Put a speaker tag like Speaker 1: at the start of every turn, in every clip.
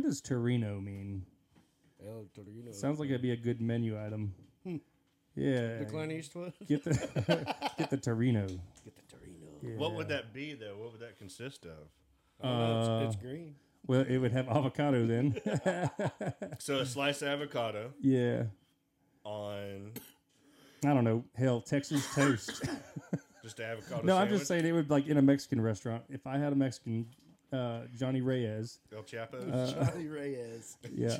Speaker 1: does Torino mean?
Speaker 2: El Torino.
Speaker 1: Sounds like it'd be a good menu item. Yeah.
Speaker 2: Clint Eastwood.
Speaker 1: Get the get the Torino.
Speaker 2: Get the Torino.
Speaker 3: What would that be though? What would that consist of?
Speaker 2: Oh, no, it's, it's green.
Speaker 1: Well, it would have avocado then.
Speaker 3: So a sliced avocado
Speaker 1: yeah.
Speaker 3: on
Speaker 1: I don't know. Hell, Texas toast.
Speaker 3: just avocado.
Speaker 1: no, I'm
Speaker 3: sandwich,
Speaker 1: just saying it would like in a Mexican restaurant. If I had a Mexican, uh, Johnny Reyes.
Speaker 3: El Chapo.
Speaker 2: Charlie Reyes.
Speaker 1: Yeah.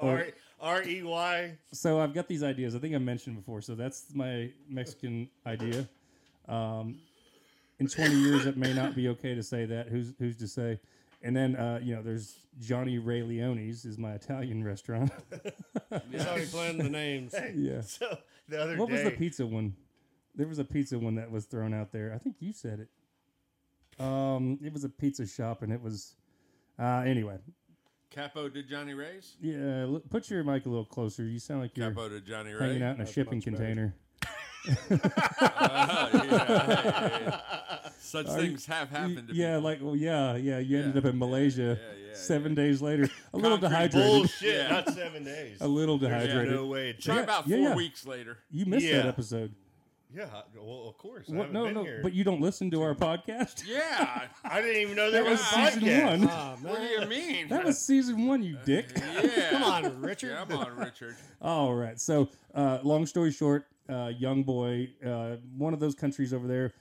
Speaker 1: uh,
Speaker 3: R R E Y.
Speaker 1: so I've got these ideas. I think I mentioned before. So that's my Mexican idea. Um, in 20 years, it may not be okay to say that. Who's who's to say? And then uh, you know, there's Johnny Ray Leone's is my Italian restaurant.
Speaker 2: He's already playing the names.
Speaker 1: yeah.
Speaker 3: So the other
Speaker 1: What was
Speaker 3: day,
Speaker 1: the pizza one? There was a pizza one that was thrown out there. I think you said it. Um, it was a pizza shop, and it was. Uh, anyway,
Speaker 4: Capo to Johnny Ray's?
Speaker 1: yeah. l- Put your mic a little closer. You sound like you're
Speaker 4: Capo to Johnny Ray.
Speaker 1: hanging out in a shipping
Speaker 2: much better.
Speaker 1: container.
Speaker 4: Ah, yeah, hey, hey. Such things have
Speaker 1: Y-
Speaker 4: happened to
Speaker 1: yeah,
Speaker 4: people.
Speaker 1: like well, yeah, yeah. You ended
Speaker 4: Yeah,
Speaker 1: up in Malaysia
Speaker 4: yeah, yeah,
Speaker 1: seven days later, a little
Speaker 4: Concrete
Speaker 1: dehydrated,
Speaker 3: bullshit.
Speaker 4: Yeah.
Speaker 3: Not seven days.
Speaker 1: a little
Speaker 3: There's
Speaker 1: dehydrated.
Speaker 3: no way. it's-
Speaker 4: Try about
Speaker 1: yeah,
Speaker 4: four
Speaker 1: yeah.
Speaker 4: weeks later.
Speaker 1: You missed that
Speaker 3: Yeah.
Speaker 1: episode.
Speaker 3: Yeah. I- Well, of course. I
Speaker 1: What?
Speaker 3: haven't
Speaker 1: No,
Speaker 3: been
Speaker 1: no.
Speaker 3: here.
Speaker 1: But you don't listen to our podcast.
Speaker 4: Yeah.
Speaker 3: I didn't even know there
Speaker 1: That
Speaker 3: was
Speaker 1: was
Speaker 3: a
Speaker 1: season
Speaker 3: podcast.
Speaker 1: one.
Speaker 2: Ah,
Speaker 4: what do
Speaker 2: man.
Speaker 4: you mean?
Speaker 1: That was season one, you dick.
Speaker 4: Uh, yeah.
Speaker 2: Come on, Richard.
Speaker 4: Yeah, come on, Richard.
Speaker 1: All right. So, uh, long story short, uh, young boy, uh, one of those countries over there,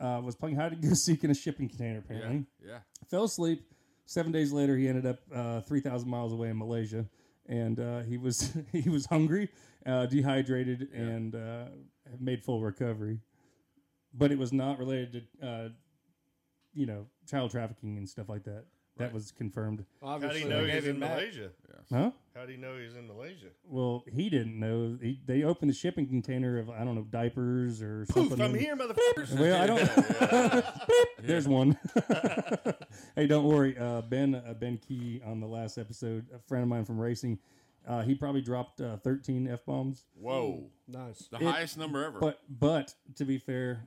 Speaker 1: uh, was playing hide and go seek in a shipping container. Apparently,
Speaker 4: Yeah. Yeah.
Speaker 1: fell asleep. Seven days later, he ended up uh, three thousand miles away in Malaysia, and uh, he was he was hungry, uh, dehydrated, and uh, made full recovery. But it was not related to, uh, you know, child trafficking and stuff like that. That
Speaker 4: Right.
Speaker 1: was confirmed,
Speaker 3: How do
Speaker 2: Obviously,
Speaker 3: you know
Speaker 2: they
Speaker 3: he's
Speaker 2: gave
Speaker 3: in
Speaker 2: him back.
Speaker 3: Malaysia?
Speaker 1: huh?
Speaker 3: How do you know he's in Malaysia?
Speaker 1: Well, he didn't know. He, they opened the shipping container of I don't know diapers or
Speaker 3: Poof!
Speaker 1: something.
Speaker 3: I'm here, motherfuckers.
Speaker 1: Well, I don't. Beep, There's one. hey, don't worry, uh, Ben. Uh, ben Key on the last episode, a friend of mine from racing. Uh, he probably dropped uh, 13 f bombs,
Speaker 4: Whoa.
Speaker 2: Nice.
Speaker 4: The highest number ever.
Speaker 1: but but to be fair,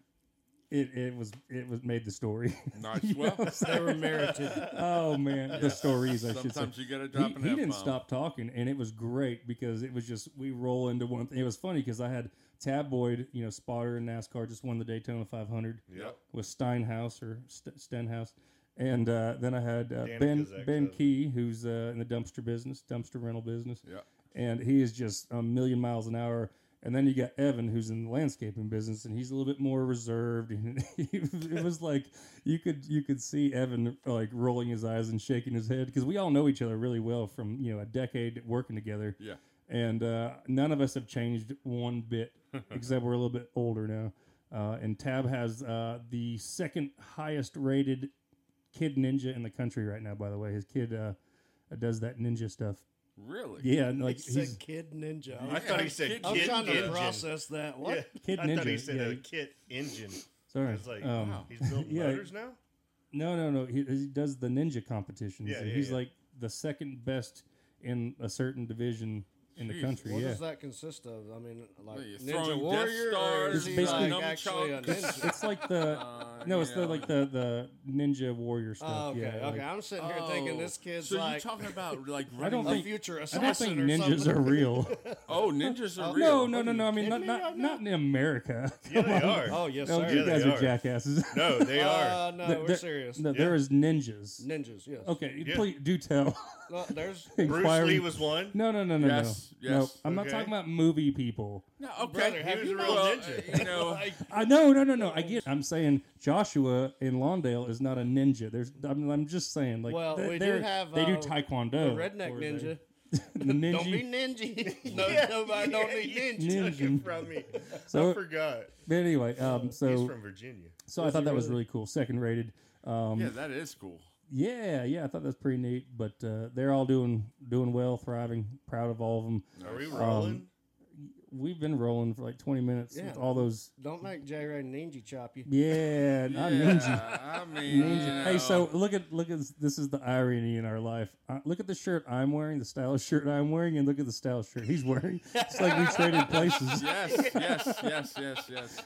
Speaker 1: it, it was it was made the story.
Speaker 4: nice.
Speaker 1: You know
Speaker 4: Well,
Speaker 1: what I'm saying?
Speaker 2: They were merited.
Speaker 1: oh man, the stories I should say.
Speaker 4: sometimes you got to
Speaker 1: he,
Speaker 4: drop an
Speaker 1: he
Speaker 4: F-bomb.
Speaker 1: didn't stop talking and it was great because it was just we roll into one thing it was funny because i had tab boyd you know spotter in nascar just won the daytona 500
Speaker 3: Yep.
Speaker 1: with steinhaus or St- stenhouse and uh, then i had uh,
Speaker 3: Danica's
Speaker 1: ben
Speaker 3: ex-husband.
Speaker 1: ben key who's uh, in the dumpster business dumpster rental business
Speaker 4: Yeah.
Speaker 1: and he is just a million miles an hour and then you got Evan, who's in the landscaping business, and he's a little bit more reserved. And it was like you could you could see Evan like rolling his eyes and shaking his head because we all know each other really well from you know a decade working together,
Speaker 4: Yeah.
Speaker 1: and uh, none of us have changed one bit except we're a little bit older now. Uh, and Tab has uh, the second highest rated kid ninja in the country right now. By the way, his kid uh, does that ninja stuff.
Speaker 4: Really?
Speaker 1: Yeah, and, like
Speaker 2: He
Speaker 1: he's
Speaker 2: said kid ninja.
Speaker 3: I
Speaker 2: I,
Speaker 3: thought he said
Speaker 4: Kid
Speaker 2: I was
Speaker 3: kid
Speaker 2: trying to
Speaker 3: engine.
Speaker 2: process that. What?
Speaker 3: Yeah.
Speaker 1: Kid
Speaker 3: I thought he
Speaker 1: ninja,
Speaker 3: said
Speaker 1: yeah.
Speaker 3: a kit engine.
Speaker 1: sorry.
Speaker 3: It's like
Speaker 1: um,
Speaker 4: wow.
Speaker 3: he's building
Speaker 1: Yeah.
Speaker 3: motors now.
Speaker 1: No, no, no. He, he does the ninja competitions.
Speaker 3: Yeah,
Speaker 1: and
Speaker 3: yeah,
Speaker 1: he's
Speaker 3: yeah.
Speaker 1: like the second best in a certain division in the
Speaker 4: Jeez,
Speaker 1: country.
Speaker 2: What
Speaker 1: yeah.
Speaker 2: does that consist of? I mean, like
Speaker 4: Well, you're
Speaker 2: Ninja
Speaker 4: throwing Death
Speaker 2: Warrior, or
Speaker 4: Stars,
Speaker 2: is he
Speaker 1: basically
Speaker 2: like
Speaker 4: nunchucks.
Speaker 2: actually a ninja?
Speaker 1: It's like the
Speaker 4: Uh,
Speaker 1: no, it's
Speaker 4: yeah.
Speaker 1: the like the the ninja warrior stuff.
Speaker 2: Oh, okay,
Speaker 1: yeah,
Speaker 2: okay.
Speaker 1: like-
Speaker 2: I'm sitting here thinking this kid's
Speaker 4: oh, so
Speaker 2: like
Speaker 4: you're talking about like
Speaker 1: I don't
Speaker 4: running-
Speaker 2: a
Speaker 1: think-
Speaker 2: future
Speaker 1: I
Speaker 2: assassin
Speaker 1: don't think
Speaker 2: or
Speaker 1: ninjas
Speaker 2: something.
Speaker 1: are real.
Speaker 4: Oh, ninjas are
Speaker 1: no,
Speaker 4: real.
Speaker 1: no, no, no. I mean,
Speaker 2: kidding
Speaker 1: not
Speaker 2: me
Speaker 1: not,
Speaker 2: right
Speaker 1: not in America.
Speaker 3: Yeah, they are.
Speaker 2: Oh yes,
Speaker 1: no,
Speaker 2: sir.
Speaker 1: you
Speaker 3: Yeah, they
Speaker 1: guys are,
Speaker 3: are.
Speaker 1: jackasses.
Speaker 3: No, they are.
Speaker 2: Uh, no,
Speaker 1: There-
Speaker 2: we're
Speaker 1: there-
Speaker 2: serious.
Speaker 1: No, there is ninjas.
Speaker 2: Ninjas, yes.
Speaker 1: Okay,
Speaker 3: Yeah.
Speaker 1: please do tell.
Speaker 2: Well, there's
Speaker 3: Bruce
Speaker 1: Inquiry-
Speaker 3: Lee was one.
Speaker 1: No, no, no, no,
Speaker 4: Yes,
Speaker 1: no. No,
Speaker 4: yes.
Speaker 1: I'm not
Speaker 3: Okay.
Speaker 1: talking about movie people.
Speaker 4: no. Okay,
Speaker 2: Brother, have
Speaker 3: was
Speaker 2: you
Speaker 3: a real
Speaker 4: well,
Speaker 3: ninja.
Speaker 4: uh, you know,
Speaker 1: I no no no no. I get. It. I'm saying Joshua in Lawndale is not a ninja. There's. I'm, I'm just saying like.
Speaker 2: Well,
Speaker 1: they,
Speaker 2: we do
Speaker 1: they're-
Speaker 2: have,
Speaker 1: They do
Speaker 2: uh,
Speaker 1: taekwondo.
Speaker 2: a
Speaker 1: or
Speaker 2: redneck
Speaker 1: they-
Speaker 2: ninja.
Speaker 1: The ninja.
Speaker 2: Don't be ninja. no, nobody don't need
Speaker 3: you
Speaker 2: ninja.
Speaker 3: took
Speaker 1: Ninja.
Speaker 3: it from me. I
Speaker 1: so
Speaker 3: forgot.
Speaker 1: but anyway, um,
Speaker 3: He's
Speaker 1: so
Speaker 3: from Virginia.
Speaker 1: so I thought that was really cool. Second rated. Um,
Speaker 4: yeah, that is cool.
Speaker 1: yeah, yeah, I thought that's pretty neat. But uh, they're all doing doing well, thriving, proud of all of them.
Speaker 3: Are we rolling?
Speaker 1: We've been rolling for like 20 minutes
Speaker 2: Yeah.
Speaker 1: with all those.
Speaker 2: Don't make J Ray ninja chop you.
Speaker 1: Yeah, not
Speaker 4: yeah,
Speaker 1: ninja.
Speaker 4: I mean, you know,
Speaker 1: Hey, so uh, look at look at this is the irony in our life. Uh, look at the shirt I'm wearing, the stylish shirt I'm wearing, and look at the stylish shirt he's wearing. It's like we traded places.
Speaker 4: yes, yes, yes, yes, yes.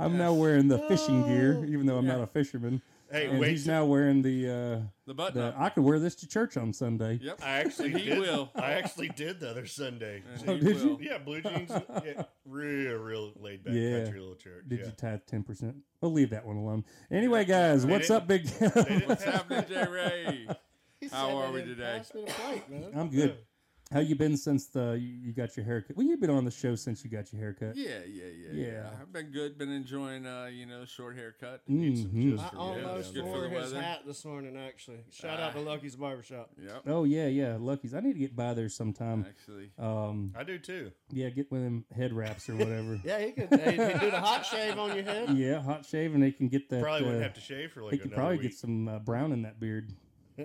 Speaker 1: I'm now wearing the fishing gear, even though I'm not a fisherman.
Speaker 3: Oh. Hey,
Speaker 1: And
Speaker 3: wait.
Speaker 1: he's
Speaker 3: till-
Speaker 1: now wearing the. Uh,
Speaker 4: The button.
Speaker 1: the,
Speaker 4: up.
Speaker 1: I could wear this to church on Sunday.
Speaker 4: Yep.
Speaker 3: I actually
Speaker 4: And he
Speaker 3: did,
Speaker 4: will.
Speaker 3: I actually did the other Sunday.
Speaker 4: And
Speaker 1: Oh,
Speaker 4: he
Speaker 1: did you?
Speaker 4: will.
Speaker 3: Yeah, blue jeans. Yeah, real, real laid back
Speaker 1: Yeah.
Speaker 3: country little church.
Speaker 1: Did
Speaker 3: yeah.
Speaker 1: you tithe ten percent? We'll leave that one alone. Anyway, guys,
Speaker 3: They
Speaker 1: what's
Speaker 3: didn't-
Speaker 1: up, big?
Speaker 4: What's happening, J Ray?
Speaker 2: He
Speaker 4: How
Speaker 2: said
Speaker 4: are
Speaker 2: they
Speaker 4: we
Speaker 2: didn't
Speaker 4: today?
Speaker 2: Pass me the plate, man.
Speaker 1: I'm good. How you been since the you, you got your haircut? Well, you've been on the show since you got your haircut.
Speaker 4: Yeah, yeah, yeah,
Speaker 1: Yeah.
Speaker 4: I've been good. Been enjoying, uh, you know, short haircut.
Speaker 1: Mhm.
Speaker 2: I almost
Speaker 4: good for
Speaker 2: wore
Speaker 4: the
Speaker 2: his
Speaker 4: weather.
Speaker 2: hat this morning, actually. Shout out to Lucky's Barbershop.
Speaker 4: Yep.
Speaker 1: Oh yeah, yeah. Lucky's. I need to get by there sometime.
Speaker 4: Actually,
Speaker 1: Um,
Speaker 3: I do too.
Speaker 1: yeah, get one of them head wraps or whatever.
Speaker 2: Yeah, he could hey, if you do the hot shave on your head.
Speaker 1: yeah, hot shave, and they can get that.
Speaker 3: Probably
Speaker 1: uh,
Speaker 3: wouldn't have to shave for like
Speaker 1: they can
Speaker 3: another
Speaker 1: probably
Speaker 3: week.
Speaker 1: get some uh, brown in that beard.
Speaker 2: I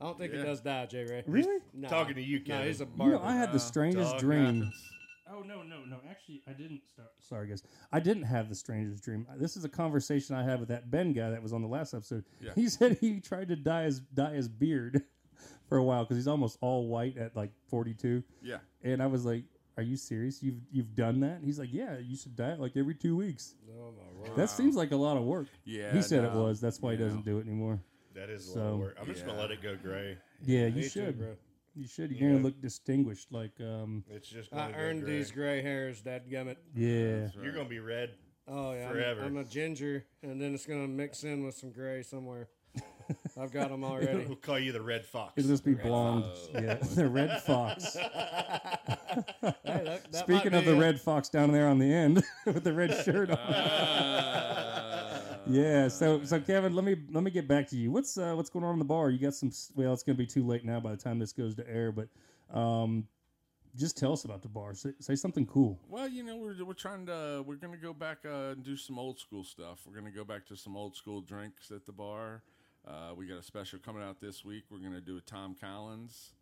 Speaker 2: don't think
Speaker 4: Yeah.
Speaker 2: he does die, J Ray.
Speaker 1: Really?
Speaker 2: No.
Speaker 3: Talking to you,
Speaker 2: No,
Speaker 3: Kevin.
Speaker 2: he's a
Speaker 1: You
Speaker 2: barber.
Speaker 1: know, I had
Speaker 4: Uh,
Speaker 1: the strangest
Speaker 3: dog
Speaker 1: dream.
Speaker 4: happens.
Speaker 1: Oh no, no, no! Actually, I didn't. Start, sorry, guys. I didn't have the strangest dream. Uh, This is a conversation I had with that Ben guy that was on the last episode.
Speaker 4: Yeah.
Speaker 1: He said he tried to dye his dye his beard for a while because he's almost all white at like forty two.
Speaker 4: yeah.
Speaker 1: And I was like, "Are you serious? You've you've done that?" He's like, "Yeah, you should dye it like every two weeks.
Speaker 2: oh, my word.
Speaker 1: That seems like a lot of work."
Speaker 4: Yeah.
Speaker 1: he said it
Speaker 4: no.
Speaker 1: was. That's why he
Speaker 4: Yeah.
Speaker 1: doesn't do it anymore.
Speaker 3: That is a
Speaker 1: So-
Speaker 3: lot of work. I'm just gonna
Speaker 4: Yeah.
Speaker 3: let it go gray.
Speaker 1: Yeah,
Speaker 2: Me
Speaker 1: you
Speaker 2: too,
Speaker 1: should.
Speaker 2: bro.
Speaker 1: You should. You're
Speaker 3: Yeah.
Speaker 1: gonna look distinguished. Like, um,
Speaker 3: It's just. Gonna
Speaker 2: I
Speaker 3: go
Speaker 2: earned
Speaker 3: gray.
Speaker 2: these gray hairs, dadgummit.
Speaker 1: yeah.
Speaker 4: That's right.
Speaker 3: You're gonna be red.
Speaker 2: Oh yeah, I'm-
Speaker 3: Forever.
Speaker 2: I'm, a ginger, and then it's gonna mix in with some gray somewhere. I've got them already.
Speaker 3: We'll call you the Red Fox.
Speaker 1: It'll just be blonde.
Speaker 4: fox.
Speaker 1: Yeah, the red fox.
Speaker 2: Uh, Hey, that- that
Speaker 1: Speaking
Speaker 2: might
Speaker 1: of the
Speaker 2: be it.
Speaker 1: red fox down there on the end with the red shirt on.
Speaker 4: Ah.
Speaker 1: Yeah, so so Kevin, let me let me get back to you. What's uh, what's going on in the bar? You got some? s- Well, it's going to be too late now by the time this goes to air, but um, just tell us about the bar. Say, say something cool.
Speaker 4: Well, you know, we're, we're trying to we're gonna go back uh, and do some old school stuff. We're gonna go back to some old school drinks at the bar. Uh, we got a special coming out this week. We're gonna do a Tom Collins.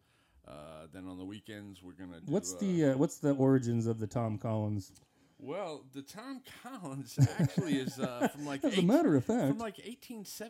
Speaker 4: Uh, then on the weekends, we're gonna. Do,
Speaker 1: What's
Speaker 4: uh,
Speaker 1: the uh, what's the origins of the Tom Collins?
Speaker 4: Well, the Tom Collins actually is uh, from like
Speaker 1: As a
Speaker 4: eight-
Speaker 1: matter of
Speaker 4: from
Speaker 1: fact,
Speaker 4: like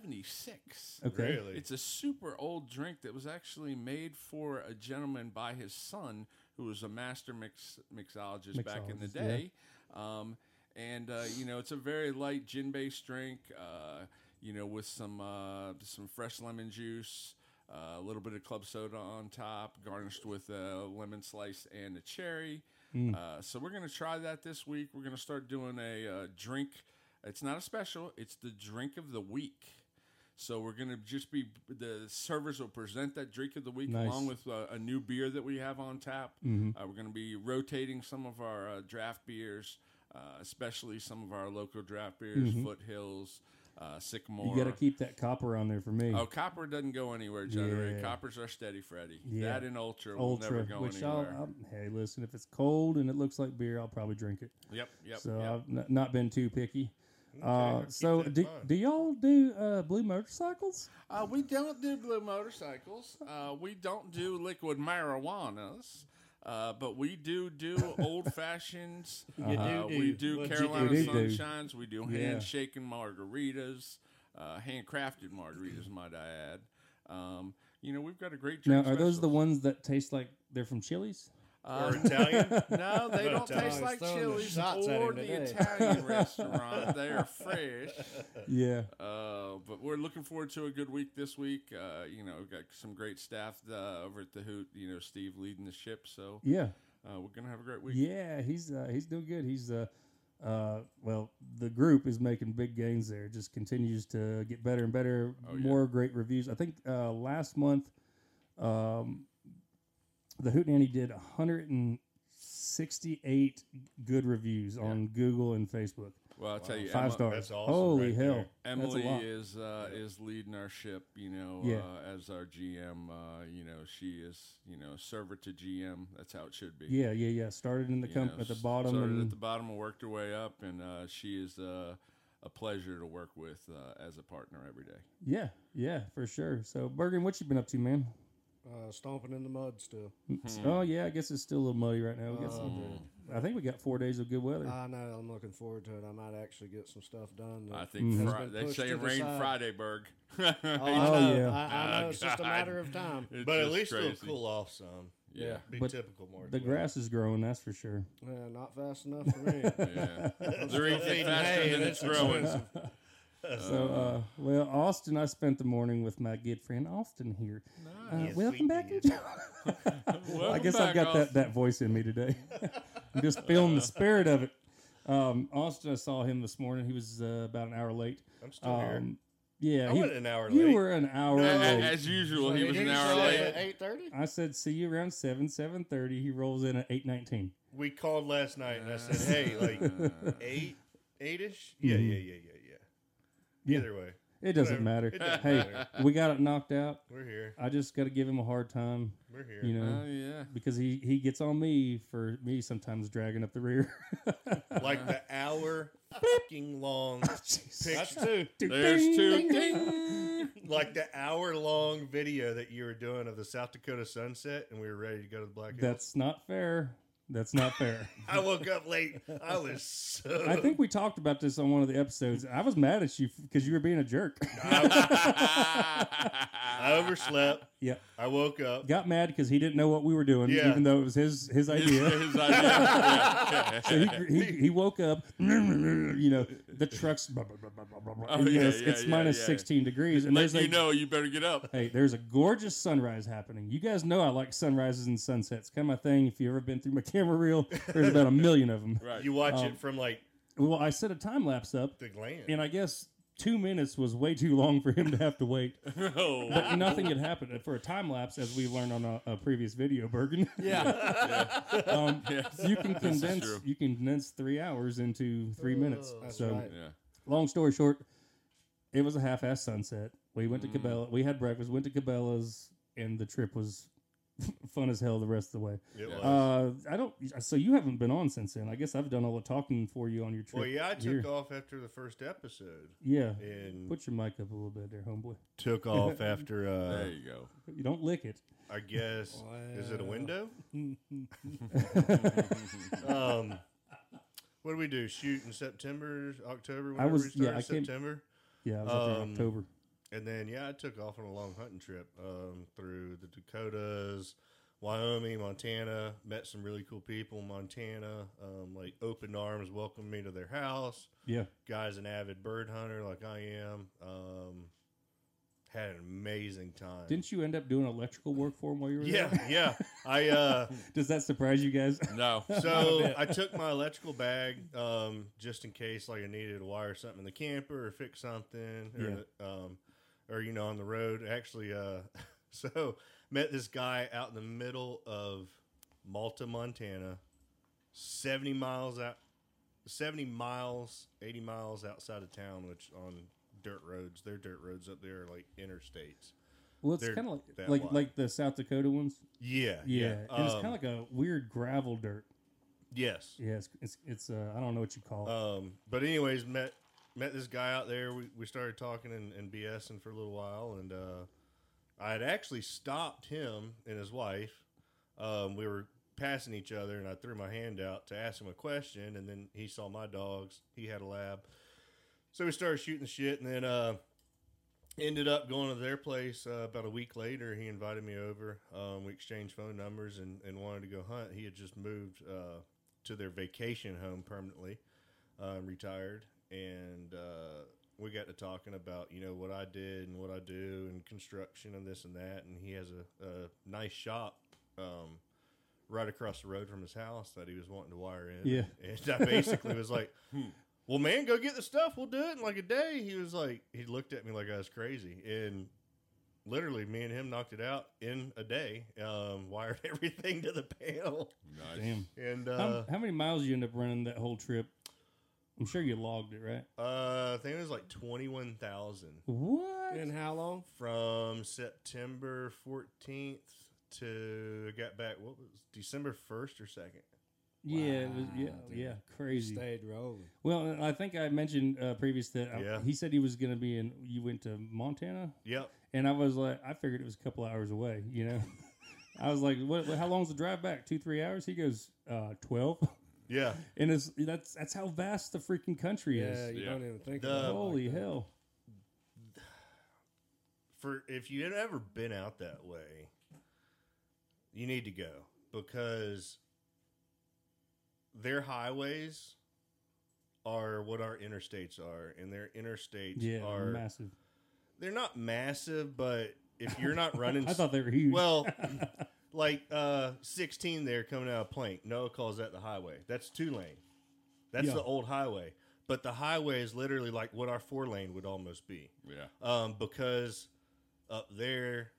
Speaker 4: 1876.
Speaker 1: okay,
Speaker 3: Really?
Speaker 4: It's a super old drink that was actually made for a gentleman by his son, who was a master mix, mixologist, back in the
Speaker 1: Mixologist, yeah.
Speaker 4: day. Um, and uh, you know, it's a very light gin-based drink. Uh, you know, with some uh, some fresh lemon juice, uh, a little bit of club soda on top, garnished with a lemon slice and a cherry.
Speaker 1: Hmm.
Speaker 4: Uh, so we're gonna try that this week. We're gonna start doing a uh, drink. It's not a special. It's the drink of the week. So we're gonna just be the servers will present that drink of the week
Speaker 1: Nice.
Speaker 4: along with uh, a new beer that we have on tap.
Speaker 1: Mm-hmm.
Speaker 4: Uh, we're gonna be rotating some of our uh, draft beers, uh, especially some of our local draft beers, Foothills, uh, Sycamore.
Speaker 1: Mm-hmm. you got to keep that copper on there for me.
Speaker 4: Oh, copper doesn't go anywhere, Generate.
Speaker 1: Yeah.
Speaker 4: Copper's our steady Freddy.
Speaker 1: Yeah.
Speaker 4: That and Ultra, will never
Speaker 1: Ultra,
Speaker 4: go
Speaker 1: which uh, I'll,
Speaker 4: anywhere.
Speaker 1: I'll, hey, listen, if it's cold and it looks like beer, I'll probably drink it.
Speaker 4: yep, yep.
Speaker 1: so uh,
Speaker 4: yep.
Speaker 1: I've n- not been too picky.
Speaker 3: I'll
Speaker 1: Uh,
Speaker 3: keep
Speaker 1: so
Speaker 3: that in
Speaker 1: do,
Speaker 3: mind.
Speaker 1: do y'all do uh, blue motorcycles?
Speaker 4: Uh, we don't do blue motorcycles. Uh, we don't do liquid marijuanas. Uh, but we do do old fashions.
Speaker 2: do
Speaker 4: uh,
Speaker 2: do
Speaker 4: we do
Speaker 2: what you
Speaker 4: Carolina
Speaker 1: do. You do do.
Speaker 4: sunshines. We do
Speaker 1: Yeah.
Speaker 4: handshaken margaritas, uh, handcrafted margaritas, might I add. Um, you know, we've got a great
Speaker 1: Now,
Speaker 4: drink.
Speaker 1: are those the
Speaker 4: special.
Speaker 1: ones that taste like they're from Chili's?
Speaker 4: Uh,
Speaker 3: or Italian.
Speaker 4: no, they
Speaker 3: No,
Speaker 4: don't
Speaker 3: Italian.
Speaker 4: taste like
Speaker 2: Throwing the
Speaker 4: Chili's
Speaker 2: shots at
Speaker 4: or
Speaker 2: him
Speaker 4: the
Speaker 2: today.
Speaker 4: Italian restaurant. They are fresh.
Speaker 1: Yeah.
Speaker 4: Uh, but we're looking forward to a good week this week. Uh, you know, we've got some great staff uh, over at the Hoot. You know, Steve leading the ship, so
Speaker 1: Yeah.
Speaker 4: uh, we're gonna have a great week.
Speaker 1: Yeah. He's uh, he's doing good. He's uh, uh, well, the group is making big gains there. Just continues to get better and better.
Speaker 4: Oh, yeah.
Speaker 1: More great reviews. I think uh, last month, um, the Hootenanny did 168 good reviews on Google and Facebook.
Speaker 4: Well, I'll tell you,
Speaker 1: Five
Speaker 4: Emma-
Speaker 1: stars.
Speaker 3: That's awesome
Speaker 1: Holy
Speaker 3: right
Speaker 1: hell.
Speaker 3: there.
Speaker 1: That's a
Speaker 4: Emily
Speaker 1: lot.
Speaker 4: is uh, is leading our ship. You know,
Speaker 1: Yeah.
Speaker 4: uh, as our GM. Uh, you know, she is you know server to GM. That's how it should be.
Speaker 1: Yeah, yeah, yeah. Started in the
Speaker 4: You
Speaker 1: comp
Speaker 4: know,
Speaker 1: at the
Speaker 4: s-
Speaker 1: bottom.
Speaker 4: started
Speaker 1: and
Speaker 4: at the bottom and worked her way up, and uh, she is uh, a pleasure to work with uh, as a partner every day.
Speaker 1: Yeah, yeah, for sure. So, Bergen, what you been up to, man?
Speaker 2: Uh, stomping in the mud still.
Speaker 3: Hmm.
Speaker 1: Oh yeah, I guess it's still a little muddy right now. We got
Speaker 2: Oh,
Speaker 1: some,
Speaker 3: Um,
Speaker 1: I think we got four days of good weather.
Speaker 2: Uh, I know. I'm looking forward to it. I might actually get some stuff done.
Speaker 4: I
Speaker 2: that-
Speaker 4: think
Speaker 1: Mm-hmm.
Speaker 2: that's
Speaker 4: Fri-
Speaker 2: been
Speaker 4: they
Speaker 2: pushed
Speaker 4: say
Speaker 2: to
Speaker 4: it
Speaker 2: the
Speaker 4: rained
Speaker 2: side.
Speaker 4: Friday, Berg.
Speaker 2: Oh,
Speaker 1: Oh,
Speaker 2: I
Speaker 1: yeah.
Speaker 2: know. I, I know.
Speaker 4: Ah,
Speaker 2: it's just a
Speaker 4: God.
Speaker 2: matter of time.
Speaker 4: It's
Speaker 3: But at
Speaker 4: just
Speaker 3: least
Speaker 4: crazy.
Speaker 3: it'll cool off some.
Speaker 4: Yeah.
Speaker 3: Be
Speaker 1: But
Speaker 3: typical more.
Speaker 1: the grass is growing, that's for sure.
Speaker 2: Yeah, not fast enough for me.
Speaker 4: Yeah.
Speaker 3: That's
Speaker 4: They're
Speaker 3: what
Speaker 4: eating
Speaker 3: they
Speaker 4: faster
Speaker 3: say,
Speaker 4: than
Speaker 3: that's
Speaker 4: it's growing.
Speaker 3: expensive.
Speaker 1: So, uh, well, Austin, I spent the morning with my good friend Austin here. Uh,
Speaker 3: Yes,
Speaker 1: welcome
Speaker 3: we
Speaker 1: back.
Speaker 3: did.
Speaker 1: Into- I
Speaker 4: Welcome
Speaker 1: guess I've got
Speaker 4: back,
Speaker 1: that,
Speaker 4: Austin.
Speaker 1: that voice in me today. I'm just feeling the spirit of it. Um, Austin, I saw him this morning. He was uh, about an hour late.
Speaker 3: I'm still here.
Speaker 1: Um, yeah,
Speaker 3: I
Speaker 1: he-
Speaker 3: went an hour
Speaker 1: you
Speaker 3: late.
Speaker 1: were an hour
Speaker 4: A- a-
Speaker 1: late.
Speaker 4: As usual, he was an
Speaker 2: Didn't you
Speaker 4: hour
Speaker 2: say
Speaker 4: late.
Speaker 2: At eight thirty.
Speaker 1: I said, "See you around seven, seven thirty. He rolls in at eight nineteen.
Speaker 3: We called last night and I said, hey,
Speaker 4: Uh,
Speaker 3: like eight, eight ish? Yeah,
Speaker 1: Mhm.
Speaker 3: yeah, yeah, yeah, yeah.
Speaker 1: Yeah.
Speaker 3: Either way,
Speaker 1: It doesn't
Speaker 3: Whatever.
Speaker 1: matter.
Speaker 3: It doesn't
Speaker 1: hey,
Speaker 3: matter.
Speaker 1: we got it knocked out.
Speaker 3: we're here.
Speaker 1: I just got to give him a hard time,
Speaker 3: We're here. Uh,
Speaker 1: you know,
Speaker 4: Oh yeah.
Speaker 1: because he he gets on me for me sometimes dragging up the rear.
Speaker 3: Like the hour fucking long
Speaker 1: Oh,
Speaker 2: That's
Speaker 3: picture.
Speaker 2: two.
Speaker 4: There's two.
Speaker 1: Ding,
Speaker 4: Ding.
Speaker 3: Like the hour long video that you were doing of the South Dakota sunset and we were ready to go to the Black Hills.
Speaker 1: That's not fair. That's not fair.
Speaker 3: I woke up late. I was so.
Speaker 1: I think we talked about this on one of the episodes. I was mad at you because you were being a jerk.
Speaker 3: I overslept.
Speaker 1: Yep.
Speaker 3: I woke up.
Speaker 1: Got mad because he didn't know what we were doing,
Speaker 3: Yeah.
Speaker 1: even though it was his his
Speaker 4: His,
Speaker 1: idea.
Speaker 4: his idea. Yeah.
Speaker 1: so he, he, he woke up, you know, the truck's, blah, blah, blah, blah, blah, blah, blah.
Speaker 4: Oh,
Speaker 1: And, you know,
Speaker 4: yeah,
Speaker 1: it's,
Speaker 4: yeah,
Speaker 1: it's
Speaker 4: yeah,
Speaker 1: minus
Speaker 4: yeah.
Speaker 1: 16 degrees. And
Speaker 4: Let
Speaker 1: there's
Speaker 4: you
Speaker 1: like,
Speaker 4: know you better get up.
Speaker 1: hey, there's a gorgeous sunrise happening. You guys know I like sunrises and sunsets. Kind of my thing. If you've ever been through my camera reel, there's about a million of them.
Speaker 4: Right.
Speaker 3: You watch
Speaker 1: Um,
Speaker 3: it from like
Speaker 1: Well, I set a time lapse up
Speaker 3: the land.
Speaker 1: and I guess two minutes was way too long for him to have to wait.
Speaker 4: Oh.
Speaker 1: But nothing had happened for a time lapse, as we learned on a, a previous video, Bergen.
Speaker 4: yeah. yeah.
Speaker 1: um,
Speaker 4: Yes.
Speaker 1: you can
Speaker 4: This is
Speaker 1: condense
Speaker 4: true.
Speaker 1: you can condense three hours into three minutes.
Speaker 2: Oh, That's
Speaker 1: So,
Speaker 2: right.
Speaker 4: Yeah.
Speaker 1: long story short, it was a half-ass sunset. We went
Speaker 3: Mm.
Speaker 1: to Cabela. We had breakfast. Went to Cabela's, and the trip was fun as hell the rest of the way.
Speaker 3: It
Speaker 4: Yeah.
Speaker 3: was.
Speaker 1: Uh, I don't. So you haven't been on since then. I guess I've done all the talking for you on your trip.
Speaker 3: well, yeah, I took
Speaker 1: here.
Speaker 3: off after the first episode
Speaker 1: Yeah.
Speaker 3: and
Speaker 1: Put your mic up a little bit there, homeboy.
Speaker 3: took off after. Uh,
Speaker 4: There you go.
Speaker 1: You don't lick it.
Speaker 3: I guess is it a
Speaker 2: Wow.
Speaker 3: window? um, what did we do? Shoot in September, October. Whenever
Speaker 1: was-
Speaker 3: we
Speaker 1: yeah,
Speaker 3: started
Speaker 1: I came-
Speaker 3: September,
Speaker 1: Yeah, I was up there in
Speaker 3: Um,
Speaker 1: October.
Speaker 3: and then yeah, I took off on a long hunting trip um, through the Dakotas, Wyoming, Montana. Met some really cool people in Montana. Um, like open arms, welcomed me to their house.
Speaker 1: Yeah.
Speaker 3: guy's an avid bird hunter like I am. Um, had an amazing time.
Speaker 1: Didn't you end up doing electrical work for him while you were
Speaker 3: uh, yeah,
Speaker 1: there?
Speaker 3: yeah. I uh,
Speaker 1: Does that surprise you guys?
Speaker 4: No.
Speaker 3: so I took my electrical bag um, just in case like I needed to wire something in the camper or fix something or
Speaker 1: Yeah.
Speaker 3: the, um, or you know on the road. Actually, uh, so met this guy out in the middle of Malta, Montana, seventy miles out. 70 miles, 80 miles outside of town, which on dirt roads, their dirt roads up there are like interstates.
Speaker 1: Well, it's
Speaker 3: They're
Speaker 1: kind of like
Speaker 3: that
Speaker 1: like,
Speaker 3: wide.
Speaker 1: like the South Dakota ones.
Speaker 3: Yeah.
Speaker 1: Yeah, and it's kind
Speaker 3: Um,
Speaker 1: of like a weird gravel dirt.
Speaker 3: yes.
Speaker 1: Yeah, it's it's, it's uh, I don't know what you call it.
Speaker 3: Um, but anyways, met met this guy out there. We, we started talking and, and BSing for a little while, and uh, I had actually stopped him and his wife. Um, we were passing each other, and I threw my hand out to ask him a question, and then he saw my dogs. He had a lab, so we started shooting the shit, and then uh, ended up going to their place uh, about a week later. He invited me over. Um, we exchanged phone numbers and, and wanted to go hunt. He had just moved uh, to their vacation home permanently um, retired, and uh, we got to talking about you know what I did and what I do and construction and this and that. And he has a, a nice shop um, right across the road from his house that he was wanting to wire in.
Speaker 1: Yeah.
Speaker 3: and I basically was like. Well, man, go get the stuff. We'll do it in like a day. He was like, he looked at me like I was crazy, and literally, me and him knocked it out in a day. Um, wired everything to the panel,
Speaker 4: Nice.
Speaker 1: Damn.
Speaker 3: and
Speaker 1: How-
Speaker 3: uh,
Speaker 1: how, many miles you end up running that whole trip? I'm sure you logged it, right?
Speaker 3: uh, I think it was like twenty one thousand.
Speaker 1: What?
Speaker 2: And how long?
Speaker 3: from September 14th to I got back what was December 1st or 2nd.
Speaker 1: yeah, it was,
Speaker 2: Wow,
Speaker 1: yeah,
Speaker 2: dude.
Speaker 1: yeah, crazy.
Speaker 2: Stayed rolling.
Speaker 1: Well, and I think I mentioned uh, previous that I-
Speaker 3: Yeah.
Speaker 1: he said he was going to be in. You went to Montana.
Speaker 3: Yep.
Speaker 1: And I was like, I figured it was a couple hours away, you know. I was like, what, what- how long's the drive back? Two, three hours? He goes, uh, 12.
Speaker 3: Yeah.
Speaker 1: And it's, that's that's how vast the freaking country
Speaker 2: Yeah, Oh
Speaker 1: is.
Speaker 2: you
Speaker 4: Yeah.
Speaker 2: don't even think
Speaker 3: The-
Speaker 2: about it. like
Speaker 1: Holy
Speaker 2: that.
Speaker 1: hell.
Speaker 3: For if you've ever been out that way, you need to go because their highways are what our interstates are, and their interstates
Speaker 1: Yeah,
Speaker 3: are
Speaker 1: massive.
Speaker 3: they're not massive, but if you're not running,
Speaker 1: I thought they were huge.
Speaker 3: well, like uh, 16 there coming out of Plank. Noah calls that the highway. That's two lane. That's
Speaker 1: Yeah.
Speaker 3: the old highway. But the highway is literally like what our four lane would almost be
Speaker 4: Yeah.
Speaker 3: um, because up there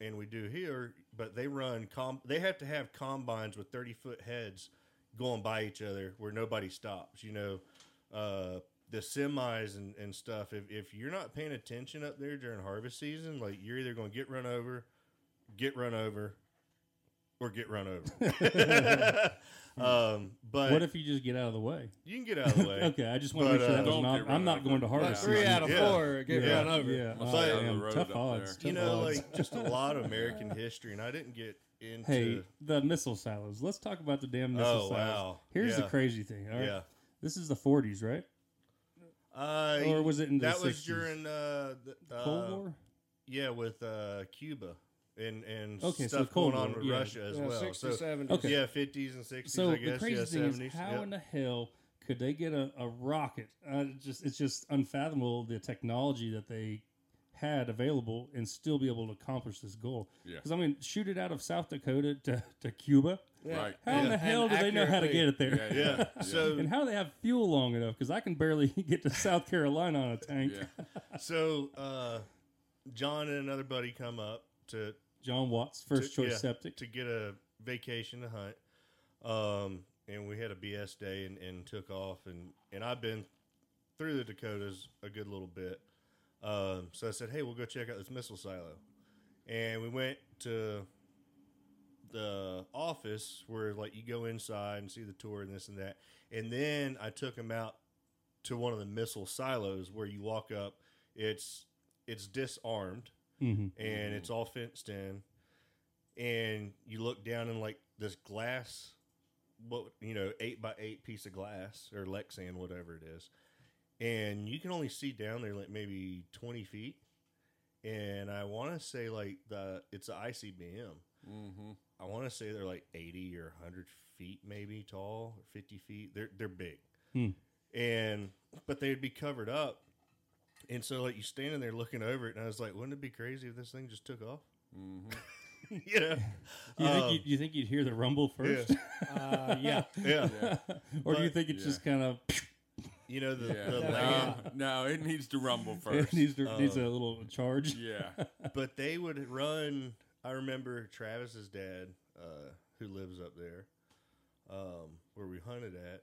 Speaker 3: and we do here, but they run com- they have to have combines with thirty foot heads going by each other where nobody stops. You know, uh, the semis and, and stuff. If if you're not paying attention up there during harvest season, like you're either going to get run over, get run over, or get run over. um, but
Speaker 1: what if you just get out of the way?
Speaker 3: you can get out of the way.
Speaker 1: okay, I just want to
Speaker 3: But,
Speaker 1: make sure
Speaker 3: uh,
Speaker 1: that was
Speaker 4: Don't
Speaker 1: not.
Speaker 4: get
Speaker 1: I'm
Speaker 4: run
Speaker 1: not
Speaker 4: over.
Speaker 1: going to harvest.
Speaker 4: Yeah.
Speaker 2: Three
Speaker 1: season.
Speaker 2: out of
Speaker 3: Yeah.
Speaker 2: four get
Speaker 1: Yeah.
Speaker 2: run over.
Speaker 1: Yeah,
Speaker 4: Must
Speaker 1: oh,
Speaker 3: be
Speaker 4: on the
Speaker 1: damn,
Speaker 4: road
Speaker 1: tough
Speaker 4: up
Speaker 1: odds.
Speaker 4: there.
Speaker 3: you
Speaker 1: tough
Speaker 3: know,
Speaker 1: odds.
Speaker 3: like just a lot of American history, and I didn't get into.
Speaker 1: Hey, the missile silos. Let's talk about the damn missile
Speaker 3: Oh,
Speaker 1: silos.
Speaker 3: wow.
Speaker 1: Here's the
Speaker 3: Yeah.
Speaker 1: crazy thing. All right,
Speaker 3: yeah,
Speaker 1: this is the 40s, right?
Speaker 3: uh,
Speaker 1: Or was it in the
Speaker 3: that was
Speaker 1: 60s?
Speaker 3: during uh, the, uh,
Speaker 1: Cold War?
Speaker 3: Yeah, with uh, Cuba and and
Speaker 1: Okay, so
Speaker 3: stuff
Speaker 1: Cold
Speaker 3: going on
Speaker 1: War,
Speaker 3: with
Speaker 1: yeah.
Speaker 3: Russia as
Speaker 2: Yeah,
Speaker 3: well.
Speaker 2: 60,
Speaker 3: so
Speaker 2: 70s.
Speaker 1: Okay.
Speaker 3: yeah, fifties and sixties.
Speaker 1: So
Speaker 3: I guess.
Speaker 1: the crazy
Speaker 3: yeah,
Speaker 1: thing
Speaker 3: 70s.
Speaker 1: is, how
Speaker 3: yep.
Speaker 1: in the hell could they get a, a rocket? Uh, it just it's just unfathomable the technology that they had available and still be able to accomplish this goal.
Speaker 4: Yeah.
Speaker 1: Because I mean, shoot it out of South Dakota to, to Cuba.
Speaker 2: Yeah.
Speaker 4: Right.
Speaker 1: How in
Speaker 3: Yeah.
Speaker 1: the hell
Speaker 2: And
Speaker 1: do they know how to
Speaker 2: accurately.
Speaker 1: get it there?
Speaker 4: Yeah.
Speaker 3: yeah.
Speaker 4: Yeah.
Speaker 3: So
Speaker 1: And how they have fuel long enough? Because I can barely get to South Carolina on a tank.
Speaker 4: Yeah.
Speaker 3: so uh, John and another buddy come up to
Speaker 1: John Watts, first
Speaker 3: To-
Speaker 1: choice
Speaker 3: yeah.
Speaker 1: septic.
Speaker 3: to get a vacation to hunt. Um, and we had a BS day and, and took off and, and I've been through the Dakotas a good little bit. Um, so I said, Hey, we'll go check out this missile silo. And we went to the office where like you go inside and see the tour and this and that. And then I took him out to one of the missile silos where you walk up. It's it's disarmed
Speaker 1: hmm
Speaker 3: and it's all fenced in and you look down in like this glass what you know eight by eight piece of glass or lexan whatever it is and you can only see down there like maybe 20 feet and i want to say like the it's an icbm
Speaker 4: Mm-hmm.
Speaker 3: i want to say they're like 80 or 100 feet maybe tall or 50 feet they're, they're big
Speaker 1: Hmm.
Speaker 3: and but they'd be covered up and so like you standing there looking over it and i was like wouldn't it be crazy if this thing just took off
Speaker 4: Mm-hmm.
Speaker 3: yeah.
Speaker 1: You, think
Speaker 3: Um,
Speaker 1: you'd, you think you'd hear the rumble first?
Speaker 2: Uh, yeah.
Speaker 3: yeah.
Speaker 4: Yeah.
Speaker 1: or do you
Speaker 3: But-
Speaker 1: think it's
Speaker 4: Yeah.
Speaker 1: just kind of
Speaker 3: You know the,
Speaker 4: Yeah.
Speaker 3: the
Speaker 2: Yeah.
Speaker 3: land,
Speaker 4: No, no, it needs to rumble
Speaker 1: it
Speaker 4: first.
Speaker 1: needs, to, needs a
Speaker 3: Um,
Speaker 1: little charge?
Speaker 4: yeah.
Speaker 3: but they would run. I remember Travis's dad, uh, who lives up there, um, where we hunted at.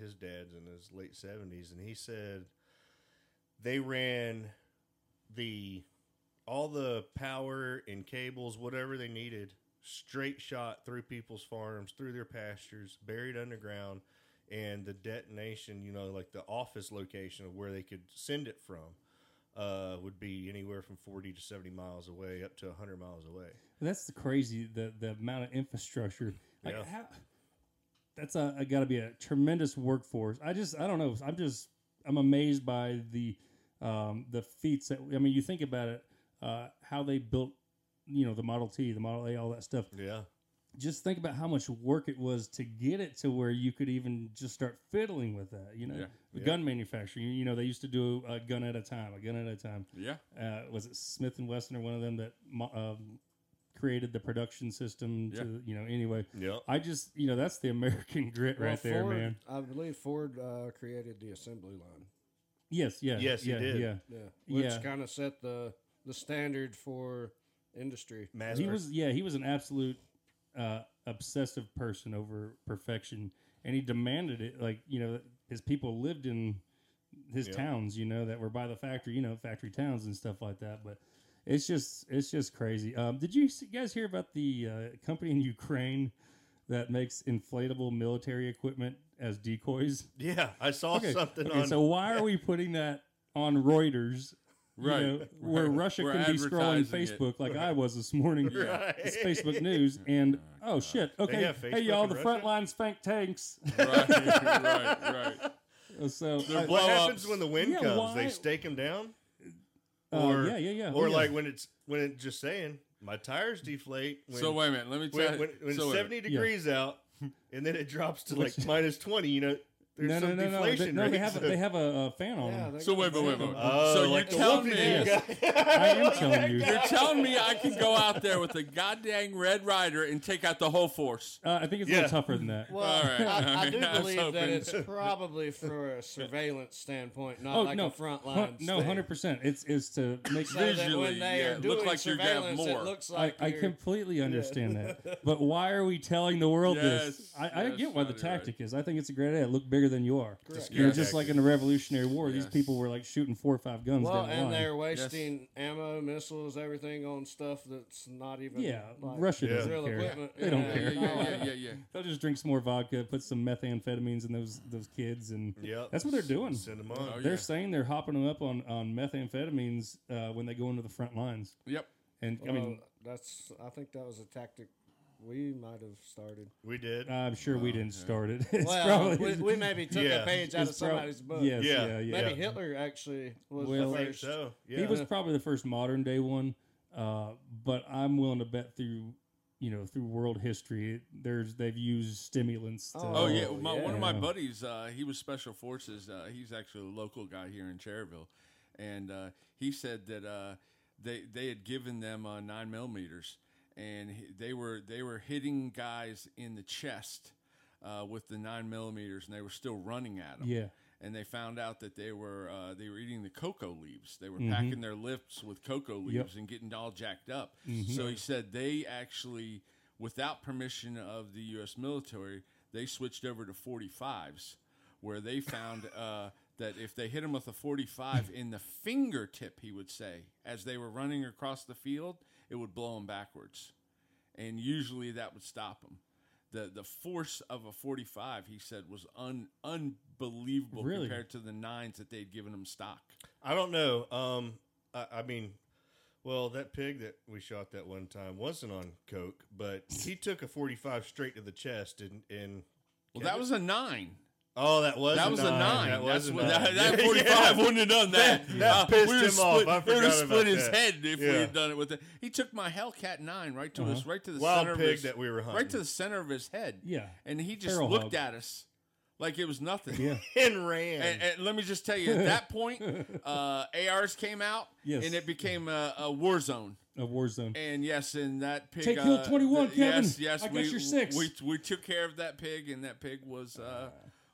Speaker 3: His dad's in his late seventies, and he said they ran the all the power and cables, whatever they needed, straight shot through people's farms, through their pastures, buried underground, and the detonation, you know, like the office location of where they could send it from, uh, would be anywhere from 40 to 70 miles away up to 100 miles away.
Speaker 1: That's the crazy the the amount of infrastructure. Like
Speaker 3: Yeah.
Speaker 1: how, that's a, got to be a tremendous workforce. I just I don't know. I'm just I'm amazed by the um, the feats that I mean. You think about it, uh, how they built, you know, the Model T, the Model A, all that stuff.
Speaker 3: Yeah.
Speaker 1: Just think about how much work it was to get it to where you could even just start fiddling with that. You know,
Speaker 4: Yeah.
Speaker 1: The
Speaker 3: Yeah.
Speaker 1: gun manufacturing. You know, they used to do a gun at a time, a gun at a time
Speaker 4: Yeah.
Speaker 1: uh, was it Smith and Wesson or one of them that mo- um, created the production system to you know anyway
Speaker 3: Yep.
Speaker 1: I just you know that's the American grit
Speaker 2: Well,
Speaker 1: right there
Speaker 2: Ford,
Speaker 1: man
Speaker 2: I believe Ford uh, created the assembly line.
Speaker 1: yes yeah
Speaker 3: Yes, he
Speaker 1: yeah,
Speaker 3: did.
Speaker 1: yeah
Speaker 2: Yeah. Which
Speaker 1: Yeah.
Speaker 2: kind of set the the standard for industry.
Speaker 3: Mass
Speaker 1: he
Speaker 3: pro-
Speaker 1: was yeah he was an absolute uh, obsessive person over perfection and he demanded it like you know his people lived in his
Speaker 3: Yeah.
Speaker 1: towns you know that were by the factory you know factory towns and stuff like that but it's just it's just crazy um, did you s- guys hear about the uh, company in ukraine that makes inflatable military equipment as decoys
Speaker 3: Yeah. I saw something
Speaker 1: okay
Speaker 3: on.
Speaker 1: so why are we putting that on reuters you
Speaker 4: Right.
Speaker 1: know, where
Speaker 4: Right.
Speaker 1: Russia
Speaker 4: We're
Speaker 1: can be scrolling
Speaker 4: advertising it.
Speaker 1: Facebook like I was this morning.
Speaker 3: Right.
Speaker 1: It's Facebook news, and oh, shit, okay,
Speaker 3: have
Speaker 1: hey
Speaker 3: Facebook
Speaker 1: y'all,
Speaker 3: in
Speaker 1: the
Speaker 3: Russia?
Speaker 1: front line spank tanks.
Speaker 4: Right. right. Right.
Speaker 1: so
Speaker 4: They're
Speaker 1: I-
Speaker 4: blow
Speaker 3: what happens
Speaker 4: ups.
Speaker 3: when the wind
Speaker 1: Yeah,
Speaker 3: comes?
Speaker 1: why-
Speaker 3: They stake them down,
Speaker 1: uh,
Speaker 3: or-
Speaker 1: yeah, yeah, yeah,
Speaker 3: or
Speaker 1: yeah.
Speaker 3: like when it's when it just saying my tires deflate. When,
Speaker 4: so wait a minute. Let me tell
Speaker 3: when,
Speaker 4: you.
Speaker 3: when, when
Speaker 4: so wait a minute.
Speaker 3: seventy degrees out, and then it drops to like
Speaker 1: Which-
Speaker 3: minus twenty. You know, There's
Speaker 1: no, no, no, no.
Speaker 3: some
Speaker 1: They,
Speaker 3: deflation
Speaker 1: no, they
Speaker 3: rates.
Speaker 1: have a, they have a, a fan on
Speaker 2: Yeah,
Speaker 1: them.
Speaker 2: they
Speaker 4: So
Speaker 2: got
Speaker 4: wait, wait, wait, wait.
Speaker 3: Oh,
Speaker 4: so you're
Speaker 3: like the
Speaker 4: telling
Speaker 3: Wolfie
Speaker 4: me
Speaker 3: guy.
Speaker 1: I am telling you.
Speaker 4: you're telling me I can go out there with a goddamn red rider and take out the whole force?
Speaker 1: Uh, I think it's a
Speaker 3: Yeah.
Speaker 1: little tougher than that.
Speaker 2: Well,
Speaker 4: All right, all
Speaker 2: I, I
Speaker 4: right.
Speaker 2: do
Speaker 4: I was
Speaker 2: believe that
Speaker 4: hoping-
Speaker 2: it's probably for a surveillance standpoint, not
Speaker 1: oh
Speaker 2: like
Speaker 1: no,
Speaker 2: a front
Speaker 1: Hun-
Speaker 2: line.
Speaker 1: no, hundred percent. It's is to make
Speaker 2: So that
Speaker 4: Visually,
Speaker 2: when they
Speaker 4: yeah,
Speaker 2: are
Speaker 4: it
Speaker 2: doing
Speaker 4: looked like you got
Speaker 2: surveillance,
Speaker 4: more.
Speaker 2: It looks
Speaker 1: I,
Speaker 2: like
Speaker 1: I
Speaker 2: you're-
Speaker 1: completely understand that. But why are we telling the world this?
Speaker 4: Yes,
Speaker 1: I, I
Speaker 4: yes,
Speaker 1: get why
Speaker 4: no,
Speaker 1: the
Speaker 4: you're right.
Speaker 1: tactic is. I think it's a great idea. Look bigger than you are.
Speaker 2: Correct.
Speaker 1: You know,
Speaker 4: Yeah.
Speaker 1: just like in the Revolutionary War, these
Speaker 4: Yes.
Speaker 1: people were like shooting four or five guns
Speaker 2: Well,
Speaker 1: down the
Speaker 2: and
Speaker 1: line.
Speaker 2: they're wasting ammo, missiles, everything on stuff that's not even
Speaker 1: yeah,
Speaker 2: like,
Speaker 1: Russia
Speaker 3: Yeah.
Speaker 1: doesn't
Speaker 2: real
Speaker 1: care.
Speaker 2: equipment.
Speaker 1: They don't
Speaker 2: Yeah,
Speaker 1: care.
Speaker 4: Yeah, yeah, yeah, yeah, yeah.
Speaker 1: They'll just drink some more vodka, put some methamphetamines in those those kids, and
Speaker 3: Yep.
Speaker 1: that's what they're doing.
Speaker 3: Send them on.
Speaker 4: Oh,
Speaker 1: They're
Speaker 4: yeah.
Speaker 1: saying they're hopping them up on on methamphetamines uh, when they go into the front lines.
Speaker 4: Yep.
Speaker 1: And I
Speaker 2: Well,
Speaker 1: mean,
Speaker 2: that's. I think that was a tactic we might have started.
Speaker 3: We did.
Speaker 1: I'm sure we didn't start it. It's
Speaker 2: Well,
Speaker 1: probably-
Speaker 2: we, we maybe took
Speaker 3: Yeah.
Speaker 2: a page out of
Speaker 1: it's prob-
Speaker 2: somebody's book.
Speaker 1: Yes,
Speaker 3: Yeah.
Speaker 1: yeah, yeah.
Speaker 2: Maybe Hitler actually was
Speaker 1: Well,
Speaker 2: the
Speaker 3: I think
Speaker 2: first.
Speaker 3: so. Yeah.
Speaker 1: He was probably the first modern day one, uh, but I'm willing to bet through, you know, through world history, it, there's they've used stimulants. To,
Speaker 4: Oh,
Speaker 2: Oh,
Speaker 4: yeah, my, one of my
Speaker 1: yeah.
Speaker 4: buddies, uh, he was special forces. Uh, he's actually a local guy here in Cherville, and uh, he said that uh, they they had given them uh, nine millimeters, and he, they were they were hitting guys in the chest uh, with the nine millimeters, and they were still running at them.
Speaker 1: Yeah.
Speaker 4: And they found out that they were uh, they were eating the cocoa leaves. They were
Speaker 1: Mm-hmm.
Speaker 4: packing their lips with cocoa leaves and getting all jacked up.
Speaker 1: Mm-hmm.
Speaker 4: So he said they actually, without permission of the U.S. military, they switched over to 45s, where they found uh, that if they hit him with a 45 in the fingertip, he would say, as they were running across the field, it would blow him backwards. And usually that would stop him. The, the force of a 45, he said, was un, unbelievable
Speaker 1: Really?
Speaker 4: compared to the nines that they'd given him stock.
Speaker 3: I don't know. Um, I, I mean, well, that pig that we shot that one time wasn't on coke, but he took a forty-five straight to the chest, and and
Speaker 4: Well, that was a nine.
Speaker 3: oh, that was
Speaker 4: That was a nine.
Speaker 3: That was
Speaker 4: That's
Speaker 3: a
Speaker 4: what-
Speaker 3: nine.
Speaker 4: That, that
Speaker 3: Yeah.
Speaker 4: 45 wouldn't have done that.
Speaker 3: That- that pissed
Speaker 4: would've
Speaker 3: him off. I
Speaker 4: it would've
Speaker 3: forgot about
Speaker 4: split his
Speaker 3: that.
Speaker 4: head if
Speaker 3: Yeah. Uh-huh.
Speaker 4: we had done it with it. He took my Hellcat nine right to us, right to the
Speaker 3: Wild
Speaker 4: center of
Speaker 3: pig
Speaker 4: his,
Speaker 3: that we were hunting.
Speaker 4: right to the center of his head.
Speaker 1: Yeah.
Speaker 4: and he just
Speaker 1: Feral
Speaker 4: looked
Speaker 1: hog.
Speaker 4: at us like it was nothing.
Speaker 1: Yeah.
Speaker 3: and ran.
Speaker 4: And, and let me just tell you, at that point, uh, ARs came out,
Speaker 1: Yes.
Speaker 4: and it became a, a war zone.
Speaker 1: a war zone.
Speaker 4: And yes, and that pig.
Speaker 1: Take Hill
Speaker 4: uh,
Speaker 1: 21,
Speaker 4: th-
Speaker 1: Kevin.
Speaker 4: Yes, yes,
Speaker 1: I guess
Speaker 4: we,
Speaker 1: you're six.
Speaker 4: We, we took care of that pig, and that pig was uh,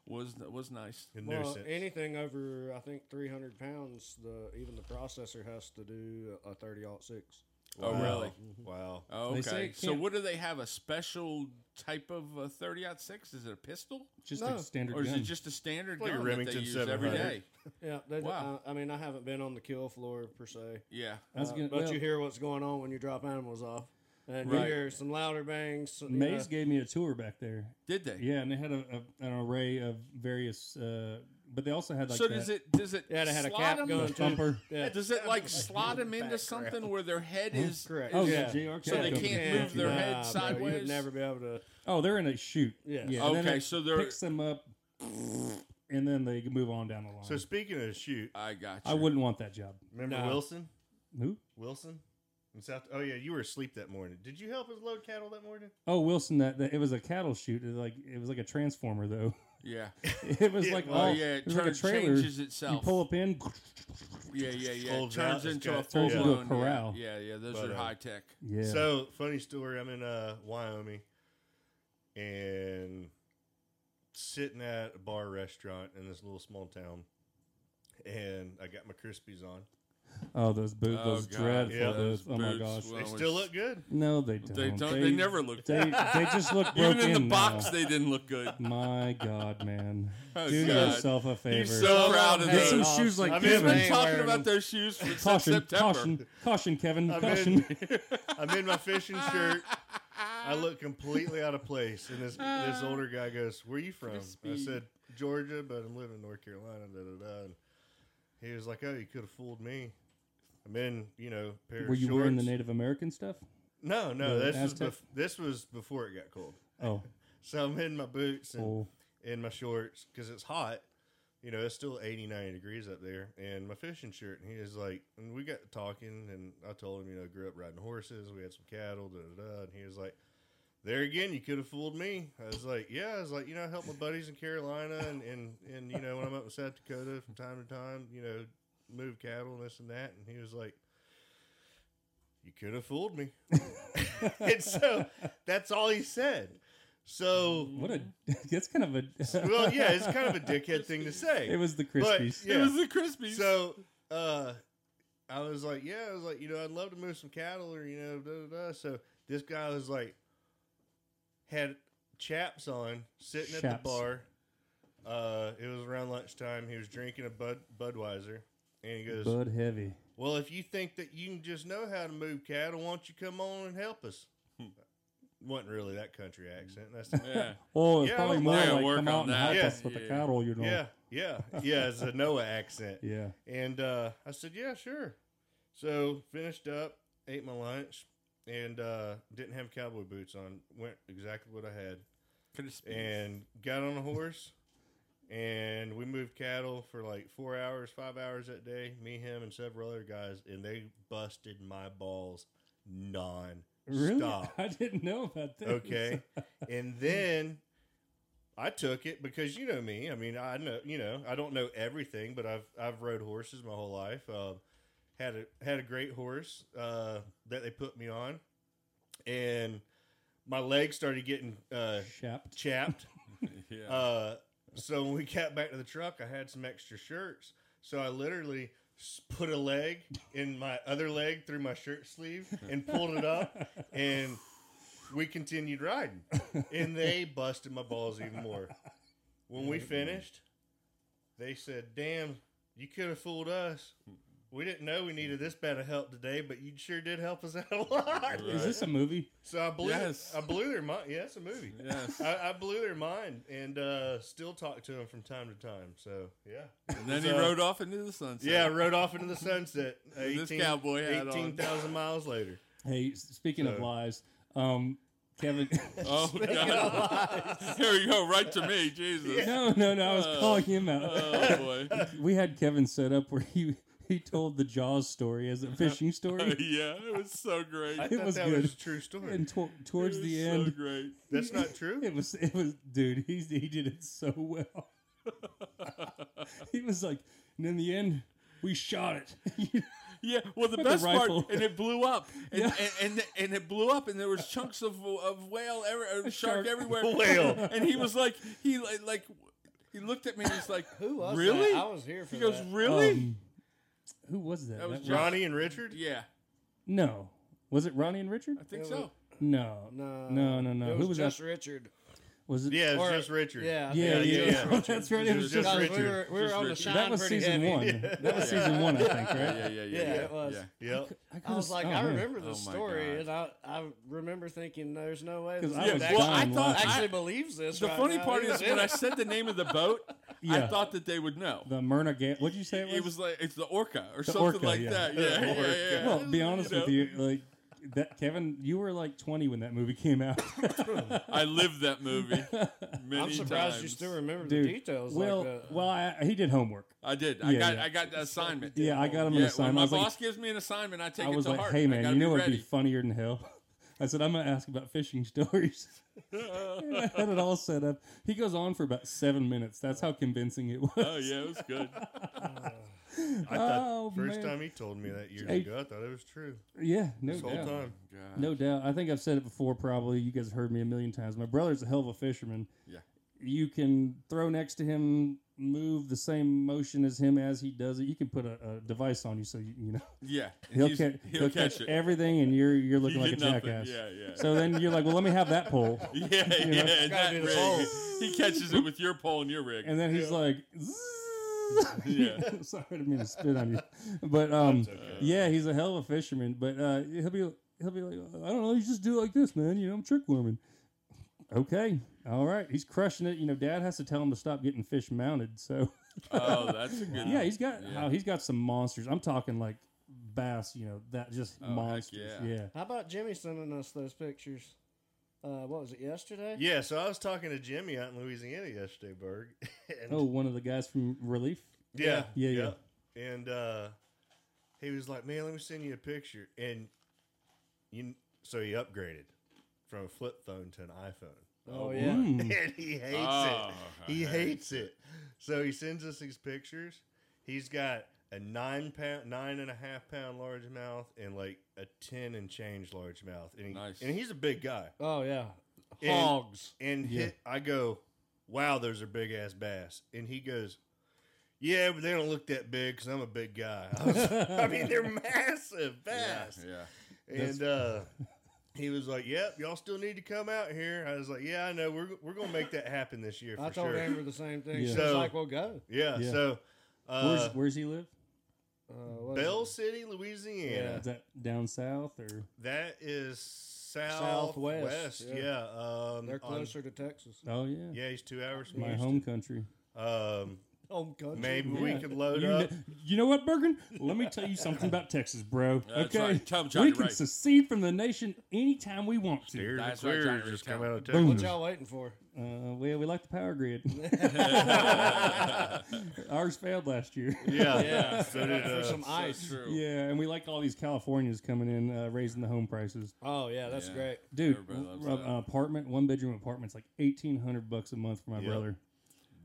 Speaker 4: was was nice.
Speaker 3: A
Speaker 2: Well,
Speaker 3: nuisance.
Speaker 2: anything over I think 300 pounds, the even the processor has to do a 30 alt six.
Speaker 4: Oh,
Speaker 3: Wow.
Speaker 4: really?
Speaker 3: Wow.
Speaker 4: Oh,
Speaker 1: They say
Speaker 4: okay.
Speaker 1: it
Speaker 4: So
Speaker 1: can't-
Speaker 4: what do they have? A special type of uh, thirty out six? Is it a pistol,
Speaker 1: Just
Speaker 2: No.
Speaker 1: a standard
Speaker 4: or is
Speaker 1: gun.
Speaker 4: it just a standard
Speaker 3: Like a
Speaker 4: gun that they
Speaker 3: Remington
Speaker 4: use every
Speaker 3: 700.
Speaker 4: day?
Speaker 2: Yeah, they,
Speaker 4: Wow.
Speaker 2: I, I mean I haven't been on the kill floor per se.
Speaker 4: Yeah.
Speaker 1: I was
Speaker 2: Uh,
Speaker 1: gonna-
Speaker 2: but
Speaker 1: well,
Speaker 2: you hear what's going on when you drop animals off, and
Speaker 4: Right.
Speaker 2: you hear some louder bangs. uh, you know.
Speaker 1: Maze gave me a tour back there.
Speaker 4: Did they?
Speaker 1: Yeah, and they had a, a, an array of various, uh, but they also had like
Speaker 4: so
Speaker 1: that,
Speaker 4: does it does it
Speaker 2: Yeah, they had a
Speaker 4: slot
Speaker 2: cap
Speaker 4: 'em?
Speaker 2: gun too.
Speaker 1: thumper.
Speaker 2: Yeah.
Speaker 4: Does it like slot them into something where their head is
Speaker 2: Correct.
Speaker 1: Oh,
Speaker 4: is-
Speaker 1: yeah.
Speaker 2: Yeah.
Speaker 1: JRK.
Speaker 4: So they
Speaker 1: Yeah.
Speaker 4: can't
Speaker 1: Yeah.
Speaker 4: move their
Speaker 1: Yeah.
Speaker 4: head
Speaker 2: bro,
Speaker 4: sideways?
Speaker 2: You'd never be able to.
Speaker 1: Oh, they're in a chute.
Speaker 2: Yes.
Speaker 1: Yeah. and then
Speaker 4: Okay,
Speaker 1: it
Speaker 4: so they're-
Speaker 1: picks them up, and then they move on down the line.
Speaker 3: So speaking of shoot,
Speaker 4: I got you.
Speaker 1: I wouldn't want that job.
Speaker 3: remember
Speaker 2: No.
Speaker 3: Wilson?
Speaker 1: Who?
Speaker 3: Wilson in South. Oh yeah, you were asleep that morning. Did you help us load cattle that morning?
Speaker 1: Oh, Wilson, that, that it was a cattle shoot. It was like it was like a transformer though.
Speaker 4: Yeah.
Speaker 1: It was like
Speaker 4: Oh
Speaker 1: all-
Speaker 4: yeah,
Speaker 1: it
Speaker 4: it
Speaker 1: was like a
Speaker 4: turns
Speaker 1: trailer.
Speaker 4: changes
Speaker 1: You
Speaker 4: itself.
Speaker 1: pull up in.
Speaker 4: yeah, yeah, yeah. It
Speaker 3: Folds out,
Speaker 4: turns
Speaker 3: it's
Speaker 4: into
Speaker 3: got-
Speaker 4: a full
Speaker 3: Turns
Speaker 1: into a
Speaker 4: blown
Speaker 1: corral.
Speaker 4: Yeah, yeah. Those
Speaker 3: But,
Speaker 4: are
Speaker 3: uh,
Speaker 4: high tech.
Speaker 1: Yeah.
Speaker 3: So funny story. I'm in uh, Wyoming and sitting at a bar restaurant in this little small town, and I got my crispies on.
Speaker 1: oh, those boots,
Speaker 4: Oh,
Speaker 1: those
Speaker 4: God,
Speaker 1: dreadful.
Speaker 3: yeah,
Speaker 1: those,
Speaker 4: those
Speaker 1: oh my gosh.
Speaker 4: boots
Speaker 3: They
Speaker 4: Well,
Speaker 3: still
Speaker 4: it's-
Speaker 3: look good.
Speaker 1: No, they don't.
Speaker 4: They don't. They never look.
Speaker 1: They, they just look broken.
Speaker 4: Even in the box,
Speaker 1: now.
Speaker 4: they didn't look good.
Speaker 1: My God, man.
Speaker 4: Oh,
Speaker 1: Do
Speaker 4: God.
Speaker 1: yourself a favor.
Speaker 4: He's so proud of
Speaker 1: Get some
Speaker 4: those.
Speaker 2: Awesome.
Speaker 1: shoes like
Speaker 3: I mean,
Speaker 4: He's
Speaker 1: Kevin.
Speaker 4: been
Speaker 2: Ain't
Speaker 4: talking
Speaker 2: wearing
Speaker 4: about
Speaker 2: them.
Speaker 4: those shoes for since
Speaker 1: Caution,
Speaker 4: September.
Speaker 1: caution, caution, Kevin,
Speaker 3: I'm
Speaker 1: caution.
Speaker 3: in, I'm in my fishing shirt. I look completely out of place, and this this older guy goes, "Where you from?" I said, "Georgia, but I'm living in North Carolina." Da da da. And he was like, "Oh, you could have fooled me." I'm in, you know, a pair
Speaker 1: Were
Speaker 3: of
Speaker 1: you
Speaker 3: shorts.
Speaker 1: wearing the Native American stuff?
Speaker 3: No, no,
Speaker 1: The
Speaker 3: this was
Speaker 1: Aztec?
Speaker 3: bef- this was before it got cold.
Speaker 1: Oh,
Speaker 3: So I'm in my boots and
Speaker 1: oh.
Speaker 3: in my shorts because it's hot. You know, it's still 80, 90 degrees up there, and my fishing shirt. And he was like, and we got to talking, and I told him, you know, I grew up riding horses. We had some cattle, da da da. And he was like, there again, you could have fooled me. I was like, yeah, I was like, you know, I help my buddies in Carolina and, and, and, you know, when I'm up in South Dakota from time to time, you know, move cattle and this and that. And he was like, you could have fooled me. and so that's all he said. So,
Speaker 1: What a that's kind of a
Speaker 3: well, yeah, it's kind of a dickhead thing to say.
Speaker 1: It was the Krispies.
Speaker 3: But, yeah.
Speaker 4: It was the Krispies.
Speaker 3: So, uh, I was like, yeah, I was like, you know, I'd love to move some cattle or, you know, da da da. So this guy was like, had chaps on, sitting at
Speaker 1: Chaps.
Speaker 3: the bar. Uh, it was around lunchtime. He was drinking a Bud Budweiser. And he goes,
Speaker 1: Bud heavy.
Speaker 3: well, if you think that you can just know how to move cattle, why don't you come on and help us?
Speaker 4: Hmm.
Speaker 3: Wasn't really that country accent. That's
Speaker 4: yeah.
Speaker 1: Oh, it's
Speaker 3: Yeah,
Speaker 1: probably
Speaker 3: I
Speaker 1: more
Speaker 4: gotta
Speaker 1: like
Speaker 4: work
Speaker 1: come
Speaker 4: on
Speaker 1: out and
Speaker 4: that.
Speaker 1: help
Speaker 3: Yeah.
Speaker 1: us with the
Speaker 4: Yeah.
Speaker 1: cattle, you know.
Speaker 3: yeah, yeah, yeah. It's a Noah accent.
Speaker 1: Yeah.
Speaker 3: And uh, I said, yeah, sure. So finished up, ate my lunch, and uh, didn't have cowboy boots on. Went exactly what I had,
Speaker 4: Krispies.
Speaker 3: and got on a horse, and we moved cattle for like four hours, five hours that day. Me, him, and several other guys, and they busted my balls non
Speaker 1: Really?
Speaker 3: stop.
Speaker 1: I didn't know about this.
Speaker 3: Okay. and then I took it because you know me. I mean, I know you know I don't know everything, but I've I've rode horses my whole life. Um, had a had a great horse uh, that they put me on, and my legs started getting uh,
Speaker 1: Shapped.
Speaker 3: chapped.
Speaker 4: yeah.
Speaker 3: Uh, so when we got back to the truck, I had some extra shirts. So I literally s- put a leg in my other leg through my shirt sleeve and pulled it
Speaker 4: Uh,
Speaker 3: up, and we continued riding. And they busted my balls even more. When we finished, they said, "Damn, you could have fooled us." We didn't know we needed this bad of help today, but you sure did help us out a lot.
Speaker 1: Is this a movie?
Speaker 3: So I blew,
Speaker 4: Yes.
Speaker 3: I blew their mind. Yeah, it's a movie.
Speaker 4: yes.
Speaker 3: I, I blew their mind and uh, still talk to him from time to time. So yeah,
Speaker 4: And then he
Speaker 3: So-
Speaker 4: rode off into the sunset.
Speaker 3: yeah. I rode off into the sunset.
Speaker 4: With this
Speaker 3: 18
Speaker 4: cowboy hat on.
Speaker 3: 18,000 miles later.
Speaker 1: Hey, s- speaking of
Speaker 3: So-
Speaker 1: lies, um, Kevin.
Speaker 4: Oh God. Here you go. Right to me. Jesus.
Speaker 1: no, no, no. I was
Speaker 4: Uh,
Speaker 1: calling him out.
Speaker 4: Oh boy.
Speaker 1: we had Kevin set up where he he told the Jaws story as a fishing story,
Speaker 4: yeah. It was so great.
Speaker 3: I
Speaker 1: It
Speaker 3: thought
Speaker 1: was
Speaker 3: that
Speaker 1: good.
Speaker 3: was a true story.
Speaker 1: and to- towards
Speaker 4: It was
Speaker 1: the
Speaker 4: so
Speaker 1: end,
Speaker 4: great.
Speaker 3: That's not true.
Speaker 1: It was it was dude, he he did it so well. he was like and in the end we shot it.
Speaker 4: Yeah, well, the
Speaker 1: With the
Speaker 4: best part,
Speaker 1: rifle.
Speaker 4: and it blew up, and,
Speaker 1: Yeah.
Speaker 4: and, and and it blew up, and there was chunks of of whale, every, or shark,
Speaker 1: Shark.
Speaker 4: everywhere.
Speaker 3: Whale.
Speaker 4: and he was like, he li- like, he looked at me, and he's like,
Speaker 2: Who was
Speaker 4: really?
Speaker 2: that? I was here for
Speaker 4: He goes,
Speaker 2: that.
Speaker 4: really?
Speaker 1: Um, who was that?
Speaker 4: That was John-
Speaker 3: Ronnie and Richard.
Speaker 4: yeah,
Speaker 1: No. Was it Ronnie and Richard?
Speaker 4: I think
Speaker 2: It
Speaker 4: so.
Speaker 2: was-
Speaker 1: No.
Speaker 2: No,
Speaker 1: No, no, no.
Speaker 2: It
Speaker 1: Who was
Speaker 2: was just Richard.
Speaker 1: Was it
Speaker 3: Yeah, it was
Speaker 2: Or-
Speaker 3: just Richard.
Speaker 2: Yeah, I
Speaker 1: Yeah,
Speaker 2: think
Speaker 1: yeah,
Speaker 2: it was
Speaker 3: yeah.
Speaker 2: Richard.
Speaker 1: That's right. It was
Speaker 3: Just
Speaker 1: just
Speaker 2: Guys,
Speaker 3: Richard.
Speaker 2: We were, we were
Speaker 4: Just
Speaker 2: on the
Speaker 4: Richard.
Speaker 2: shine
Speaker 1: That was
Speaker 2: pretty
Speaker 1: season
Speaker 2: heavy.
Speaker 1: one. That was season one, I think, right?
Speaker 4: Yeah, yeah, yeah, yeah.
Speaker 2: Yeah, it was.
Speaker 3: Yep.
Speaker 1: could've
Speaker 2: I was like,
Speaker 1: s- oh,
Speaker 2: I
Speaker 1: man.
Speaker 2: remember the
Speaker 4: Oh, my
Speaker 2: story,
Speaker 4: God.
Speaker 2: and I, I remember thinking, there's no way
Speaker 1: 'Cause
Speaker 2: this
Speaker 1: I
Speaker 2: guy
Speaker 1: was
Speaker 2: actually,
Speaker 4: well, I
Speaker 1: dying
Speaker 4: thought-
Speaker 1: laughing.
Speaker 2: actually believes this.
Speaker 4: The
Speaker 2: right
Speaker 4: funny
Speaker 2: now.
Speaker 4: part
Speaker 2: He's
Speaker 4: is
Speaker 2: in
Speaker 4: when I
Speaker 2: it.
Speaker 4: said the name of the boat, I
Speaker 1: Yeah.
Speaker 4: thought that they would know.
Speaker 1: the Myrna Gate. What'd you say it was?
Speaker 4: It was like it's the orca or
Speaker 1: The
Speaker 4: something
Speaker 1: orca,
Speaker 4: like
Speaker 1: yeah.
Speaker 4: that. Yeah, yeah, yeah, yeah.
Speaker 1: Well, be honest
Speaker 4: know?
Speaker 1: with you, like that Kevin, you were like twenty when that movie came out.
Speaker 4: I lived that movie many
Speaker 2: I'm surprised
Speaker 4: times.
Speaker 2: you still remember
Speaker 1: Dude,
Speaker 2: the details.
Speaker 1: well,
Speaker 2: like uh, that.
Speaker 1: well, I, he did homework.
Speaker 4: I did. I
Speaker 1: Yeah,
Speaker 4: got
Speaker 1: yeah.
Speaker 4: I got the assignment.
Speaker 1: Yeah, I got him an
Speaker 4: Yeah,
Speaker 1: assignment. I
Speaker 4: When
Speaker 1: was
Speaker 4: my
Speaker 1: like,
Speaker 4: boss gives me an assignment, I take
Speaker 1: I
Speaker 4: it
Speaker 1: was
Speaker 4: to
Speaker 1: like,
Speaker 4: heart.
Speaker 1: hey
Speaker 4: I
Speaker 1: man,
Speaker 4: gotta
Speaker 1: you know
Speaker 4: be
Speaker 1: what'd be
Speaker 4: ready.
Speaker 1: funnier than hell? I said, I'm gonna ask about fishing stories. And I had it all set up. He goes on for about seven minutes. That's how convincing it was.
Speaker 4: Oh yeah, it was good.
Speaker 3: I thought
Speaker 1: Oh,
Speaker 3: first
Speaker 1: man.
Speaker 3: time he told me that years
Speaker 1: Hey.
Speaker 3: ago, I thought it was true.
Speaker 1: Yeah, no
Speaker 3: This whole
Speaker 1: doubt.
Speaker 3: time.
Speaker 4: God.
Speaker 1: No doubt. I think I've said it before. Probably you guys have heard me a million times. My brother's a hell of a fisherman.
Speaker 4: Yeah.
Speaker 1: You can throw next to him, move the same motion as him as he does it. You can put a, a device on you so you, you know
Speaker 4: Yeah,
Speaker 1: he'll,
Speaker 4: He's-
Speaker 1: ca-
Speaker 4: he'll catch it.
Speaker 1: everything, and you're you're
Speaker 4: He
Speaker 1: looking like a
Speaker 4: did nothing.
Speaker 1: jackass.
Speaker 4: Yeah, yeah.
Speaker 1: So then you're like, well, let me have that pole.
Speaker 4: yeah,
Speaker 1: you know,
Speaker 4: yeah.
Speaker 1: it's
Speaker 2: gotta
Speaker 4: and that
Speaker 2: be the
Speaker 4: rig.
Speaker 2: pole.
Speaker 4: He catches it with your pole and your rig.
Speaker 1: And then he's like,
Speaker 4: Yeah.
Speaker 1: sorry, I didn't mean to spit on you, but um,
Speaker 3: That's okay.
Speaker 1: yeah, he's a hell of a fisherman. But uh, he'll be he'll be like, I don't know, you just do it like this, man. You know, I'm trick worming. Okay, all right, he's crushing it. You know, Dad has to tell him to stop getting fish mounted. So
Speaker 4: oh, that's a good.
Speaker 1: yeah, he's got
Speaker 4: Yeah.
Speaker 1: oh, he's got some monsters. I'm talking like bass, you know, that just
Speaker 4: Oh, heck
Speaker 1: monsters.
Speaker 4: yeah.
Speaker 1: yeah.
Speaker 2: how about Jimmy sending us those pictures? Uh, what was it yesterday?
Speaker 3: Yeah, so I was talking to Jimmy out in Louisiana yesterday, Berg. and-
Speaker 1: Oh, one of the guys from Relief.
Speaker 3: Yeah.
Speaker 1: Yeah, yeah.
Speaker 3: And uh, he was like, "Man, let me send you a picture." And you, so he upgraded from a flip phone to an iPhone.
Speaker 2: Oh,
Speaker 4: boy.
Speaker 2: yeah.
Speaker 1: Hmm.
Speaker 3: and he hates
Speaker 1: Ah.
Speaker 4: Oh,
Speaker 3: it. He
Speaker 4: I
Speaker 3: hates it. So he sends us these pictures. He's got a nine pound, nine and a half pound largemouth, and like a ten and change largemouth. And he,
Speaker 4: Nice.
Speaker 3: And he's a big guy.
Speaker 2: Oh yeah.
Speaker 3: And-
Speaker 2: Hogs.
Speaker 3: And
Speaker 1: Yeah.
Speaker 3: hit, I go, wow, those are big ass bass. And he goes, yeah, but they don't look that big because I'm a big guy. I, was- I mean, they're massive
Speaker 4: Yeah,
Speaker 3: bass.
Speaker 4: yeah.
Speaker 3: And uh, he was like, "Yep, y'all still need to come out here." I was like, "Yeah, I know. We're we're gonna make that happen this year
Speaker 2: I
Speaker 3: for
Speaker 2: told
Speaker 3: sure."
Speaker 2: Amber the same thing.
Speaker 1: Yeah.
Speaker 2: She was
Speaker 3: So-
Speaker 2: like, "Well, go."
Speaker 3: Yeah,
Speaker 1: Yeah.
Speaker 3: So, uh,
Speaker 1: where's, where's he live?
Speaker 2: Uh, what is
Speaker 3: Bell
Speaker 2: it?
Speaker 3: City, Louisiana.
Speaker 1: Is that down south or?
Speaker 3: That is southwest.
Speaker 2: Southwest,
Speaker 3: yeah.
Speaker 2: yeah.
Speaker 3: um,
Speaker 2: They're
Speaker 3: on-
Speaker 2: closer to Texas.
Speaker 1: Oh yeah,
Speaker 3: yeah, he's two hours from
Speaker 1: my
Speaker 3: Houston.
Speaker 1: home country.
Speaker 3: Um,
Speaker 2: Home country.
Speaker 3: maybe we
Speaker 1: Yeah.
Speaker 3: could load
Speaker 1: You,
Speaker 3: up.
Speaker 1: kn- you know what, Bergen? Let me tell you something about Texas, bro.
Speaker 4: That's
Speaker 1: okay,
Speaker 4: right. Tell 'em Johnny
Speaker 1: we can
Speaker 4: Wright.
Speaker 1: secede from the nation anytime we want to.
Speaker 3: Steers and
Speaker 4: That's what
Speaker 3: queers
Speaker 4: Johnny
Speaker 3: just
Speaker 4: was
Speaker 3: come out of
Speaker 1: telling me.
Speaker 2: What
Speaker 3: Texas.
Speaker 2: y'all waiting for?
Speaker 1: Uh, well, we like the power grid. Ours failed last year.
Speaker 3: Yeah,
Speaker 4: Yeah.
Speaker 3: So did,
Speaker 2: For
Speaker 3: uh,
Speaker 2: some ice.
Speaker 4: So true.
Speaker 1: Yeah, and we like all these Californians coming in, uh, raising the home prices.
Speaker 2: Oh yeah, that's
Speaker 4: Yeah.
Speaker 2: great.
Speaker 1: Dude,
Speaker 4: Everybody loves
Speaker 1: r-
Speaker 4: that.
Speaker 1: uh, apartment, one bedroom apartment's like eighteen hundred bucks a month for my
Speaker 3: Yep.
Speaker 1: brother.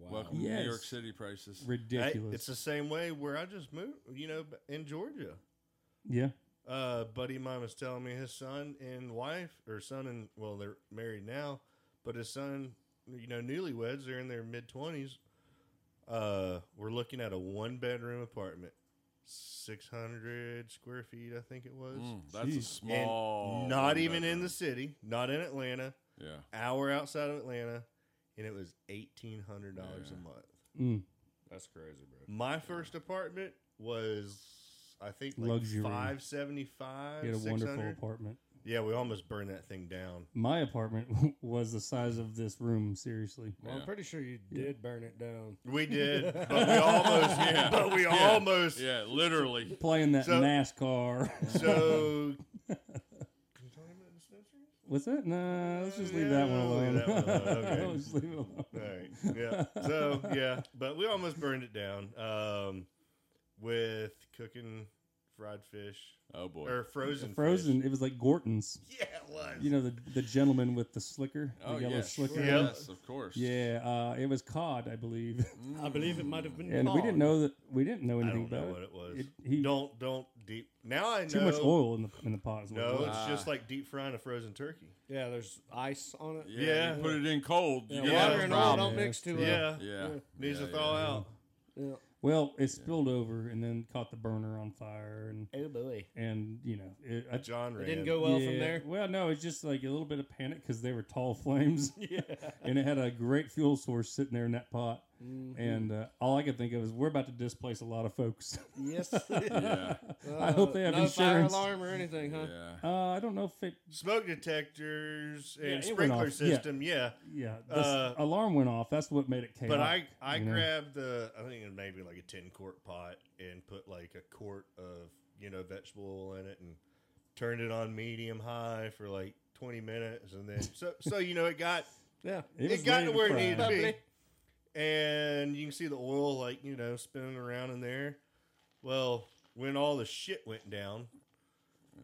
Speaker 4: Welcome to
Speaker 1: Yes.
Speaker 4: New York City prices.
Speaker 3: hey,
Speaker 1: Ridiculous.
Speaker 3: it's the same way where I just moved. You know, in Georgia.
Speaker 1: yeah,
Speaker 3: uh, buddy of mine was telling me his son and wife, or son and well, they're married now, but his son, you know, newlyweds, they're in their mid twenties. Uh, we're looking at a one bedroom apartment, six hundred square feet, I think it was,
Speaker 4: Mm, that's a
Speaker 1: Jeez.
Speaker 4: small.
Speaker 1: Oh,
Speaker 3: and not
Speaker 4: one
Speaker 3: even in
Speaker 4: bedroom.
Speaker 3: the city, not in Atlanta,
Speaker 4: Yeah.
Speaker 3: hour outside of Atlanta, and it was eighteen hundred dollars
Speaker 4: Yeah.
Speaker 3: a month.
Speaker 1: mm,
Speaker 2: That's crazy, bro.
Speaker 3: My first apartment was, I think, like
Speaker 1: Luxury.
Speaker 3: five seventy five.
Speaker 1: he had a wonderful
Speaker 3: 600.
Speaker 1: apartment.
Speaker 3: Yeah, we almost burned that thing down.
Speaker 1: My apartment was the size of this room. Seriously,
Speaker 2: Well,
Speaker 4: Yeah.
Speaker 2: I'm pretty sure you did burn it down.
Speaker 3: We did, but we almost.
Speaker 4: Yeah.
Speaker 3: But we
Speaker 4: Yeah.
Speaker 3: almost.
Speaker 4: Yeah, literally.
Speaker 1: playing that
Speaker 3: So-
Speaker 1: NASCAR.
Speaker 3: So. Can you tell me about dispensaries?
Speaker 1: What's that? Nah, let's just leave that one
Speaker 3: Yeah,
Speaker 1: alone.
Speaker 3: leave that one alone, okay.
Speaker 1: Let's leave it alone.
Speaker 3: All right. Yeah. So yeah, but we almost burned it down um, with cooking fried fish
Speaker 4: Oh boy.
Speaker 3: or frozen.
Speaker 1: Frozen. It was like Gorton's.
Speaker 3: Fish. Yeah, it was.
Speaker 1: You know the the gentleman with the slicker, the
Speaker 4: oh
Speaker 1: yellow
Speaker 4: yes.
Speaker 1: slicker.
Speaker 4: sure,
Speaker 3: Yeah.
Speaker 4: Yes, of course.
Speaker 1: Yeah, uh, it was cod, I believe,
Speaker 3: Mm.
Speaker 2: I believe it might have been.
Speaker 1: and we didn't know that we didn't know
Speaker 3: I
Speaker 1: anything
Speaker 3: don't
Speaker 1: about
Speaker 3: know
Speaker 1: it.
Speaker 3: what it was.
Speaker 1: It- he-
Speaker 3: don't don't deep. Now I know
Speaker 1: Too much oil in the in the pot. Is what it
Speaker 3: No,
Speaker 1: was.
Speaker 3: it's
Speaker 4: Ah.
Speaker 3: just like deep frying a frozen turkey.
Speaker 2: Yeah, there's ice on it.
Speaker 4: Yeah.
Speaker 3: Yeah.
Speaker 4: You put it in cold.
Speaker 2: Yeah,
Speaker 4: you
Speaker 2: water
Speaker 4: get
Speaker 2: and
Speaker 4: that
Speaker 2: oil
Speaker 4: problem.
Speaker 2: don't
Speaker 1: Yeah,
Speaker 2: mix too
Speaker 1: that's
Speaker 2: well.
Speaker 1: true.
Speaker 3: Yeah,
Speaker 4: Yeah.
Speaker 3: needs
Speaker 4: yeah,
Speaker 3: to thaw
Speaker 4: yeah.
Speaker 3: out.
Speaker 2: Yeah.
Speaker 1: Well, it spilled over and then caught the burner on fire, and
Speaker 2: Oh boy.
Speaker 1: and you know, it, I,
Speaker 3: John
Speaker 2: It
Speaker 3: ran.
Speaker 2: didn't go well
Speaker 1: Yeah,
Speaker 2: from there.
Speaker 1: Well, no, it's just like a little bit of panic because they were tall flames,
Speaker 2: Yeah.
Speaker 1: and it had a great fuel source sitting there in that pot.
Speaker 2: Mhm.
Speaker 1: And uh, all I could think of is we're about to displace a lot of folks.
Speaker 2: yes.
Speaker 4: Yeah.
Speaker 1: I hope they have
Speaker 2: Uh, no
Speaker 1: insurance.
Speaker 2: fire alarm or anything, huh?
Speaker 4: Yeah.
Speaker 1: Uh, I don't know if it.
Speaker 3: smoke detectors
Speaker 1: Yeah,
Speaker 3: and
Speaker 1: it went
Speaker 3: sprinkler
Speaker 1: off. Yeah.
Speaker 3: system. Yeah,
Speaker 1: Yeah, the
Speaker 3: Uh,
Speaker 1: alarm went off. That's what made it chaotic.
Speaker 3: but I I
Speaker 1: you know?
Speaker 3: grabbed the I think it was maybe like a ten quart pot and put like a quart of you know vegetable oil in it and turned it on medium high for like twenty minutes and then so so you know it got
Speaker 2: Yeah.
Speaker 3: it got
Speaker 1: ready
Speaker 3: to where it
Speaker 1: fry.
Speaker 3: needed to be
Speaker 2: Bubbly.
Speaker 3: and you can see the oil like you know spinning around in there. Well, when all the shit went down,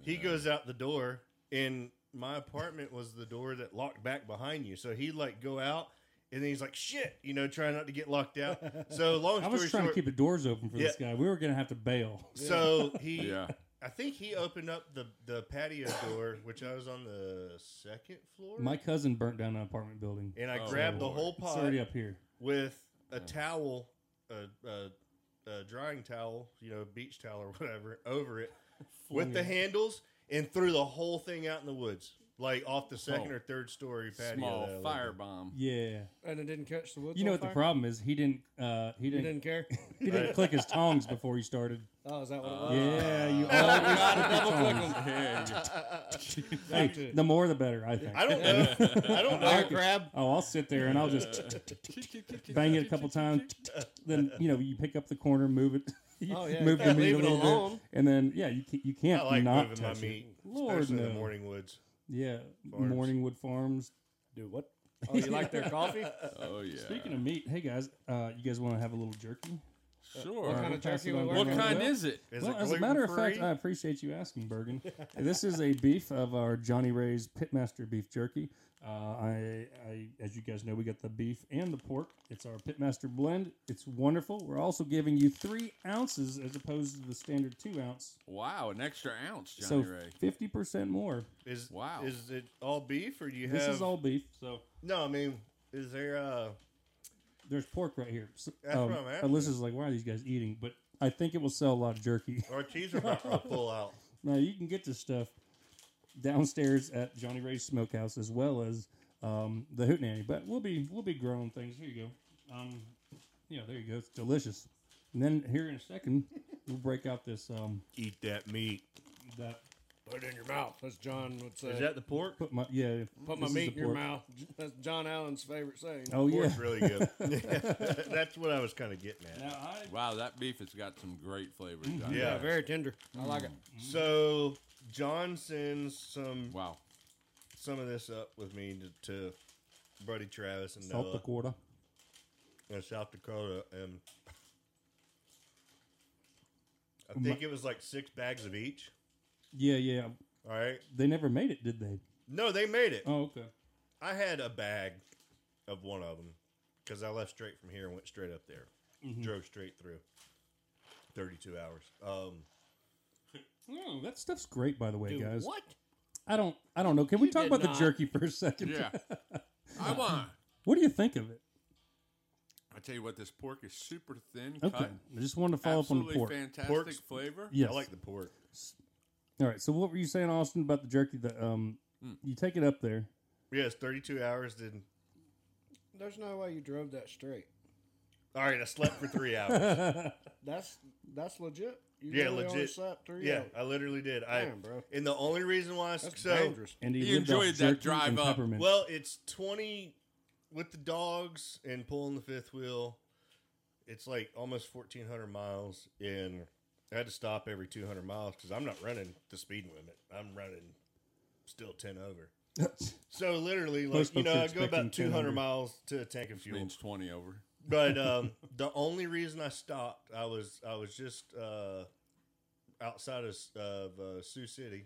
Speaker 3: he goes out the door, and my apartment was the door that locked back behind you. So he'd like go out, and then he's like, "Shit," you know, trying not to get locked out. So long
Speaker 1: I
Speaker 3: story
Speaker 1: was trying
Speaker 3: short,
Speaker 1: to keep the doors open for
Speaker 3: Yeah.
Speaker 1: this guy. We were gonna have to bail.
Speaker 3: so he,
Speaker 4: Yeah.
Speaker 3: I think he opened up the the patio door, which I was on the second floor,
Speaker 1: My cousin burnt down an apartment building.
Speaker 3: and I
Speaker 4: Oh,
Speaker 3: grabbed the
Speaker 4: Lord.
Speaker 3: whole
Speaker 1: It's
Speaker 3: pot.
Speaker 1: already up here.
Speaker 3: with a towel, a, a, a drying towel, you know, beach towel or whatever, over it with the handles and threw the whole thing out in the woods, like off the second
Speaker 4: Oh.
Speaker 3: or third story patio.
Speaker 4: Small
Speaker 3: that I lived in.
Speaker 4: firebomb.
Speaker 1: Yeah.
Speaker 2: And it didn't catch the woods.
Speaker 1: You know
Speaker 2: on
Speaker 1: what the
Speaker 2: fire?
Speaker 1: problem is? He didn't. Uh, he
Speaker 2: You
Speaker 1: didn't.
Speaker 2: didn't care.
Speaker 1: He didn't click his tongs before he started.
Speaker 2: Oh, is that what it
Speaker 4: Uh,
Speaker 2: was?
Speaker 1: yeah, you
Speaker 3: Oh,
Speaker 1: always click your tongs. Hey, the more the better, I think.
Speaker 3: I don't know. I don't know.
Speaker 2: Air grab.
Speaker 1: Oh, I'll sit there and I'll just bang it a couple times. Then you know you pick up the corner, move it, you
Speaker 2: Oh, yeah,
Speaker 1: move your
Speaker 2: you can't
Speaker 1: meat
Speaker 2: leave
Speaker 1: a
Speaker 2: it
Speaker 1: little bit,
Speaker 2: alone.
Speaker 1: and then yeah, you can't, you can't
Speaker 3: I like
Speaker 1: not
Speaker 3: moving my
Speaker 1: touch it.
Speaker 3: meat,
Speaker 1: Lord,
Speaker 3: especially in
Speaker 1: no.
Speaker 3: the morning woods.
Speaker 1: Yeah,
Speaker 3: Farms.
Speaker 1: Morningwood Farms.
Speaker 2: Do what? Oh, you like their coffee?
Speaker 4: Oh yeah.
Speaker 1: Speaking of meat, hey guys, uh, you guys want to have a little jerky?
Speaker 4: Sure.
Speaker 2: What
Speaker 1: All right,
Speaker 2: kind
Speaker 1: we'll
Speaker 2: of
Speaker 1: pass
Speaker 2: turkey
Speaker 1: it
Speaker 2: we
Speaker 1: on
Speaker 2: working
Speaker 1: down
Speaker 4: What
Speaker 1: to
Speaker 2: with?
Speaker 4: kind
Speaker 1: Will.
Speaker 4: is it?
Speaker 3: Is
Speaker 1: Well,
Speaker 3: it
Speaker 1: as a matter of
Speaker 3: gluten-free?
Speaker 1: fact, I appreciate you asking, Bergen. this is a beef of our Johnny Ray's Pitmaster beef jerky. Uh, I, I, as you guys know, we got the beef and the pork. It's our Pitmaster blend. It's wonderful. We're also giving you three ounces as opposed to the standard two ounce.
Speaker 4: Wow, an extra ounce, Johnny
Speaker 1: so
Speaker 4: Ray.
Speaker 1: fifty percent more.
Speaker 3: Is
Speaker 4: Wow.
Speaker 3: Is it all beef or do you
Speaker 1: This
Speaker 3: have?
Speaker 1: is all beef. So
Speaker 3: No, I mean, is there? uh
Speaker 1: there's pork right here. So,
Speaker 3: That's what I'm asking.
Speaker 1: Alyssa's like, why are these guys eating? But I think it will sell a lot of jerky.
Speaker 3: Our cheese are about to pull out.
Speaker 1: Now you can get this stuff downstairs at Johnny Ray's Smokehouse as well as um, the Hootenanny. But we'll be we'll be growing things. Here you go. Um, yeah, there you go. It's delicious. And then here in a second, we'll break out this um,
Speaker 3: Eat that meat.
Speaker 1: that
Speaker 2: Put it in your mouth. That's John would say.
Speaker 3: Is that the pork?
Speaker 1: put my yeah
Speaker 2: Put my
Speaker 1: this is
Speaker 2: meat
Speaker 1: the
Speaker 2: in your
Speaker 1: pork.
Speaker 2: mouth. That's John Allen's favorite saying.
Speaker 1: Oh yeah.
Speaker 3: Pork's really good. That's what I was kind of getting at.
Speaker 1: Now I
Speaker 4: Wow, that beef has got some great flavors, Johnny.
Speaker 3: Yeah.
Speaker 2: Yeah, very tender. I like it.
Speaker 3: So John sends some
Speaker 4: Wow.
Speaker 3: some of this up with me to, to Buddy Travis and
Speaker 1: salt
Speaker 3: Noah
Speaker 1: the quarter.
Speaker 3: in South Dakota, and I think it was like six bags of each.
Speaker 1: Yeah, yeah.
Speaker 3: All right.
Speaker 1: They never made it, did they?
Speaker 3: No, they made it.
Speaker 1: Oh, okay.
Speaker 3: I had a bag of one of them because I left straight from here and went straight up there.
Speaker 1: Mm-hmm.
Speaker 3: Drove straight through. 32 hours. Um,
Speaker 1: Oh, that stuff's great, by the way, guys.
Speaker 2: What?
Speaker 1: I don't, I don't know. Can we talk
Speaker 2: did
Speaker 1: about
Speaker 2: not.
Speaker 1: the jerky for a second?
Speaker 4: Yeah. I want.
Speaker 1: what do you think of it?
Speaker 4: I tell you what, this pork is super thin
Speaker 1: Okay,
Speaker 4: cut.
Speaker 1: I just wanted to follow up on
Speaker 4: Absolutely
Speaker 1: the pork.
Speaker 4: fantastic
Speaker 3: Pork's-
Speaker 4: flavor.
Speaker 1: Yes.
Speaker 3: I like the pork.
Speaker 1: All right. So what were you saying, Austin, about the jerky? That um, you take it up there.
Speaker 3: Yes, 32 hours. Did
Speaker 2: There's no way you drove that straight.
Speaker 3: All right, I slept for three hours.
Speaker 2: That's that's legit. You
Speaker 3: Yeah,
Speaker 2: really Only
Speaker 3: legit.
Speaker 2: slept three
Speaker 3: yeah,
Speaker 2: hours.
Speaker 3: I literally did. I,
Speaker 2: Damn, bro.
Speaker 3: And the only reason why I
Speaker 2: That's
Speaker 3: so
Speaker 2: dangerous.
Speaker 1: And he,
Speaker 4: He
Speaker 1: lived off
Speaker 4: enjoyed that
Speaker 1: jerky
Speaker 4: drive
Speaker 1: and
Speaker 4: up.
Speaker 1: peppermint.
Speaker 3: Well, it's 20 with the dogs and pulling the fifth wheel. It's like almost 1,400 miles. And I had to stop every 200 miles because I'm not running the speed limit. I'm running still 10 over. So literally, like,
Speaker 1: Most
Speaker 3: you
Speaker 1: folks are
Speaker 3: know, I go
Speaker 1: expecting
Speaker 3: about
Speaker 1: 10
Speaker 3: 200
Speaker 1: over.
Speaker 3: miles to a tank of fuel.
Speaker 4: Means 20 over.
Speaker 3: But um, the only reason I stopped, I was I was just uh, outside of, of uh, Sioux City.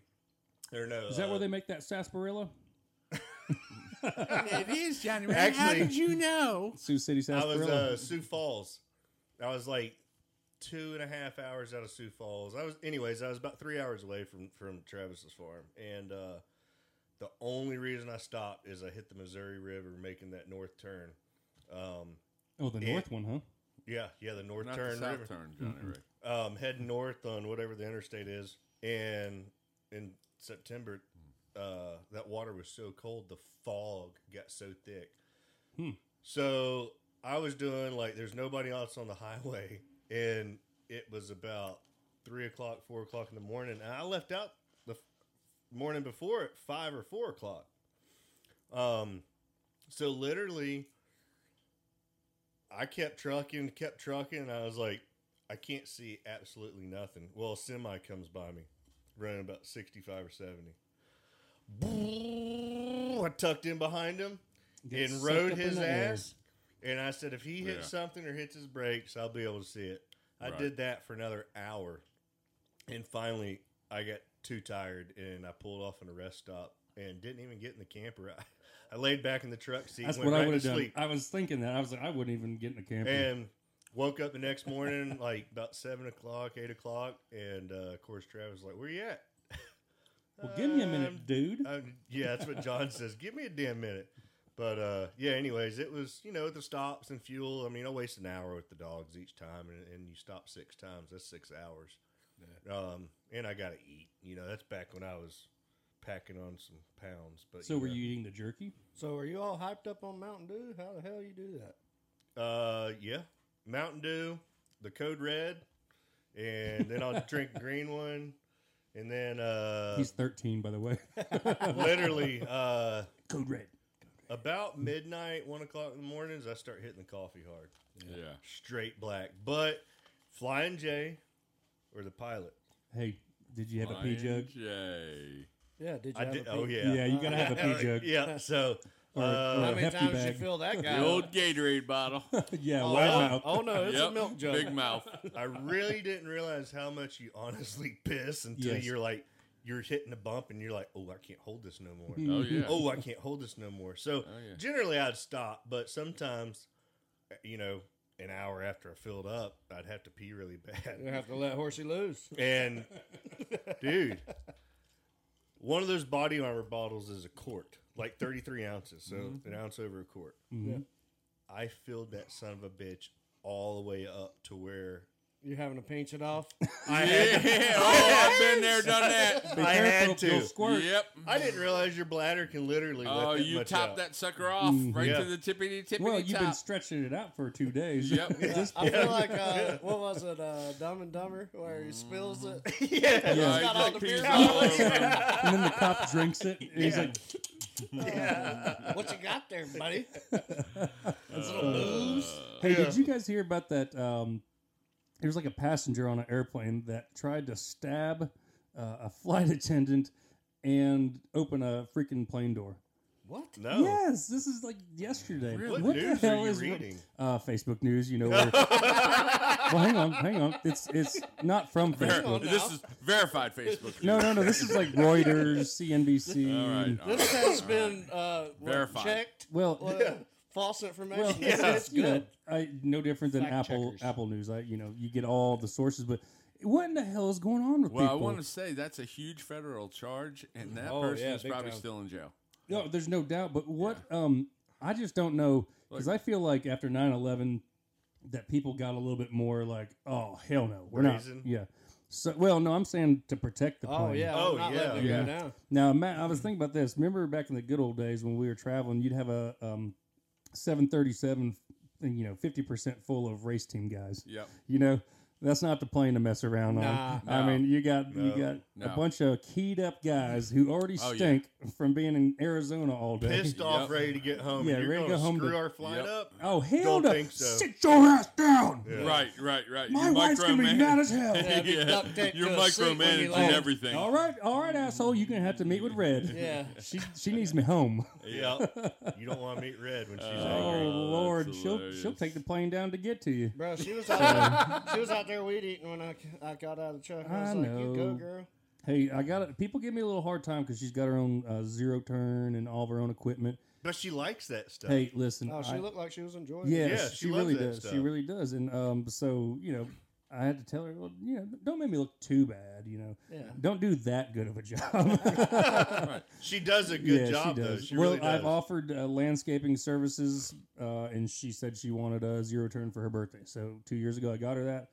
Speaker 3: Or no,
Speaker 1: Is that
Speaker 3: uh,
Speaker 1: where they make that sarsaparilla?
Speaker 4: it is, Johnny Ray.
Speaker 3: Actually-
Speaker 4: you know?
Speaker 1: Sioux City
Speaker 3: I was
Speaker 1: sarsaparilla.
Speaker 3: uh, Sioux Falls. I was like two and a half hours out of Sioux Falls. I was, anyways, I was about three hours away from from Travis's farm, and uh, the only reason I stopped is I hit the Missouri River making that north turn. Um,
Speaker 1: oh, the
Speaker 3: yeah.
Speaker 1: north one, huh?
Speaker 3: yeah, yeah, the north
Speaker 4: Not
Speaker 3: turn,
Speaker 4: the south
Speaker 3: river.
Speaker 4: turn, Johnny Ray.
Speaker 3: Um, heading north on whatever the interstate is, and in September, uh, that water was so cold, the fog got so thick.
Speaker 1: Hmm.
Speaker 3: So I was doing like there's nobody else on the highway, and it was about three o'clock, four o'clock in the morning, and I left out the f- morning before at five or four o'clock. Um, so literally, I kept trucking, kept trucking, and I was like, I can't see absolutely nothing. Well, a semi comes by me, running about sixty-five or seventy. I tucked in behind him
Speaker 1: Gets
Speaker 3: and
Speaker 1: sucked
Speaker 3: rode
Speaker 1: up in
Speaker 3: his
Speaker 1: the air.
Speaker 3: ass. And I said, if he hits
Speaker 4: Yeah.
Speaker 3: something or hits his brakes, I'll be able to see it. I
Speaker 4: Right.
Speaker 3: did that for another hour. And finally, I got too tired and I pulled off in a rest stop and didn't even get in the camper. I, I laid back in the truck seat,
Speaker 1: That's
Speaker 3: went
Speaker 1: what I
Speaker 3: right
Speaker 1: would
Speaker 3: to
Speaker 1: have done.
Speaker 3: sleep,
Speaker 1: I was thinking that. I was like, I wouldn't even get in the camper.
Speaker 3: and woke up the next morning, like about seven o'clock, eight o'clock. And uh, of course, Travis was like, Where you at?
Speaker 1: well, give me a
Speaker 3: Um,
Speaker 1: minute, dude.
Speaker 3: Um, yeah, that's what John says. Give me a damn minute. But uh, yeah, anyways, it was you know the stops and fuel. I mean, I waste an hour with the dogs each time, and, and you stop six times. That's six hours. Um, and I gotta eat. You know, that's back when I was packing on some pounds. But
Speaker 1: so were
Speaker 3: know.
Speaker 1: you eating the jerky?
Speaker 2: So are you all hyped up on Mountain Dew? How the hell you do that?
Speaker 3: Uh, yeah, Mountain Dew, the Code Red, and then I'll drink a green one, and then uh,
Speaker 1: He's 13, by the way.
Speaker 3: literally uh.
Speaker 1: Code red.
Speaker 3: About midnight, one o'clock in the mornings, I start hitting the coffee hard,
Speaker 4: Yeah.
Speaker 3: straight black. But Flying J, or the pilot,
Speaker 1: Hey, did you have a pee jug?
Speaker 4: Yay.
Speaker 2: Yeah, did you
Speaker 3: I
Speaker 2: have
Speaker 3: did.
Speaker 2: a
Speaker 3: Oh
Speaker 2: peek?
Speaker 3: yeah,
Speaker 1: Yeah, you gotta have a pee jug.
Speaker 3: yeah. So
Speaker 1: or,
Speaker 3: Uh,
Speaker 1: or
Speaker 2: How
Speaker 1: a
Speaker 2: many
Speaker 1: hefty
Speaker 2: times you
Speaker 1: bag.
Speaker 2: fill that guy?
Speaker 4: The old
Speaker 2: up?
Speaker 4: Gatorade bottle.
Speaker 1: yeah,
Speaker 3: Oh,
Speaker 1: wide
Speaker 3: oh,
Speaker 1: mouth.
Speaker 2: Oh no, it's
Speaker 4: Yep,
Speaker 2: a milk jug.
Speaker 4: Big mouth. Oh,
Speaker 3: I really didn't realize how much you honestly piss until
Speaker 1: Yes.
Speaker 3: you're like you're hitting a bump and you're like, oh, I can't hold this no more.
Speaker 4: Oh yeah.
Speaker 3: oh, I can't hold this no more. So
Speaker 4: Oh, yeah.
Speaker 3: generally I'd stop, but sometimes, you know, an hour after I filled up, I'd have to pee really
Speaker 2: You
Speaker 3: bad.
Speaker 2: have to let horsey loose.
Speaker 3: And dude, one of those body armor bottles is a quart, like 33 ounces, so an ounce over a quart.
Speaker 1: Mhm.
Speaker 3: I filled that son of a bitch all the way up to where
Speaker 2: You having to pinch it off?
Speaker 3: I had to
Speaker 4: Yeah. Oh, I've been there, done that.
Speaker 1: Be
Speaker 3: I
Speaker 1: careful,
Speaker 3: had to.
Speaker 1: you'll Squirt.
Speaker 4: Yep.
Speaker 3: I didn't realize your bladder can literally.
Speaker 4: Oh,
Speaker 3: let that
Speaker 4: you
Speaker 3: much
Speaker 4: top
Speaker 3: out.
Speaker 4: that sucker off right
Speaker 3: Yeah.
Speaker 4: to the tippity tippity
Speaker 1: Mm-hmm. Well,
Speaker 4: top.
Speaker 1: you've been stretching it out for two days.
Speaker 4: Yep.
Speaker 1: At this
Speaker 2: I
Speaker 1: point.
Speaker 2: feel like uh, what was it, uh, Dumb and Dumber, where he spills it.
Speaker 3: yeah.
Speaker 1: Yeah.
Speaker 4: I
Speaker 2: got
Speaker 4: just
Speaker 2: all the
Speaker 4: peed
Speaker 2: beer
Speaker 4: all
Speaker 2: bottles.
Speaker 4: over him.
Speaker 1: and then the cop drinks it. And He's
Speaker 3: Yeah.
Speaker 1: like,
Speaker 2: What you got there, buddy?
Speaker 4: Uh,
Speaker 1: uh, "Hey,
Speaker 3: Yeah.
Speaker 1: did you guys hear about that? Um, there was like a passenger on an airplane that tried to stab uh, a flight attendant and open a freaking plane door."
Speaker 2: What?
Speaker 3: No.
Speaker 1: Yes, this is like yesterday.
Speaker 3: Oh. What,
Speaker 1: What
Speaker 3: news
Speaker 1: the hell
Speaker 3: are you
Speaker 1: is
Speaker 3: reading?
Speaker 1: Uh, Facebook news? You know. Where, well, hang on, hang on. It's it's not from
Speaker 4: Ver-
Speaker 1: Facebook.
Speaker 4: this is verified Facebook.
Speaker 1: No, no, no. This is like Reuters, CNBC.
Speaker 4: All right. all
Speaker 2: This
Speaker 4: right.
Speaker 2: has been uh, what,
Speaker 4: Verified.
Speaker 2: checked.
Speaker 1: Well,
Speaker 2: What, False information.
Speaker 1: Well,
Speaker 2: They said
Speaker 3: yeah.
Speaker 2: it's
Speaker 1: you know,
Speaker 2: good.
Speaker 1: I, no different than
Speaker 2: Fact
Speaker 1: Apple
Speaker 2: checkers.
Speaker 1: Apple News. I, you know, you get all the sources, but what in the hell is going on with
Speaker 4: Well, I
Speaker 1: people?
Speaker 4: want to say that's a huge federal charge, and that
Speaker 2: Oh,
Speaker 4: person
Speaker 2: yeah,
Speaker 4: is
Speaker 2: big
Speaker 4: probably
Speaker 2: time.
Speaker 4: still in jail.
Speaker 1: no, there's no doubt. But what? Um, I just don't know because I feel like after 9-11 that people got a little bit more like, oh hell no, we're
Speaker 3: Brazen.
Speaker 1: not. Yeah. So, well, no, I'm saying to protect the plane.
Speaker 2: Oh yeah.
Speaker 3: Oh,
Speaker 2: I'm not
Speaker 3: yeah.
Speaker 2: letting it
Speaker 1: Yeah.
Speaker 2: go down.
Speaker 1: Now, Matt, I was thinking about this. Remember back in the good old days when we were traveling, you'd have a um, 737, and you know, 50% full of race team guys.
Speaker 4: Yep.
Speaker 1: You know, that's not the plane to mess around
Speaker 2: Nah.
Speaker 1: on. I
Speaker 4: No.
Speaker 1: mean, you got you
Speaker 3: No.
Speaker 1: got a
Speaker 4: No.
Speaker 1: bunch of keyed up guys who already
Speaker 4: Oh, yeah.
Speaker 1: stink from being in Arizona all day.
Speaker 3: Pissed off,
Speaker 4: Yep.
Speaker 3: ready to get home.
Speaker 1: Yeah,
Speaker 3: and you're
Speaker 1: ready to
Speaker 3: gonna
Speaker 1: go home
Speaker 3: screw
Speaker 1: to-
Speaker 3: our flight
Speaker 4: Yep.
Speaker 3: up.
Speaker 1: Oh hell
Speaker 3: Don't
Speaker 1: no!
Speaker 3: think so.
Speaker 1: Sit your ass down.
Speaker 3: Yeah.
Speaker 4: Right, right, right.
Speaker 1: My
Speaker 4: You
Speaker 1: wife's gonna be
Speaker 4: microman-
Speaker 1: mad as hell.
Speaker 2: Yeah, be duct taped
Speaker 4: You're
Speaker 2: to a seat when you
Speaker 4: micromanaging
Speaker 2: land.
Speaker 4: everything.
Speaker 1: All right, all right, asshole. You're gonna have to meet with Red.
Speaker 2: Yeah.
Speaker 1: She she needs me home.
Speaker 3: Yeah. you don't want to meet Red when she's
Speaker 1: Oh
Speaker 3: angry.
Speaker 1: Lord,
Speaker 4: that's
Speaker 1: she'll she'll
Speaker 4: hilarious.
Speaker 1: take the plane down to get to you.
Speaker 2: Bro, she was out she was out there weed eating when I, I got out of the truck. I was
Speaker 1: I
Speaker 2: like,
Speaker 1: know.
Speaker 2: you go, girl.
Speaker 1: Hey, I got it. People give me a little hard time because she's got her own uh, zero turn and all of her own equipment.
Speaker 3: But she likes that stuff.
Speaker 1: Hey, listen,
Speaker 2: Oh, she
Speaker 1: I-
Speaker 2: looked like she was enjoying it.
Speaker 1: yes,
Speaker 3: Yeah,
Speaker 1: she,
Speaker 3: she loves
Speaker 1: really
Speaker 3: that
Speaker 1: does. She
Speaker 3: stuff.
Speaker 1: really does. And um, so you know, I had to tell her, well, you know, don't make me look too bad. You know,
Speaker 2: Yeah.
Speaker 1: don't do that good of a job.
Speaker 4: Right.
Speaker 3: She does a
Speaker 1: yeah,
Speaker 3: good job
Speaker 1: she
Speaker 3: though.
Speaker 1: does.
Speaker 3: She
Speaker 1: well,
Speaker 3: really does.
Speaker 1: I've offered uh, landscaping services, uh, and she said she wanted a zero turn for her birthday. So two years ago, I got her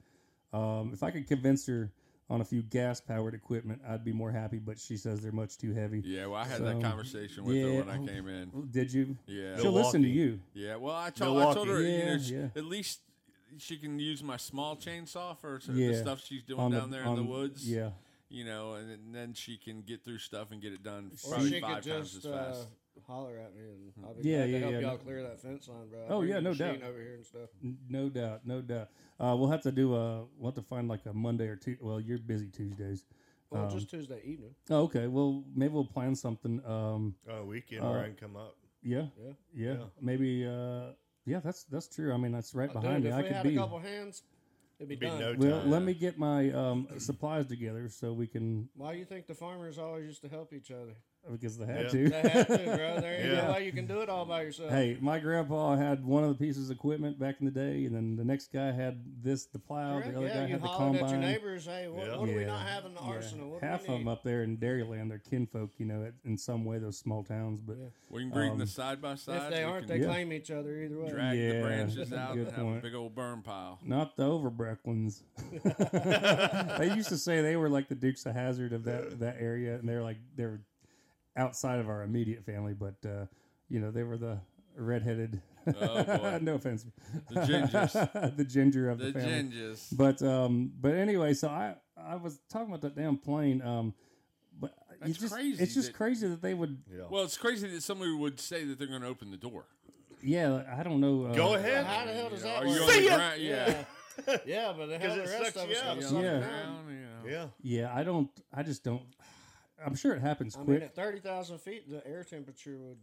Speaker 1: that. Um, if I could convince her on a few gas powered equipment, I'd be more happy. But she says they're much too heavy.
Speaker 4: Yeah, well, I had
Speaker 1: So,
Speaker 4: that conversation with
Speaker 1: yeah,
Speaker 4: her when I
Speaker 1: oh,
Speaker 4: came in.
Speaker 1: Well, Did you?
Speaker 4: Yeah.
Speaker 1: She'll listen to
Speaker 3: Milwaukee.
Speaker 1: you.
Speaker 4: Yeah, well, I told, I told her,
Speaker 3: Milwaukee.
Speaker 4: you know,
Speaker 1: Yeah,
Speaker 4: she-
Speaker 1: yeah.
Speaker 4: at least she can use my small chainsaw for s-
Speaker 1: Yeah.
Speaker 4: the stuff she's doing
Speaker 1: on
Speaker 4: down there in the
Speaker 1: on-
Speaker 4: woods.
Speaker 1: Yeah.
Speaker 4: You know, and, then- then she can get through stuff and get it done
Speaker 2: Or
Speaker 4: probably
Speaker 2: she
Speaker 4: five
Speaker 2: could
Speaker 4: times
Speaker 2: just
Speaker 4: as
Speaker 2: uh,
Speaker 4: fast.
Speaker 2: holler at me and I'll be
Speaker 1: Yeah,
Speaker 2: glad
Speaker 1: yeah,
Speaker 2: to help
Speaker 1: yeah,
Speaker 2: y'all
Speaker 1: no-
Speaker 2: clear that fence line, bro. I
Speaker 1: Oh,
Speaker 2: bring
Speaker 1: yeah,
Speaker 2: the
Speaker 1: no
Speaker 2: machine
Speaker 1: doubt.
Speaker 2: over here and stuff.
Speaker 1: No doubt, no doubt. Uh, we'll have to do a. We'll have to find like a Monday or two. Well, you're busy Tuesdays.
Speaker 2: Well,
Speaker 1: Um,
Speaker 2: just Tuesday evening.
Speaker 1: Oh, okay. Well, maybe we'll plan something. Um,
Speaker 3: on a weekend
Speaker 1: uh,
Speaker 3: where I can come up.
Speaker 1: yeah,
Speaker 2: Yeah.
Speaker 1: yeah.
Speaker 3: Yeah.
Speaker 1: Maybe. Uh, yeah, that's that's true. I mean, that's right
Speaker 2: Dude,
Speaker 1: behind me.
Speaker 2: if
Speaker 1: I
Speaker 2: we
Speaker 1: could
Speaker 2: had
Speaker 1: be.
Speaker 2: a couple hands, it'd be,
Speaker 3: It'd be
Speaker 2: done.
Speaker 3: no
Speaker 1: well,
Speaker 3: time.
Speaker 1: let me get my um, supplies together so we can
Speaker 2: Why you think the farmers always used to help each other?
Speaker 1: because they had
Speaker 3: Yeah.
Speaker 1: to.
Speaker 2: They had to, bro. There ain't
Speaker 3: Yeah.
Speaker 2: no way you can do it all by yourself.
Speaker 1: Hey, my grandpa had one of the pieces of equipment back in the day, and then the next guy had this, the plow.
Speaker 2: Correct?
Speaker 1: The other
Speaker 2: yeah,
Speaker 1: guy
Speaker 2: you
Speaker 1: had the
Speaker 2: hollered at your
Speaker 1: combine.
Speaker 2: neighbors. Hey, what,
Speaker 3: Yeah.
Speaker 2: what do we
Speaker 1: Yeah.
Speaker 2: not have in the
Speaker 1: Yeah.
Speaker 2: arsenal? What do
Speaker 1: Half of
Speaker 2: we need?
Speaker 1: them up there in Dairyland, they're kinfolk, you know, at- in some way, those small towns. But
Speaker 2: Yeah.
Speaker 4: we can bring
Speaker 1: um,
Speaker 4: the side by side.
Speaker 2: If they
Speaker 4: we
Speaker 2: aren't,
Speaker 4: can
Speaker 2: they
Speaker 1: Yeah.
Speaker 2: claim each other either way.
Speaker 4: drag
Speaker 1: Yeah,
Speaker 4: the branches out
Speaker 1: good
Speaker 4: and have a
Speaker 1: point.
Speaker 4: big old burn pile.
Speaker 1: not the overbrook ones. they used to say they were like the Dukes of Hazard of that, that area, and they're like they're outside of our immediate family, but uh, you know they were the redheaded.
Speaker 4: Oh, boy.
Speaker 1: no offense,
Speaker 4: The gingers.
Speaker 1: the ginger of
Speaker 4: The
Speaker 1: the, family.
Speaker 4: gingers.
Speaker 1: But um, but anyway, so I I was talking about that damn plane. Um, but
Speaker 4: That's
Speaker 1: it's just,
Speaker 4: crazy
Speaker 1: It's just
Speaker 4: that-
Speaker 1: crazy that they would.
Speaker 3: Yeah.
Speaker 4: Well, it's crazy that somebody would say that they're going to open the door.
Speaker 1: Yeah, I don't know. Uh,
Speaker 3: Go
Speaker 2: Yeah,
Speaker 3: ahead.
Speaker 2: how the hell does that
Speaker 4: Are
Speaker 2: work?
Speaker 4: you on the ground? Yeah.
Speaker 2: Yeah. yeah, but the hell
Speaker 3: it
Speaker 2: the rest
Speaker 3: sucks
Speaker 2: of
Speaker 3: you
Speaker 2: us
Speaker 3: out.
Speaker 2: gotta
Speaker 4: You're
Speaker 2: suck
Speaker 4: on
Speaker 2: it
Speaker 4: the
Speaker 1: Yeah.
Speaker 2: down.
Speaker 4: ground, you know.
Speaker 3: Yeah.
Speaker 1: Yeah, I don't. I just don't. I'm sure it happens
Speaker 2: I
Speaker 1: quick.
Speaker 2: mean, at thirty thousand feet, the air temperature would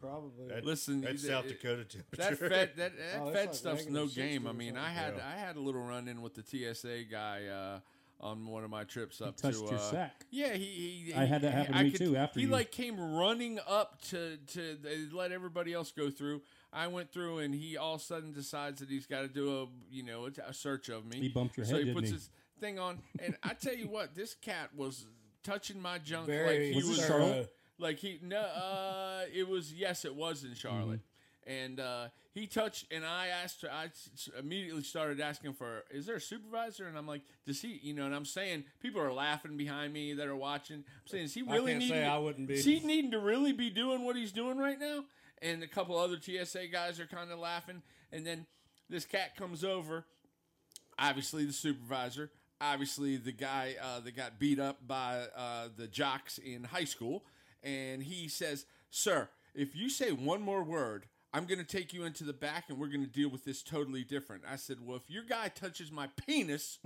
Speaker 2: probably.
Speaker 3: That-
Speaker 4: Listen,
Speaker 3: that's
Speaker 4: you-
Speaker 3: South
Speaker 4: it-
Speaker 3: Dakota
Speaker 4: That
Speaker 3: temperature.
Speaker 4: Fed that, that
Speaker 2: Oh, it's
Speaker 4: Fed
Speaker 2: like
Speaker 4: stuff's
Speaker 2: negative
Speaker 4: no
Speaker 2: 60
Speaker 4: game.
Speaker 2: or
Speaker 4: I mean, I
Speaker 2: something.
Speaker 4: had
Speaker 3: Yeah.
Speaker 4: I had a little run in with the TSA guy uh, on one of my trips up
Speaker 1: touched
Speaker 4: to
Speaker 1: your
Speaker 4: uh,
Speaker 1: sack.
Speaker 4: Yeah, he, he.
Speaker 1: I had that
Speaker 4: he-
Speaker 1: happen to
Speaker 4: I
Speaker 1: me too after
Speaker 4: he
Speaker 1: you-
Speaker 4: like came running up to to they let everybody else go through. I went through, and he all of a sudden decides that he's got to do a you know a, a search of me.
Speaker 1: He bumped your
Speaker 4: so
Speaker 1: head,
Speaker 4: he
Speaker 1: didn't
Speaker 4: puts
Speaker 1: he?
Speaker 4: his thing on, and I tell you what, this cat was touching my junk
Speaker 2: Very
Speaker 4: like he
Speaker 1: Was
Speaker 4: was.
Speaker 1: this
Speaker 2: thorough.
Speaker 1: Charlotte?
Speaker 4: Like he no, uh, it was yes, it was in Charlotte,
Speaker 2: Mm-hmm.
Speaker 4: and uh, he touched, and I asked, I s- s- immediately started asking for, is there a supervisor? And I'm like, does he, you know? And I'm saying, people are laughing behind me that are watching. I'm saying, is he
Speaker 2: I
Speaker 4: really
Speaker 2: can't
Speaker 4: needing?
Speaker 2: say I
Speaker 4: to-
Speaker 2: wouldn't be.
Speaker 4: Is he needing to really be doing what he's doing right now? And a couple other TSA guys are kind of laughing, and then this cat comes over obviously the supervisor, obviously the guy uh, that got beat up by uh, the jocks in high school, and he says, "Sir, if you say one more word." I'm going to take you into the back and we're going to deal with this totally different. I said, Well, if your guy touches my penis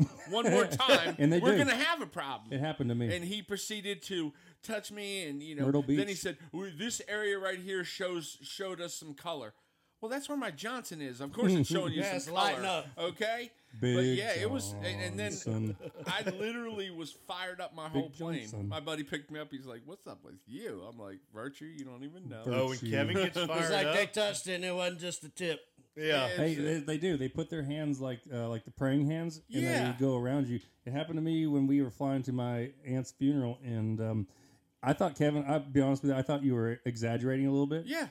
Speaker 4: one more time,
Speaker 1: And they
Speaker 4: we're
Speaker 1: do.
Speaker 4: going to have a problem
Speaker 1: It happened to me.
Speaker 4: and he proceeded to touch me and you know
Speaker 1: Myrtle Beach.
Speaker 4: then he said "Ooh, this area right here shows showed us some color well that's where my johnson is of course it's showing you
Speaker 2: Yeah,
Speaker 4: some
Speaker 2: it's
Speaker 4: color
Speaker 2: lighting up.
Speaker 4: okay but
Speaker 1: Big
Speaker 4: yeah it was and, and then
Speaker 1: Johnson.
Speaker 4: i literally was fired up my whole plane
Speaker 1: Johnson.
Speaker 4: my buddy picked me up he's like what's up with you i'm like virtue you don't even know
Speaker 1: Vir-
Speaker 3: oh, when Kevin gets fired
Speaker 2: It's like
Speaker 3: up,
Speaker 2: they touched it and it wasn't just the tip.
Speaker 3: yeah.
Speaker 4: Yeah.
Speaker 1: Hey, they, they do. They put their hands like uh, like the praying hands, and
Speaker 4: Yeah.
Speaker 1: they go around you. It happened to me when we were flying to my aunt's funeral, and um, I thought Kevin. I'll be honest with you. I thought you were exaggerating a little bit
Speaker 4: yeah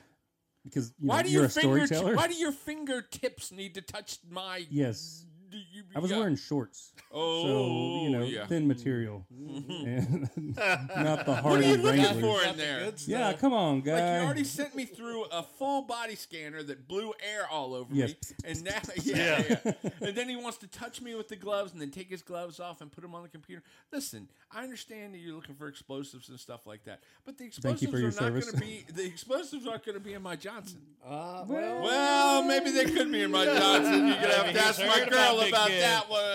Speaker 1: because you
Speaker 4: why
Speaker 1: know,
Speaker 4: do
Speaker 1: you're
Speaker 4: your
Speaker 1: a
Speaker 4: finger
Speaker 1: storyteller.
Speaker 4: why do your fingertips need to touch my
Speaker 1: yes,
Speaker 4: do you-
Speaker 1: I was
Speaker 4: yeah.
Speaker 1: wearing shorts,
Speaker 4: oh
Speaker 1: so you know
Speaker 4: yeah Mm-hmm.
Speaker 1: thin material, and not the
Speaker 4: what are
Speaker 1: Harley
Speaker 4: you looking
Speaker 1: Wranglers.
Speaker 4: for
Speaker 2: Not
Speaker 4: in
Speaker 2: the
Speaker 4: there
Speaker 2: good
Speaker 1: Yeah,
Speaker 2: stuff.
Speaker 1: come on, guy.
Speaker 4: Like you already sent me through a full body scanner that blew air all over
Speaker 1: Yes.
Speaker 4: me, and now yeah, yeah. and then he wants to touch me with the gloves, and then take his gloves off and put them on the computer. Listen, I understand that you're looking for explosives and stuff like that, but the
Speaker 1: you
Speaker 4: explosives
Speaker 1: for
Speaker 4: are
Speaker 1: your
Speaker 4: not going
Speaker 1: service.
Speaker 4: to be the explosives aren't going to be in my Johnson.
Speaker 2: Uh, well,
Speaker 4: Well, maybe they could be in my Johnson. You're gonna have
Speaker 2: Maybe
Speaker 4: to ask
Speaker 2: he's
Speaker 4: my
Speaker 2: heard
Speaker 4: girl
Speaker 2: about Big
Speaker 4: about
Speaker 2: Ed.
Speaker 4: that one.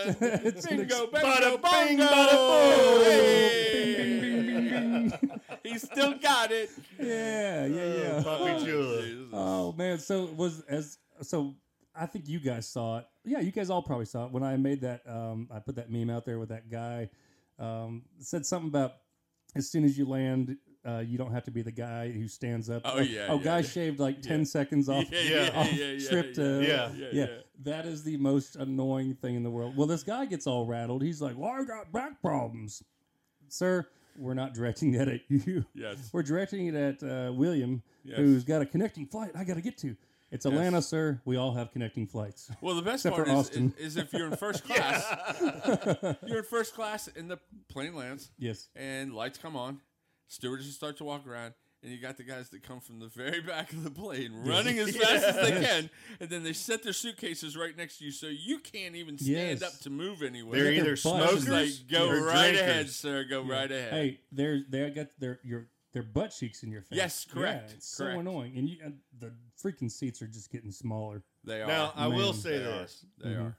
Speaker 1: It's an
Speaker 4: Bingo, bingo,
Speaker 3: Bada bing,
Speaker 4: bongo.
Speaker 3: bada boom.
Speaker 4: Hey. He still got it.
Speaker 1: yeah, yeah, yeah.
Speaker 3: Puppy Jula.
Speaker 4: Jesus.
Speaker 1: Oh man, so it was as so I think you guys saw it. Yeah, you guys all probably saw it when I made that. Um, I put that meme out there with that guy. Um, said something about as soon as you land, uh, you don't have to be the guy who stands up.
Speaker 4: Oh, yeah,
Speaker 1: oh,
Speaker 4: yeah,
Speaker 1: guy
Speaker 4: yeah.
Speaker 1: shaved like ten seconds off.
Speaker 4: Yeah, yeah,
Speaker 1: off
Speaker 4: yeah, yeah,
Speaker 1: trip to
Speaker 3: yeah,
Speaker 1: yeah,
Speaker 4: yeah, yeah.
Speaker 1: That is the most annoying thing in the world. Well, this guy gets all rattled. He's like, "Well, I got back problems, sir." We're not directing that at you.
Speaker 4: Yes.
Speaker 1: We're directing it at uh, William,
Speaker 4: Yes.
Speaker 1: who's got a connecting flight I got to get to. It's Atlanta, sir. We all have connecting flights.
Speaker 4: Well, the best
Speaker 1: Except
Speaker 4: part
Speaker 1: for
Speaker 4: is,
Speaker 1: Austin.
Speaker 4: is, if you're in first class, you're in first class and the plane lands
Speaker 1: Yes.
Speaker 4: and lights come on, stewardesses start to walk around, and you got the guys that come from the very back of the plane running as fast as they can, and then they set their suitcases right next to you so you can't even
Speaker 1: Yes.
Speaker 4: stand up to move anywhere.
Speaker 3: They're
Speaker 1: their
Speaker 3: either
Speaker 1: butts and-
Speaker 4: It's
Speaker 3: smokers
Speaker 4: like go
Speaker 3: or
Speaker 4: right
Speaker 3: drinkers.
Speaker 4: ahead, sir. Go right ahead.
Speaker 1: Hey, they're they got their your their butt cheeks in your face.
Speaker 4: Yes, correct,
Speaker 1: Yeah, it's
Speaker 4: correct.
Speaker 1: so annoying, and you, uh, the freaking seats are just getting smaller.
Speaker 4: They are.
Speaker 3: Now I will
Speaker 1: Oh, Man.
Speaker 3: say
Speaker 4: They are.
Speaker 3: this:
Speaker 4: They
Speaker 1: Mhm.
Speaker 4: are.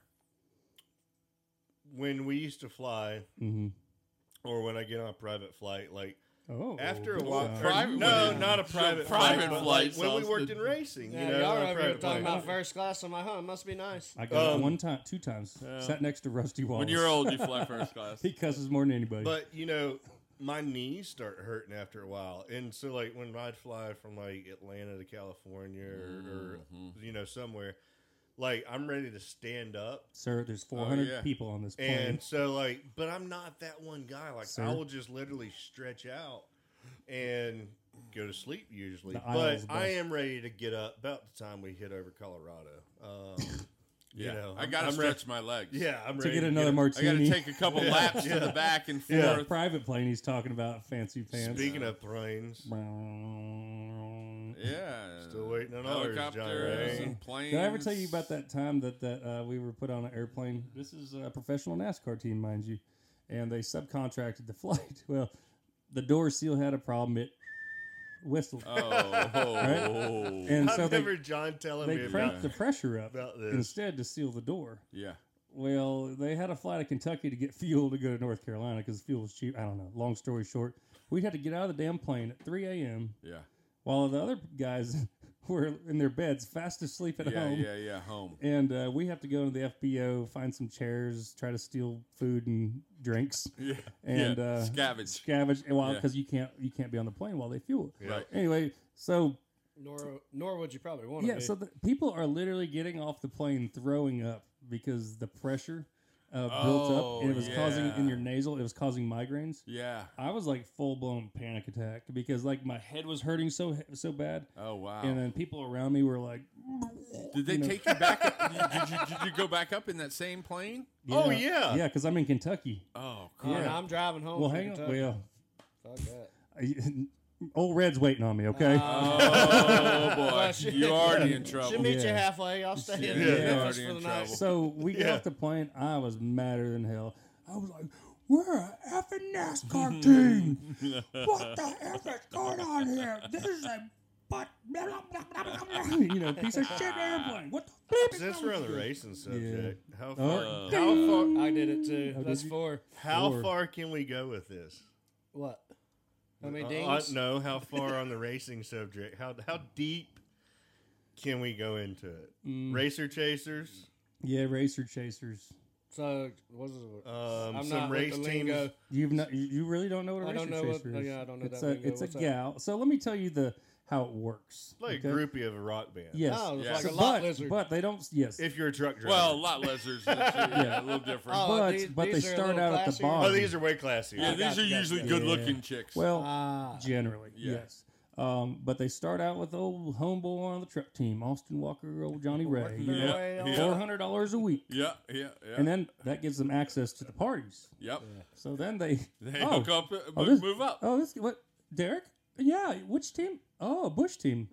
Speaker 3: when we used to fly,
Speaker 1: Mm-hmm.
Speaker 3: or when I get on a private flight, like
Speaker 1: Oh,
Speaker 3: after a
Speaker 1: good
Speaker 3: while,
Speaker 1: God.
Speaker 3: or-
Speaker 4: Private
Speaker 3: no,
Speaker 4: one.
Speaker 3: not a
Speaker 4: So
Speaker 3: private,
Speaker 4: private
Speaker 3: flight, but,
Speaker 4: flights,
Speaker 3: like, when we
Speaker 4: Austin.
Speaker 3: worked in racing,
Speaker 2: yeah,
Speaker 3: you know,
Speaker 2: y'all
Speaker 3: on
Speaker 2: are
Speaker 3: a
Speaker 2: over here
Speaker 3: private
Speaker 2: talking
Speaker 3: flight.
Speaker 2: about first class. I'm like, huh, it must be nice.
Speaker 1: I got
Speaker 3: Um,
Speaker 1: it one time, two times. Sat next to Rusty Wallace.
Speaker 4: uh, When you're old, you fly first class.
Speaker 1: he cusses more than anybody.
Speaker 3: But you know, my knees start hurting after a while, and so like when I'd fly from like Atlanta to California or,
Speaker 4: Mm-hmm.
Speaker 3: or you know somewhere, like I'm ready to stand up,
Speaker 1: Sir, there's 400
Speaker 4: oh, yeah.
Speaker 1: people on this plane.
Speaker 3: and so like, but I'm not that one guy. Like
Speaker 1: Sir?
Speaker 3: I will just literally stretch out and go to sleep usually,
Speaker 1: The
Speaker 3: but
Speaker 1: aisle's
Speaker 3: I
Speaker 1: best.
Speaker 3: am ready to get up about the time we hit over Colorado. Um,
Speaker 4: Yeah,
Speaker 3: You know,
Speaker 4: I gotta
Speaker 3: I'm re-
Speaker 4: stretch my legs.
Speaker 3: yeah, I'm
Speaker 1: to
Speaker 3: ready
Speaker 1: get another
Speaker 3: up.
Speaker 4: I gotta
Speaker 1: martini.
Speaker 4: take a couple laps to the back and forth.
Speaker 1: yeah. private plane he's talking about fancy pants.
Speaker 3: Speaking of planes,
Speaker 4: Yeah.
Speaker 3: Still waiting on ours, John
Speaker 4: Uh, helicopters
Speaker 3: Ray.
Speaker 4: and planes.
Speaker 1: Did I ever tell you about that time that that uh, we were put on an airplane? This is a professional NASCAR team, mind you, and they subcontracted the flight. Well, the door seal had a problem. It whistled,
Speaker 4: Oh,
Speaker 1: and
Speaker 3: I've
Speaker 1: so they
Speaker 3: never John telling me
Speaker 1: they
Speaker 3: about
Speaker 1: cranked the pressure up
Speaker 3: about this.
Speaker 1: instead to seal the door.
Speaker 4: yeah.
Speaker 1: Well, they had a flight to Kentucky to get fuel to go to North Carolina because fuel was cheap. I don't know. Long story short, We'd have to get out of the damn plane at 3 a.m.
Speaker 4: Yeah.
Speaker 1: while the other guys were in their beds, fast asleep at
Speaker 4: yeah,
Speaker 1: home.
Speaker 4: yeah, yeah. Home.
Speaker 1: And uh, we have to go to the FBO, find some chairs, try to steal food and drinks,
Speaker 4: Yeah.
Speaker 1: and
Speaker 4: yeah.
Speaker 1: uh,
Speaker 4: scavenge.
Speaker 1: scavenge. and While
Speaker 4: Yeah.
Speaker 1: because you can't you can't be on the plane while they fuel. it.
Speaker 4: Right.
Speaker 1: Anyway, so
Speaker 2: Nor nor would you probably want to.
Speaker 1: yeah, so the people are literally getting off the plane throwing up because the pressure uh, built
Speaker 4: Oh,
Speaker 1: up and it was causing in
Speaker 4: yeah.
Speaker 1: your nasal. It was causing migraines.
Speaker 4: Yeah.
Speaker 1: I was like full blown panic attack because like my head was hurting so so bad,
Speaker 4: Oh wow.
Speaker 1: and then people around me were like,
Speaker 4: did they
Speaker 1: you know-
Speaker 4: take you back? did, you, did you go back up in that same plane?
Speaker 3: Oh, yeah.
Speaker 1: yeah," because I'm in Kentucky.
Speaker 4: Oh, crap.
Speaker 2: and
Speaker 1: yeah.
Speaker 2: I'm driving
Speaker 4: Oh,
Speaker 2: home.
Speaker 1: well,
Speaker 2: from
Speaker 1: hang on.
Speaker 2: Kentucky.
Speaker 1: Well,
Speaker 2: Fuck that.
Speaker 1: I- old Red's waiting on me. Okay.
Speaker 4: Oh boy,
Speaker 2: Uh, Well, shit.
Speaker 4: you already in
Speaker 2: She'll
Speaker 4: trouble.
Speaker 2: meet you
Speaker 1: Yeah.
Speaker 2: halfway. I'll stay in
Speaker 4: Yeah,
Speaker 3: you're
Speaker 2: Memphis
Speaker 4: already
Speaker 2: for
Speaker 4: in
Speaker 2: the night.
Speaker 4: trouble.
Speaker 1: so we get
Speaker 3: Yeah.
Speaker 1: off the plane. I was madder than hell. I was like, "We're a effing NASCAR team." what the F is going on here? This is a but blah, blah, blah, blah, blah, blah, you know, piece of shit airplane. What the flip is
Speaker 3: Since
Speaker 1: going
Speaker 3: we're on the
Speaker 1: on?
Speaker 3: racing subject, how far
Speaker 1: Oh,
Speaker 3: how far
Speaker 2: I did it too.
Speaker 1: Oh, did
Speaker 2: That's
Speaker 1: you?
Speaker 2: four.
Speaker 3: how
Speaker 1: Lord.
Speaker 3: far can we go with this?
Speaker 2: What? How many
Speaker 3: Uh,
Speaker 2: dings?
Speaker 3: Uh, no, how far on the racing subject? How how deep can we go into it?
Speaker 1: Hmm.
Speaker 3: Racer chasers,
Speaker 1: Mm. Yeah, racer chasers.
Speaker 2: So what is it?
Speaker 3: um,
Speaker 2: I'm
Speaker 3: some
Speaker 2: not with
Speaker 3: race
Speaker 2: the
Speaker 3: teams.
Speaker 2: lingo.
Speaker 1: You've not, you- you really don't know what a
Speaker 2: I
Speaker 1: racer
Speaker 2: don't know what-
Speaker 1: chaser
Speaker 2: oh,
Speaker 1: is.
Speaker 2: yeah, I don't know
Speaker 1: it's
Speaker 2: that
Speaker 1: a,
Speaker 2: lingo.
Speaker 1: it's a
Speaker 2: What's that?
Speaker 1: gal. So let me tell you the how it works.
Speaker 3: Like
Speaker 1: okay?
Speaker 3: a groupie of a rock band.
Speaker 1: Yes.
Speaker 2: Oh, it's
Speaker 4: Yeah.
Speaker 2: like
Speaker 1: So-
Speaker 2: a lot
Speaker 1: but,
Speaker 2: lizard.
Speaker 1: but they don't. Yes.
Speaker 3: If you're a truck driver.
Speaker 4: Well, a lot lizards. that's- yeah,
Speaker 1: Yeah.
Speaker 4: a little different.
Speaker 2: Oh,
Speaker 1: but
Speaker 2: these-
Speaker 1: but
Speaker 2: these
Speaker 1: they
Speaker 2: are a
Speaker 1: start out
Speaker 2: little
Speaker 1: at the
Speaker 2: classier.
Speaker 1: bottom.
Speaker 3: oh, these are way classier.
Speaker 4: yeah,
Speaker 2: got
Speaker 4: these
Speaker 2: you,
Speaker 4: are
Speaker 2: got you,
Speaker 4: usually
Speaker 2: got
Speaker 1: you.
Speaker 4: good-looking chicks.
Speaker 1: well,
Speaker 2: ah,
Speaker 1: generally,
Speaker 4: Yeah.
Speaker 1: yes. Um, but they start out with old homeboy on the truck team, Austin Walker, old Johnny Ray. You
Speaker 2: their
Speaker 1: know,
Speaker 2: way
Speaker 4: Yeah.
Speaker 1: four hundred dollars a week.
Speaker 4: yeah, yeah, yeah.
Speaker 1: and then that gives them access to the parties.
Speaker 4: yep.
Speaker 1: So then they,
Speaker 4: They
Speaker 1: oh,
Speaker 4: hook up, uh,
Speaker 1: oh,
Speaker 4: move,
Speaker 1: this-
Speaker 4: move up.
Speaker 1: oh, this what Derek? Yeah, which team? Oh, Bush team.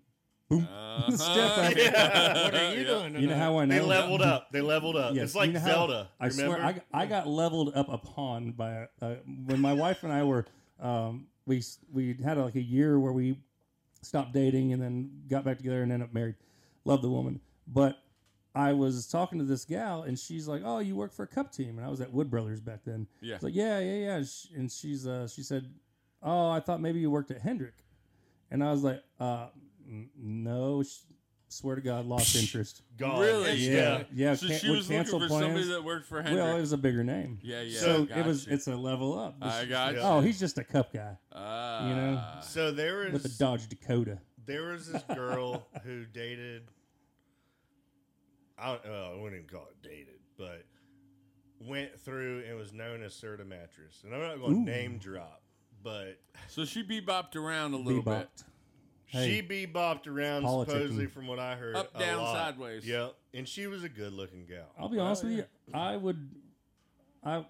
Speaker 1: Boom.
Speaker 4: Uh-huh.
Speaker 1: Step up.
Speaker 2: what are you
Speaker 4: Yeah.
Speaker 2: doing?
Speaker 1: You know how I know?
Speaker 3: They leveled up. They leveled up.
Speaker 1: Yes,
Speaker 3: It's like
Speaker 1: you know how-
Speaker 3: Zelda.
Speaker 1: I
Speaker 3: remember?
Speaker 1: swear, I, I got leveled up upon by uh, when my wife and I were um, we we had like a year where we stopped dating and then got back together and ended up married. Love the woman, but I was talking to this gal and she's like, "Oh, you work for a cup team?" And I was at Wood Brothers back then.
Speaker 4: Yeah.
Speaker 1: I was like yeah, yeah, yeah. And sh- And she's uh, she said, "Oh, I thought maybe you worked at Hendrick," and I was like, uh, n- "No." Sh- Swear to God, lost interest.
Speaker 3: Gone.
Speaker 4: Really?
Speaker 3: It's
Speaker 1: Yeah,
Speaker 3: done.
Speaker 1: yeah.
Speaker 4: So
Speaker 1: can't-
Speaker 4: she
Speaker 1: would
Speaker 4: was looking
Speaker 1: cancel
Speaker 4: for
Speaker 1: plans.
Speaker 4: somebody that worked for Hendrick.
Speaker 1: Well, it was a bigger name.
Speaker 4: yeah, yeah.
Speaker 1: so
Speaker 4: got
Speaker 1: it was.
Speaker 4: you.
Speaker 1: It's a level up.
Speaker 4: I got you.
Speaker 1: oh, he's just a cup guy
Speaker 4: Ah,
Speaker 1: you know,
Speaker 3: So there
Speaker 1: with a
Speaker 3: is
Speaker 1: Dodge Dakota.
Speaker 3: there was this girl who dated. I, don't, uh, I wouldn't even call it dated, but went through and was known as Serta Mattress. And I'm not going
Speaker 1: Ooh.
Speaker 3: to name drop, but
Speaker 4: So she bebopped around a little bit.
Speaker 1: Bebop. Hey.
Speaker 3: she be bopped around
Speaker 1: Politicking.
Speaker 3: supposedly from what I heard.
Speaker 4: Up,
Speaker 3: a
Speaker 4: down,
Speaker 3: lot.
Speaker 4: sideways.
Speaker 3: Yep. And she was a good looking gal.
Speaker 1: I'll be honest
Speaker 4: Oh,
Speaker 1: with you. I would. I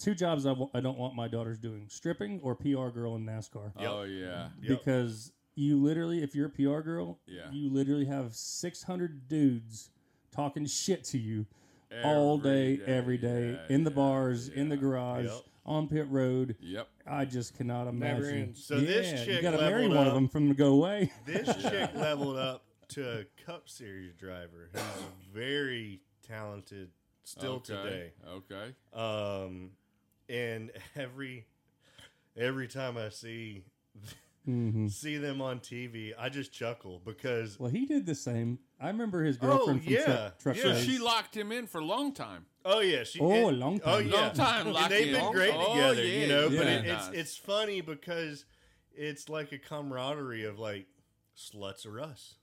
Speaker 1: two jobs I w- I don't want my daughters doing: stripping or PR girl in NASCAR.
Speaker 4: Oh yeah.
Speaker 3: Yep.
Speaker 1: Because you literally, if you're a PR girl,
Speaker 4: Yeah.
Speaker 1: you literally have 600 dudes talking shit to you all
Speaker 4: Every
Speaker 1: day, every day,
Speaker 4: yeah,
Speaker 1: in the
Speaker 4: yeah,
Speaker 1: bars, in
Speaker 4: yeah.
Speaker 1: the garage,
Speaker 3: Yep.
Speaker 1: on pit road.
Speaker 4: Yep.
Speaker 1: I just cannot imagine.
Speaker 2: Never ends.
Speaker 3: So
Speaker 1: you
Speaker 3: this chick
Speaker 1: gotta marry
Speaker 3: leveled
Speaker 1: one of
Speaker 3: up.
Speaker 1: them from the go away.
Speaker 3: This chick leveled up to a Cup Series driver who's very talented still
Speaker 4: okay.
Speaker 3: today.
Speaker 4: Okay.
Speaker 3: Um, and every every time I see
Speaker 1: hmm
Speaker 3: see them on TV, I just chuckle because
Speaker 1: Well, he did the same. I remember his girlfriend from
Speaker 3: Oh, yeah.
Speaker 1: Truck, truck
Speaker 3: Yeah,
Speaker 4: So
Speaker 1: Days.
Speaker 4: she locked him in for a long time.
Speaker 3: oh yeah, she
Speaker 1: Oh, a long
Speaker 3: oh
Speaker 1: time.
Speaker 3: yeah,
Speaker 4: Long time
Speaker 3: And
Speaker 4: locked
Speaker 3: they've
Speaker 4: in.
Speaker 3: been great
Speaker 4: Oh,
Speaker 3: together,
Speaker 4: yeah,
Speaker 3: you know. But
Speaker 1: yeah.
Speaker 3: it, it's
Speaker 4: Nice.
Speaker 3: it's funny because it's like a camaraderie of like sluts are us.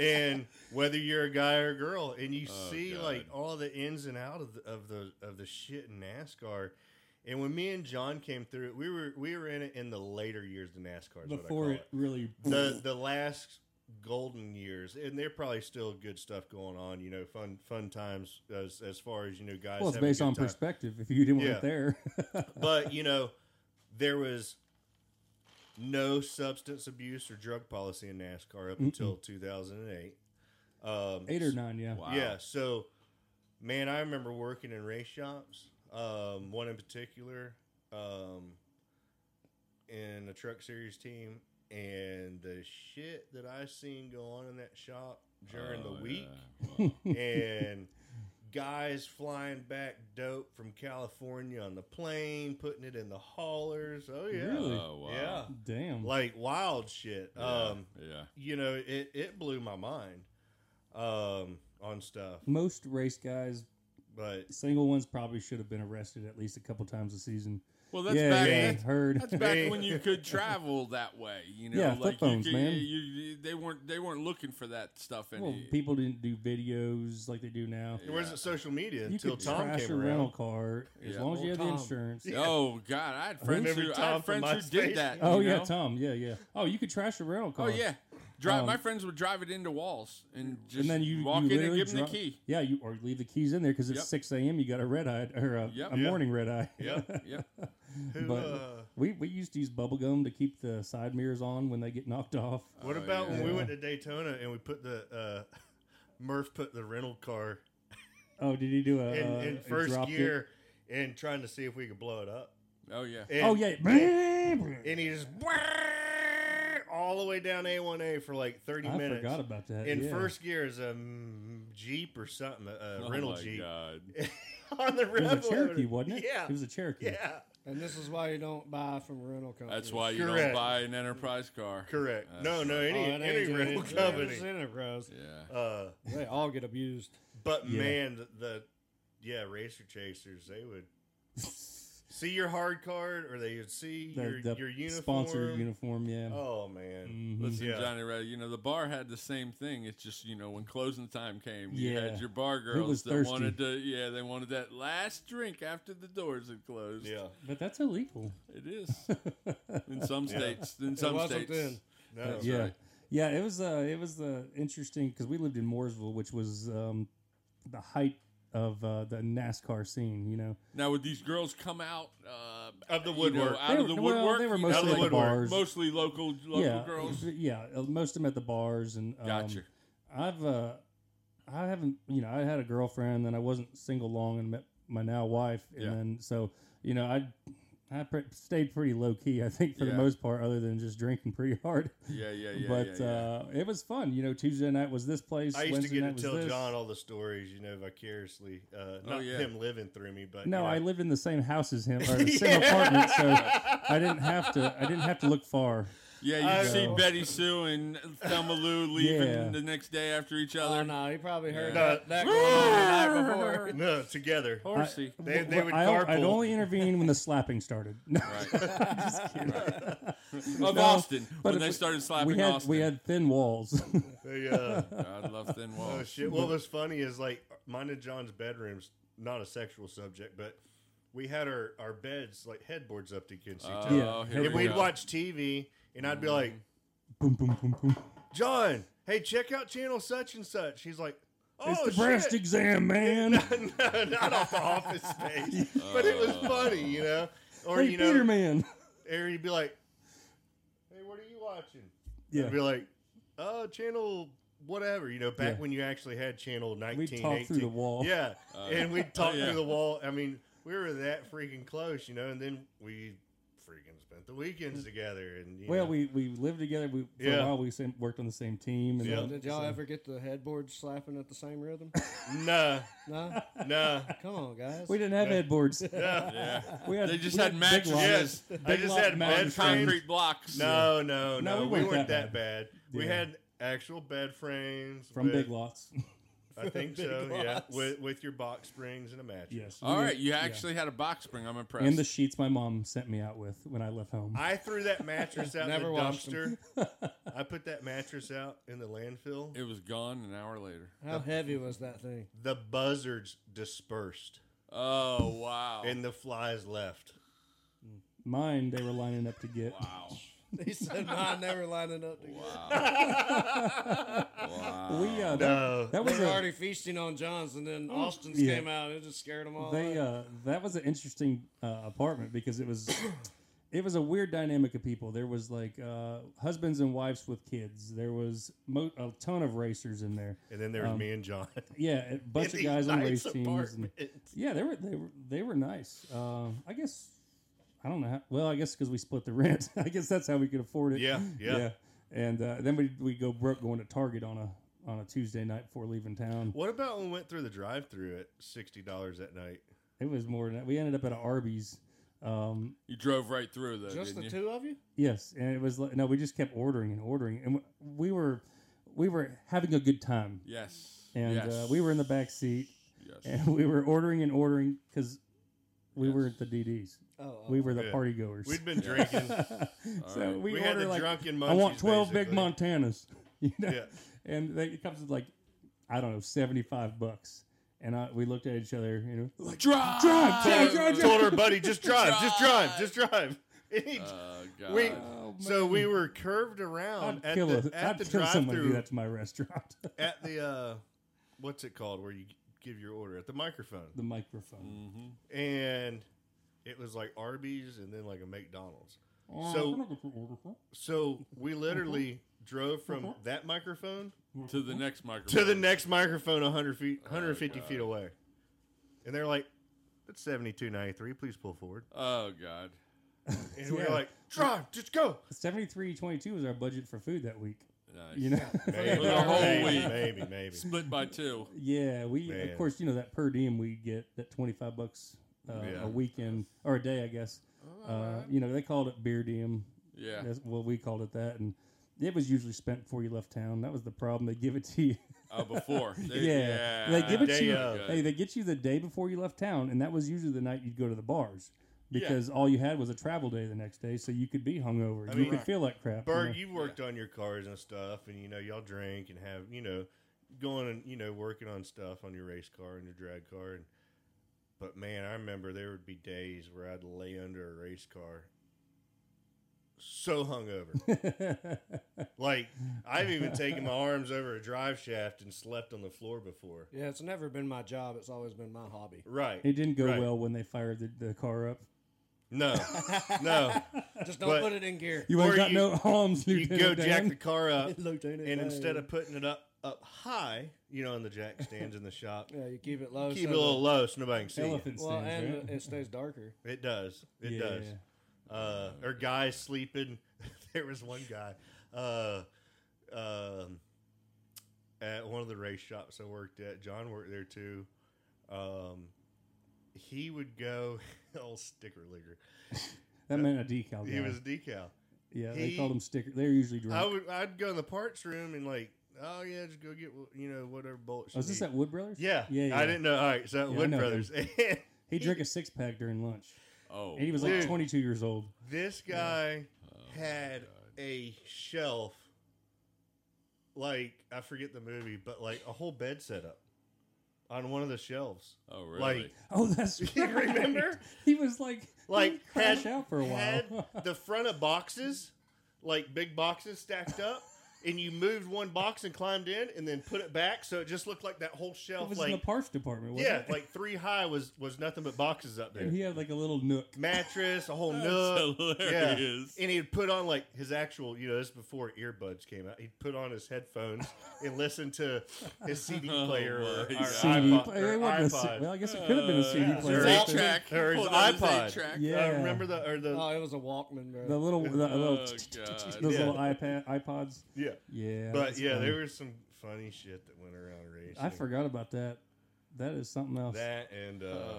Speaker 3: and whether you're a guy or a girl, and you
Speaker 4: Oh,
Speaker 3: see
Speaker 4: God.
Speaker 3: like all the ins and out of the, of the of the shit in NASCAR. And when me and John came through it, we were we were in it in the later years of NASCAR.
Speaker 1: before
Speaker 3: Is what I call
Speaker 1: it really.
Speaker 3: the the last golden years, and they're probably still good stuff going on. You know, fun fun times as as far as you know, guys.
Speaker 1: well, it's
Speaker 3: having a
Speaker 1: based
Speaker 3: good
Speaker 1: on
Speaker 3: time.
Speaker 1: perspective. If you didn't
Speaker 3: Yeah.
Speaker 1: want it there,
Speaker 3: But you know, there was no substance abuse or drug policy in NASCAR up until 2008. Um,
Speaker 1: eight or nine, yeah.
Speaker 4: Wow.
Speaker 3: yeah. So, man, I remember working in race shops. Um, one in particular, um, in a truck series team, and the shit that I seen go on in that shop during
Speaker 4: Oh,
Speaker 3: the week,
Speaker 4: yeah. Wow.
Speaker 3: and guys flying back dope from California on the plane, putting it in the haulers. Oh yeah,
Speaker 1: Really?
Speaker 4: Oh, wow.
Speaker 3: yeah,
Speaker 1: Damn.
Speaker 3: like wild shit.
Speaker 4: Yeah,
Speaker 3: Um,
Speaker 4: yeah.
Speaker 3: you know, it it blew my mind um, on stuff,
Speaker 1: Most race guys,
Speaker 3: but
Speaker 1: single ones, probably should have been arrested at least a couple times a season.
Speaker 4: Well, that's
Speaker 1: yeah,
Speaker 4: back.
Speaker 1: yeah,
Speaker 4: That's,
Speaker 1: heard.
Speaker 4: that's back
Speaker 3: Yeah.
Speaker 4: when you could travel that way. You know,
Speaker 1: Yeah, flip
Speaker 4: like you
Speaker 1: phones,
Speaker 4: could-
Speaker 1: man.
Speaker 4: You, you- they weren't they weren't looking for that stuff any.
Speaker 1: well, people didn't do videos like they do now.
Speaker 3: it wasn't social media
Speaker 1: You
Speaker 3: until
Speaker 1: could
Speaker 3: Tom
Speaker 1: trash
Speaker 3: came
Speaker 1: a rental
Speaker 3: around.
Speaker 1: car as
Speaker 4: Yeah.
Speaker 1: long as you
Speaker 2: Old
Speaker 1: had the
Speaker 2: Tom.
Speaker 1: insurance.
Speaker 4: Oh God, I had friends
Speaker 3: Remember
Speaker 4: who I
Speaker 3: Tom
Speaker 4: had
Speaker 3: from
Speaker 4: friends who did
Speaker 3: MySpace?
Speaker 4: that.
Speaker 1: Oh
Speaker 4: you
Speaker 1: yeah,
Speaker 4: know?
Speaker 1: Tom. Yeah, yeah. Oh, you could trash a rental car.
Speaker 4: Oh yeah, drive.
Speaker 1: Um,
Speaker 4: my friends would drive it into walls and just
Speaker 1: and then you
Speaker 4: walk
Speaker 1: you
Speaker 4: in and
Speaker 1: literally
Speaker 4: give them the
Speaker 1: dri-
Speaker 4: key.
Speaker 1: Yeah, you or leave the keys in there because it's
Speaker 4: Yep.
Speaker 1: six a.m. You got a red eye or a,
Speaker 4: Yep.
Speaker 1: a
Speaker 3: Yeah.
Speaker 1: morning red eye.
Speaker 3: Yeah,
Speaker 4: Yeah,
Speaker 3: Who,
Speaker 1: But-
Speaker 3: uh,
Speaker 1: We we used to use bubble gum to keep the side mirrors on when they get knocked off.
Speaker 3: What
Speaker 4: Oh,
Speaker 3: about when we
Speaker 1: yeah.
Speaker 3: went to Daytona and we put the uh, Murph put the rental car
Speaker 1: Oh, did he do a
Speaker 3: in,
Speaker 1: uh,
Speaker 3: in
Speaker 1: he
Speaker 3: first
Speaker 1: dropped it?
Speaker 3: gear and trying to see if we could blow it up?
Speaker 4: oh yeah.
Speaker 3: And,
Speaker 1: Oh yeah,
Speaker 3: and he just all the way down A one A for like thirty
Speaker 1: I
Speaker 3: minutes
Speaker 1: forgot about that.
Speaker 3: in
Speaker 1: yeah.
Speaker 3: first gear is a mm, Jeep or something, a, a
Speaker 4: Oh,
Speaker 3: rental
Speaker 4: my
Speaker 3: Jeep
Speaker 4: God.
Speaker 3: on the
Speaker 1: it
Speaker 3: rental.
Speaker 1: was a Cherokee, wasn't it?
Speaker 3: Yeah,
Speaker 1: it was a Cherokee.
Speaker 3: yeah,
Speaker 2: And this is why you don't buy from rental companies.
Speaker 4: That's why you don't
Speaker 3: Correct.
Speaker 4: buy an enterprise car.
Speaker 3: correct.
Speaker 4: That's
Speaker 3: no, no,
Speaker 2: Oh,
Speaker 3: any
Speaker 2: it
Speaker 3: any
Speaker 2: ain't
Speaker 3: rental
Speaker 2: Enterprise.
Speaker 3: company.
Speaker 2: It's Enterprise.
Speaker 4: Yeah.
Speaker 3: Uh,
Speaker 2: They all get abused.
Speaker 3: But
Speaker 1: Yeah.
Speaker 3: man, the, the yeah racer chasers they would see your hard card or they would see
Speaker 1: The,
Speaker 3: your
Speaker 1: the
Speaker 3: your uniform.
Speaker 1: sponsored uniform. Yeah.
Speaker 3: Oh man,
Speaker 1: Mhm.
Speaker 4: Listen,
Speaker 3: Yeah.
Speaker 4: Johnny Red, you know, the bar had the same thing. It's just, you know, when closing time came, you
Speaker 1: Yeah.
Speaker 4: had your bar
Speaker 1: Who was
Speaker 4: girls that
Speaker 1: thirsty?
Speaker 4: wanted to, yeah, they wanted that last drink after the doors had closed.
Speaker 3: yeah,
Speaker 1: But that's illegal.
Speaker 4: It is. In some
Speaker 3: Yeah.
Speaker 4: states. In
Speaker 2: It
Speaker 4: some
Speaker 2: wasn't
Speaker 4: states.
Speaker 2: then.
Speaker 3: no,
Speaker 1: yeah, yeah. It was uh, it was uh, interesting because we lived in Mooresville, which was um, the height of uh, the NASCAR scene. You know,
Speaker 4: Now, would these girls come out uh,
Speaker 3: Of the
Speaker 4: you know,
Speaker 3: woodwork.
Speaker 4: out
Speaker 1: They
Speaker 4: of the
Speaker 1: were- well,
Speaker 4: woodwork?
Speaker 1: they were
Speaker 4: You know,
Speaker 1: mostly
Speaker 3: at the
Speaker 4: like
Speaker 1: bars.
Speaker 4: Mostly local local
Speaker 1: yeah,
Speaker 4: girls.
Speaker 1: yeah. uh, Most of them at the bars and um,
Speaker 4: Gotcha.
Speaker 1: I've uh, I haven't you know I had a girlfriend and I wasn't single long and met my now wife and
Speaker 4: Yeah.
Speaker 1: then so you know I I pre- stayed pretty low key I think for the
Speaker 4: Yeah.
Speaker 1: most part other than just drinking pretty hard
Speaker 4: yeah, yeah, yeah.
Speaker 1: but
Speaker 4: yeah, yeah.
Speaker 1: Uh, it was fun you know Tuesday night was this place
Speaker 3: I used
Speaker 1: Wednesday
Speaker 3: to
Speaker 1: night
Speaker 3: get to
Speaker 1: was
Speaker 3: tell
Speaker 1: this.
Speaker 3: John all the stories, you know, vicariously. Uh, not
Speaker 4: yeah.
Speaker 3: him living through me, but
Speaker 1: no
Speaker 3: you know.
Speaker 1: I lived in the same house as him or the
Speaker 3: Yeah.
Speaker 1: same apartment so I didn't have to I didn't have to look far
Speaker 4: yeah, you
Speaker 1: I-
Speaker 4: see Betty Sue and Thelma Lou leaving
Speaker 1: Yeah.
Speaker 4: the next day after each
Speaker 2: Oh,
Speaker 4: other.
Speaker 2: no, you probably heard
Speaker 4: Yeah.
Speaker 2: that, that going on the night before.
Speaker 3: no together.
Speaker 4: Horsey.
Speaker 3: They, they would
Speaker 1: Oh, I, I'd
Speaker 3: carpool.
Speaker 1: only intervene when the slapping started no,
Speaker 4: Right.
Speaker 1: I'm just kidding.
Speaker 4: Of
Speaker 1: No,
Speaker 4: Austin.
Speaker 1: but
Speaker 4: When
Speaker 1: if
Speaker 4: they
Speaker 1: we-
Speaker 4: started slapping
Speaker 1: we had
Speaker 4: Austin.
Speaker 1: we had thin walls.
Speaker 3: They, uh,
Speaker 4: God love thin
Speaker 3: Oh
Speaker 4: walls.
Speaker 3: shit! What was funny is like mine and John's bedrooms. Not a sexual subject, but we had our our beds like headboards up against each
Speaker 4: Oh,
Speaker 3: other,
Speaker 1: Yeah.
Speaker 4: here
Speaker 1: And
Speaker 4: we
Speaker 3: and we'd
Speaker 4: go.
Speaker 3: watch TV, and I'd be like,
Speaker 1: boom, boom, boom, boom.
Speaker 3: John, hey, check out channel such and such. He's like, Oh
Speaker 1: it's the breast
Speaker 3: shit.
Speaker 1: exam, man.
Speaker 3: no, not off the office space, but it was
Speaker 4: Oh,
Speaker 3: funny, you know. Or
Speaker 1: hey,
Speaker 3: you know,
Speaker 1: Peter, man.
Speaker 3: or you'd be like, Hey, what are you watching?
Speaker 1: Yeah,
Speaker 3: I'd be like, Oh, channel whatever, you know. Back
Speaker 1: Yeah.
Speaker 3: when you actually had channel 19,
Speaker 1: we'd talk through the
Speaker 3: 18.
Speaker 1: wall.
Speaker 3: Oh, Yeah,
Speaker 4: uh,
Speaker 3: and we talked
Speaker 4: yeah.
Speaker 3: through the wall. I mean, we were that freaking close, you know. And then we freaking spent the weekends together. And you
Speaker 1: Well,
Speaker 3: know,
Speaker 1: we, we lived together. We, for a
Speaker 3: Yeah.
Speaker 1: while, we same, worked on the same team. And
Speaker 3: Yeah.
Speaker 1: yeah.
Speaker 2: Did y'all ever get the headboards slapping at the same rhythm?
Speaker 3: nah,
Speaker 2: no?
Speaker 3: nah.
Speaker 2: Come on, guys.
Speaker 1: we didn't have headboards.
Speaker 4: Yeah.
Speaker 1: We had,
Speaker 4: They just
Speaker 1: we
Speaker 4: had
Speaker 1: big
Speaker 4: mattresses.
Speaker 1: lines.
Speaker 3: Yes, I
Speaker 1: Big
Speaker 3: just
Speaker 1: lot
Speaker 3: had
Speaker 1: mattress
Speaker 3: bed
Speaker 1: frames.
Speaker 3: frames.
Speaker 4: Concrete blocks.
Speaker 3: No, no,
Speaker 1: No,
Speaker 3: no.
Speaker 1: we
Speaker 3: we,
Speaker 1: weren't
Speaker 3: weren't
Speaker 1: that
Speaker 3: that bad. We
Speaker 1: Yeah.
Speaker 3: had actual bed frames
Speaker 1: from
Speaker 3: with-
Speaker 1: Big Lots.
Speaker 3: I think
Speaker 2: Big
Speaker 3: so. Yeah,
Speaker 2: Lots.
Speaker 3: with, with your box springs and a mattress.
Speaker 1: Yes.
Speaker 4: All
Speaker 1: We-
Speaker 4: right, you
Speaker 1: yeah.
Speaker 4: actually had a box spring. I'm impressed.
Speaker 1: And the sheets my mom sent me out with when I left home.
Speaker 3: I threw that mattress out in
Speaker 2: Never
Speaker 3: the
Speaker 2: washed
Speaker 3: dumpster. I put that mattress out in the landfill.
Speaker 4: it was gone an hour later.
Speaker 2: How heavy was that thing?
Speaker 3: The buzzards dispersed
Speaker 4: Oh wow.
Speaker 3: and the flies left.
Speaker 1: Mine, they were lining up to get.
Speaker 4: wow.
Speaker 2: He said, mine never lining up together.
Speaker 4: Wow. wow.
Speaker 1: We uh, that,
Speaker 3: No,
Speaker 1: that
Speaker 2: They
Speaker 1: was
Speaker 2: were
Speaker 1: a,
Speaker 2: already feasting on John's, and then Austin's
Speaker 1: Oh. Yeah.
Speaker 2: came out. and It just scared them all.
Speaker 1: they
Speaker 2: up.
Speaker 1: uh, that was an interesting uh, apartment because it was it was a weird dynamic of people. There was like uh, husbands and wives with kids. There was mo- a ton of racers in there.
Speaker 3: and then there was
Speaker 1: Um,
Speaker 3: me and John.
Speaker 1: Yeah, a bunch
Speaker 3: in
Speaker 1: of
Speaker 3: these
Speaker 1: guys on
Speaker 3: nice
Speaker 1: race teams. And,
Speaker 3: apartments.
Speaker 1: yeah, they were they were they were nice. Um, I guess I don't know. How, well, I guess because we split the rent. I guess that's how we could afford it.
Speaker 3: Yeah, yeah.
Speaker 1: And uh, then we we go broke going to Target on a on a Tuesday night before leaving town.
Speaker 3: What about when we went through the drive-through at sixty dollars at night?
Speaker 1: It was more than that. We ended up at an Arby's. Um,
Speaker 4: You drove right through though,
Speaker 2: Just
Speaker 4: didn't
Speaker 2: the
Speaker 4: you?
Speaker 2: two of you?
Speaker 1: yes, and it was like, no, we just kept ordering and ordering, and we were we were having a good time,
Speaker 4: Yes.
Speaker 1: and
Speaker 4: yes.
Speaker 1: uh, we were in the back seat,
Speaker 4: Yes.
Speaker 1: and we were ordering and ordering because we
Speaker 4: Yes.
Speaker 1: weren't the DDs.
Speaker 2: Oh,
Speaker 1: We were the
Speaker 3: Good.
Speaker 1: party goers.
Speaker 3: We'd been drinking.
Speaker 1: so
Speaker 4: right.
Speaker 1: we,
Speaker 3: we had
Speaker 1: order
Speaker 3: the
Speaker 1: like
Speaker 3: drunken munchies.
Speaker 1: I want twelve big
Speaker 3: basically.
Speaker 1: Montanas, you know,
Speaker 3: Yeah.
Speaker 1: and they, it comes with like I don't know seventy five bucks, and I, we looked at each other, you know, like
Speaker 4: drive,
Speaker 1: Drive, drive, drive, drive.
Speaker 3: Told our buddy, just drive, just drive, just drive.
Speaker 1: Uh,
Speaker 4: Oh, God.
Speaker 3: we
Speaker 1: Oh,
Speaker 3: so we were curved around
Speaker 1: I'd
Speaker 3: at
Speaker 1: kill,
Speaker 3: the,
Speaker 1: a,
Speaker 3: at
Speaker 1: I'd
Speaker 3: the
Speaker 1: kill someone to do
Speaker 3: drive-through
Speaker 1: that to my restaurant.
Speaker 3: at the uh, what's it called where you give your order at the microphone.
Speaker 1: the microphone.
Speaker 4: Mm-hmm.
Speaker 3: and it was like Arby's and then like a McDonald's. So so we literally drove from that microphone
Speaker 4: to the next microphone.
Speaker 3: to
Speaker 4: Oh,
Speaker 3: the next microphone 100 feet 150
Speaker 4: God.
Speaker 3: feet away. And they're like that's 7293, please pull forward.
Speaker 4: Oh God.
Speaker 3: And we
Speaker 1: Yeah.
Speaker 3: we're like, "Drive, just go."
Speaker 1: seventy three twenty two was our budget for food that week.
Speaker 4: Nice.
Speaker 1: You know,
Speaker 3: Maybe,
Speaker 4: the whole
Speaker 3: maybe,
Speaker 4: week.
Speaker 3: maybe, maybe.
Speaker 4: Split by two.
Speaker 1: yeah, we
Speaker 3: Man.
Speaker 1: of course you know that per diem we get that twenty five bucks uh,
Speaker 4: Yeah.
Speaker 1: a weekend or a day, I guess. Uh, you know, they called it beer diem.
Speaker 4: Yeah.
Speaker 1: That's well, we called it that, and it was usually spent before you left town. That was the problem. They give it to you.
Speaker 4: Oh, before. They-
Speaker 1: Yeah. They give it
Speaker 3: Day
Speaker 1: to you.
Speaker 3: of.
Speaker 1: Hey, they get you the day before you left town, and that was usually the night you'd go to the bars because all you had was a travel day the next day, so you could be hungover.
Speaker 3: I
Speaker 1: you
Speaker 3: mean,
Speaker 1: could feel like crap. you know.
Speaker 3: Berg, you've worked on your cars and stuff, and you know y'all drink and have you know going and you know working on stuff on your race car and your drag car. And, but man, I remember there would be days where I'd lay under a race car, so hungover. like I've even taken my arms over a drive shaft and slept on the floor before.
Speaker 2: Yeah, it's never been my job. It's always been my hobby.
Speaker 3: Right?
Speaker 1: It didn't go
Speaker 3: Right.
Speaker 1: well when they fired the, the car up.
Speaker 3: No, no.
Speaker 2: Just don't
Speaker 3: But-
Speaker 2: put it in gear.
Speaker 1: You
Speaker 3: Or
Speaker 1: ain't got
Speaker 3: you-
Speaker 1: no arms,
Speaker 3: You go
Speaker 1: Lieutenant
Speaker 3: jack
Speaker 1: Dan.
Speaker 3: the car up,
Speaker 2: Lieutenant
Speaker 3: uh, and instead
Speaker 2: Dan.
Speaker 3: of putting it up up high, you know, in the jack stands in the shop,
Speaker 2: yeah, you keep it low.
Speaker 3: keep
Speaker 2: Oh, so
Speaker 3: it a little
Speaker 2: the-
Speaker 3: low so nobody can see. you.
Speaker 1: Elephant
Speaker 2: Well,
Speaker 1: stands,
Speaker 2: and
Speaker 1: right?
Speaker 2: it stays darker.
Speaker 3: It does. It
Speaker 1: Yeah.
Speaker 3: does. Uh, or guys sleeping. there was one guy uh, um, at one of the race shops I worked at. John worked there too. Um, he would go old sticker leaguer.
Speaker 1: That meant a decal.
Speaker 3: He
Speaker 1: guy.
Speaker 3: was a decal.
Speaker 1: yeah, they
Speaker 3: he-
Speaker 1: called him sticker. They're usually drunk.
Speaker 3: I would. I'd go in the parts room and like, oh yeah, just go get you know whatever bullets.
Speaker 1: oh,
Speaker 3: you
Speaker 1: is this
Speaker 3: need."
Speaker 1: at Wood Brothers?
Speaker 3: Yeah,
Speaker 1: yeah. yeah.
Speaker 3: I didn't know. All right, so
Speaker 1: Yeah, I
Speaker 3: Wood
Speaker 1: know him.
Speaker 3: Brothers.
Speaker 1: He drank a six pack during lunch,
Speaker 4: Oh.
Speaker 1: and he was like
Speaker 3: Dude.
Speaker 1: 22 years old.
Speaker 3: This guy had a shelf, like I forget the movie, but like a whole bed set up on one of the shelves.
Speaker 4: Oh really?
Speaker 3: Like
Speaker 1: Oh, that's
Speaker 3: you
Speaker 1: right.
Speaker 3: remember?
Speaker 1: He was like
Speaker 3: Like
Speaker 1: he crashed
Speaker 3: had-
Speaker 1: out for a while.
Speaker 3: Had the front of boxes, like big boxes stacked up. And you moved one box and climbed in, and then put it back, so it just looked like that whole
Speaker 1: it
Speaker 3: shelf,
Speaker 1: was in the
Speaker 3: like
Speaker 1: parts department. Wasn't
Speaker 3: yeah,
Speaker 1: it?
Speaker 3: like three high was was nothing but boxes up there.
Speaker 1: And he had like a little nook.
Speaker 3: mattress, a whole
Speaker 4: That's
Speaker 3: nook.
Speaker 4: hilarious.
Speaker 3: Yeah. And he'd put on like his actual, you know, this is before earbuds came out. He'd put on his headphones and listen to his CD
Speaker 4: Oh,
Speaker 3: player or, or
Speaker 4: my
Speaker 1: CD
Speaker 3: iPod.
Speaker 1: pla-
Speaker 3: or
Speaker 1: it wasn't a C-
Speaker 3: iPod.
Speaker 1: well, I guess it could have been a
Speaker 4: Uh,
Speaker 1: CD
Speaker 3: yeah.
Speaker 1: player.
Speaker 3: Or
Speaker 1: back
Speaker 3: eight
Speaker 1: then.
Speaker 3: track. or his iPod.
Speaker 1: Yeah,
Speaker 3: Uh, remember the or the
Speaker 2: Oh, it was a Walkman, bro.
Speaker 1: the little, the, little
Speaker 4: Oh, God.
Speaker 1: those
Speaker 3: Yeah.
Speaker 1: little iPad iPods.
Speaker 3: yeah.
Speaker 1: Yeah,
Speaker 3: But
Speaker 1: that's
Speaker 3: yeah,
Speaker 1: funny.
Speaker 3: there was some funny shit that went around racing.
Speaker 1: I forgot about that. That is something else.
Speaker 3: that and uh,
Speaker 4: Uh,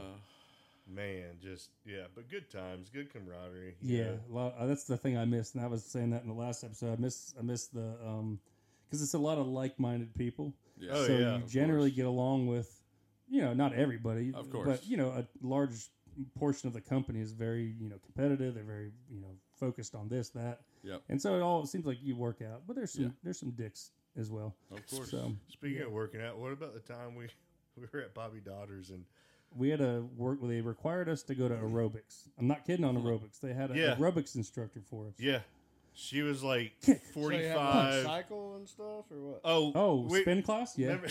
Speaker 3: man, just yeah, but good times, good camaraderie. you
Speaker 1: yeah,
Speaker 3: know.
Speaker 1: a lot- uh, that's the thing I missed, and I was saying that in the last episode. I miss, I miss the um, because it's a lot of like-minded people.
Speaker 4: yeah.
Speaker 3: Oh,
Speaker 1: so
Speaker 3: yeah,
Speaker 1: you
Speaker 3: of
Speaker 1: generally get along with, you know, not everybody,
Speaker 4: Of course.
Speaker 1: but you know, a large portion of the company is very, you know, competitive. They're very, you know, focused on this, that,
Speaker 4: Yep.
Speaker 1: and so it all seems like you work out. But there's some,
Speaker 4: Yeah.
Speaker 1: there's some dicks as well.
Speaker 4: Of course.
Speaker 1: So
Speaker 3: Speaking of working out, what about the time we we were at Bobby Dodder's and
Speaker 1: we had to work. They required us to go to aerobics. I'm not kidding on aerobics. They had an
Speaker 3: Mm-hmm. Yeah.
Speaker 1: aerobics instructor for us.
Speaker 3: Yeah. She was like
Speaker 2: So you
Speaker 3: 45.
Speaker 2: have, like, cycle and stuff, or what?
Speaker 3: oh,
Speaker 1: Oh,
Speaker 3: wait,
Speaker 1: spin class. Yeah,
Speaker 3: remember-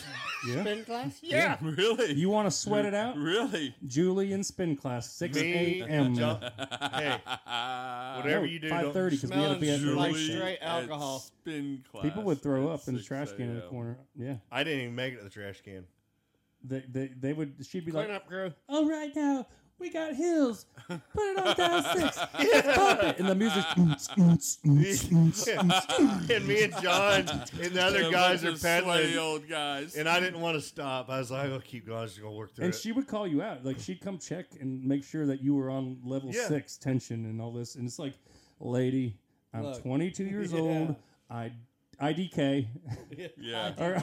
Speaker 1: yeah.
Speaker 2: Spin class?
Speaker 3: yeah.
Speaker 4: Really?
Speaker 1: You want to sweat it out?
Speaker 4: Really?
Speaker 1: Julie in spin class, six
Speaker 3: Me,
Speaker 1: a.m.
Speaker 3: John- hey, whatever you do,
Speaker 1: five
Speaker 3: don't,
Speaker 1: thirty because we had to be at the race
Speaker 2: Smells like
Speaker 1: show.
Speaker 2: straight
Speaker 4: at
Speaker 2: alcohol.
Speaker 4: Spin class.
Speaker 1: People would throw
Speaker 4: at
Speaker 1: up in the
Speaker 4: 6
Speaker 1: trash can in the
Speaker 4: a.m..
Speaker 1: corner. Yeah,
Speaker 3: I didn't even make it to the trash can.
Speaker 1: they they, they would. She'd be
Speaker 2: Clean
Speaker 1: like,
Speaker 2: up crew.
Speaker 1: "Oh, right now We got hills. Put it on down six. Let's pump it. And the music. oonts, oonts, oonts, oonts.
Speaker 3: and me and John and the other
Speaker 4: Yeah,
Speaker 3: guys
Speaker 4: bunch
Speaker 3: are
Speaker 4: of slutty
Speaker 3: peddling.
Speaker 4: old guys.
Speaker 3: And I didn't want to stop. I was like, I'll keep going. I'm just going to work through
Speaker 1: And
Speaker 3: it.
Speaker 1: she would call you out. Like she'd come check and make sure that you were on level
Speaker 3: Yeah.
Speaker 1: six tension and all this. And it's like, lady, I'm
Speaker 2: Look.
Speaker 1: 22 years
Speaker 2: Yeah.
Speaker 1: old. I IDK
Speaker 4: yeah.
Speaker 1: or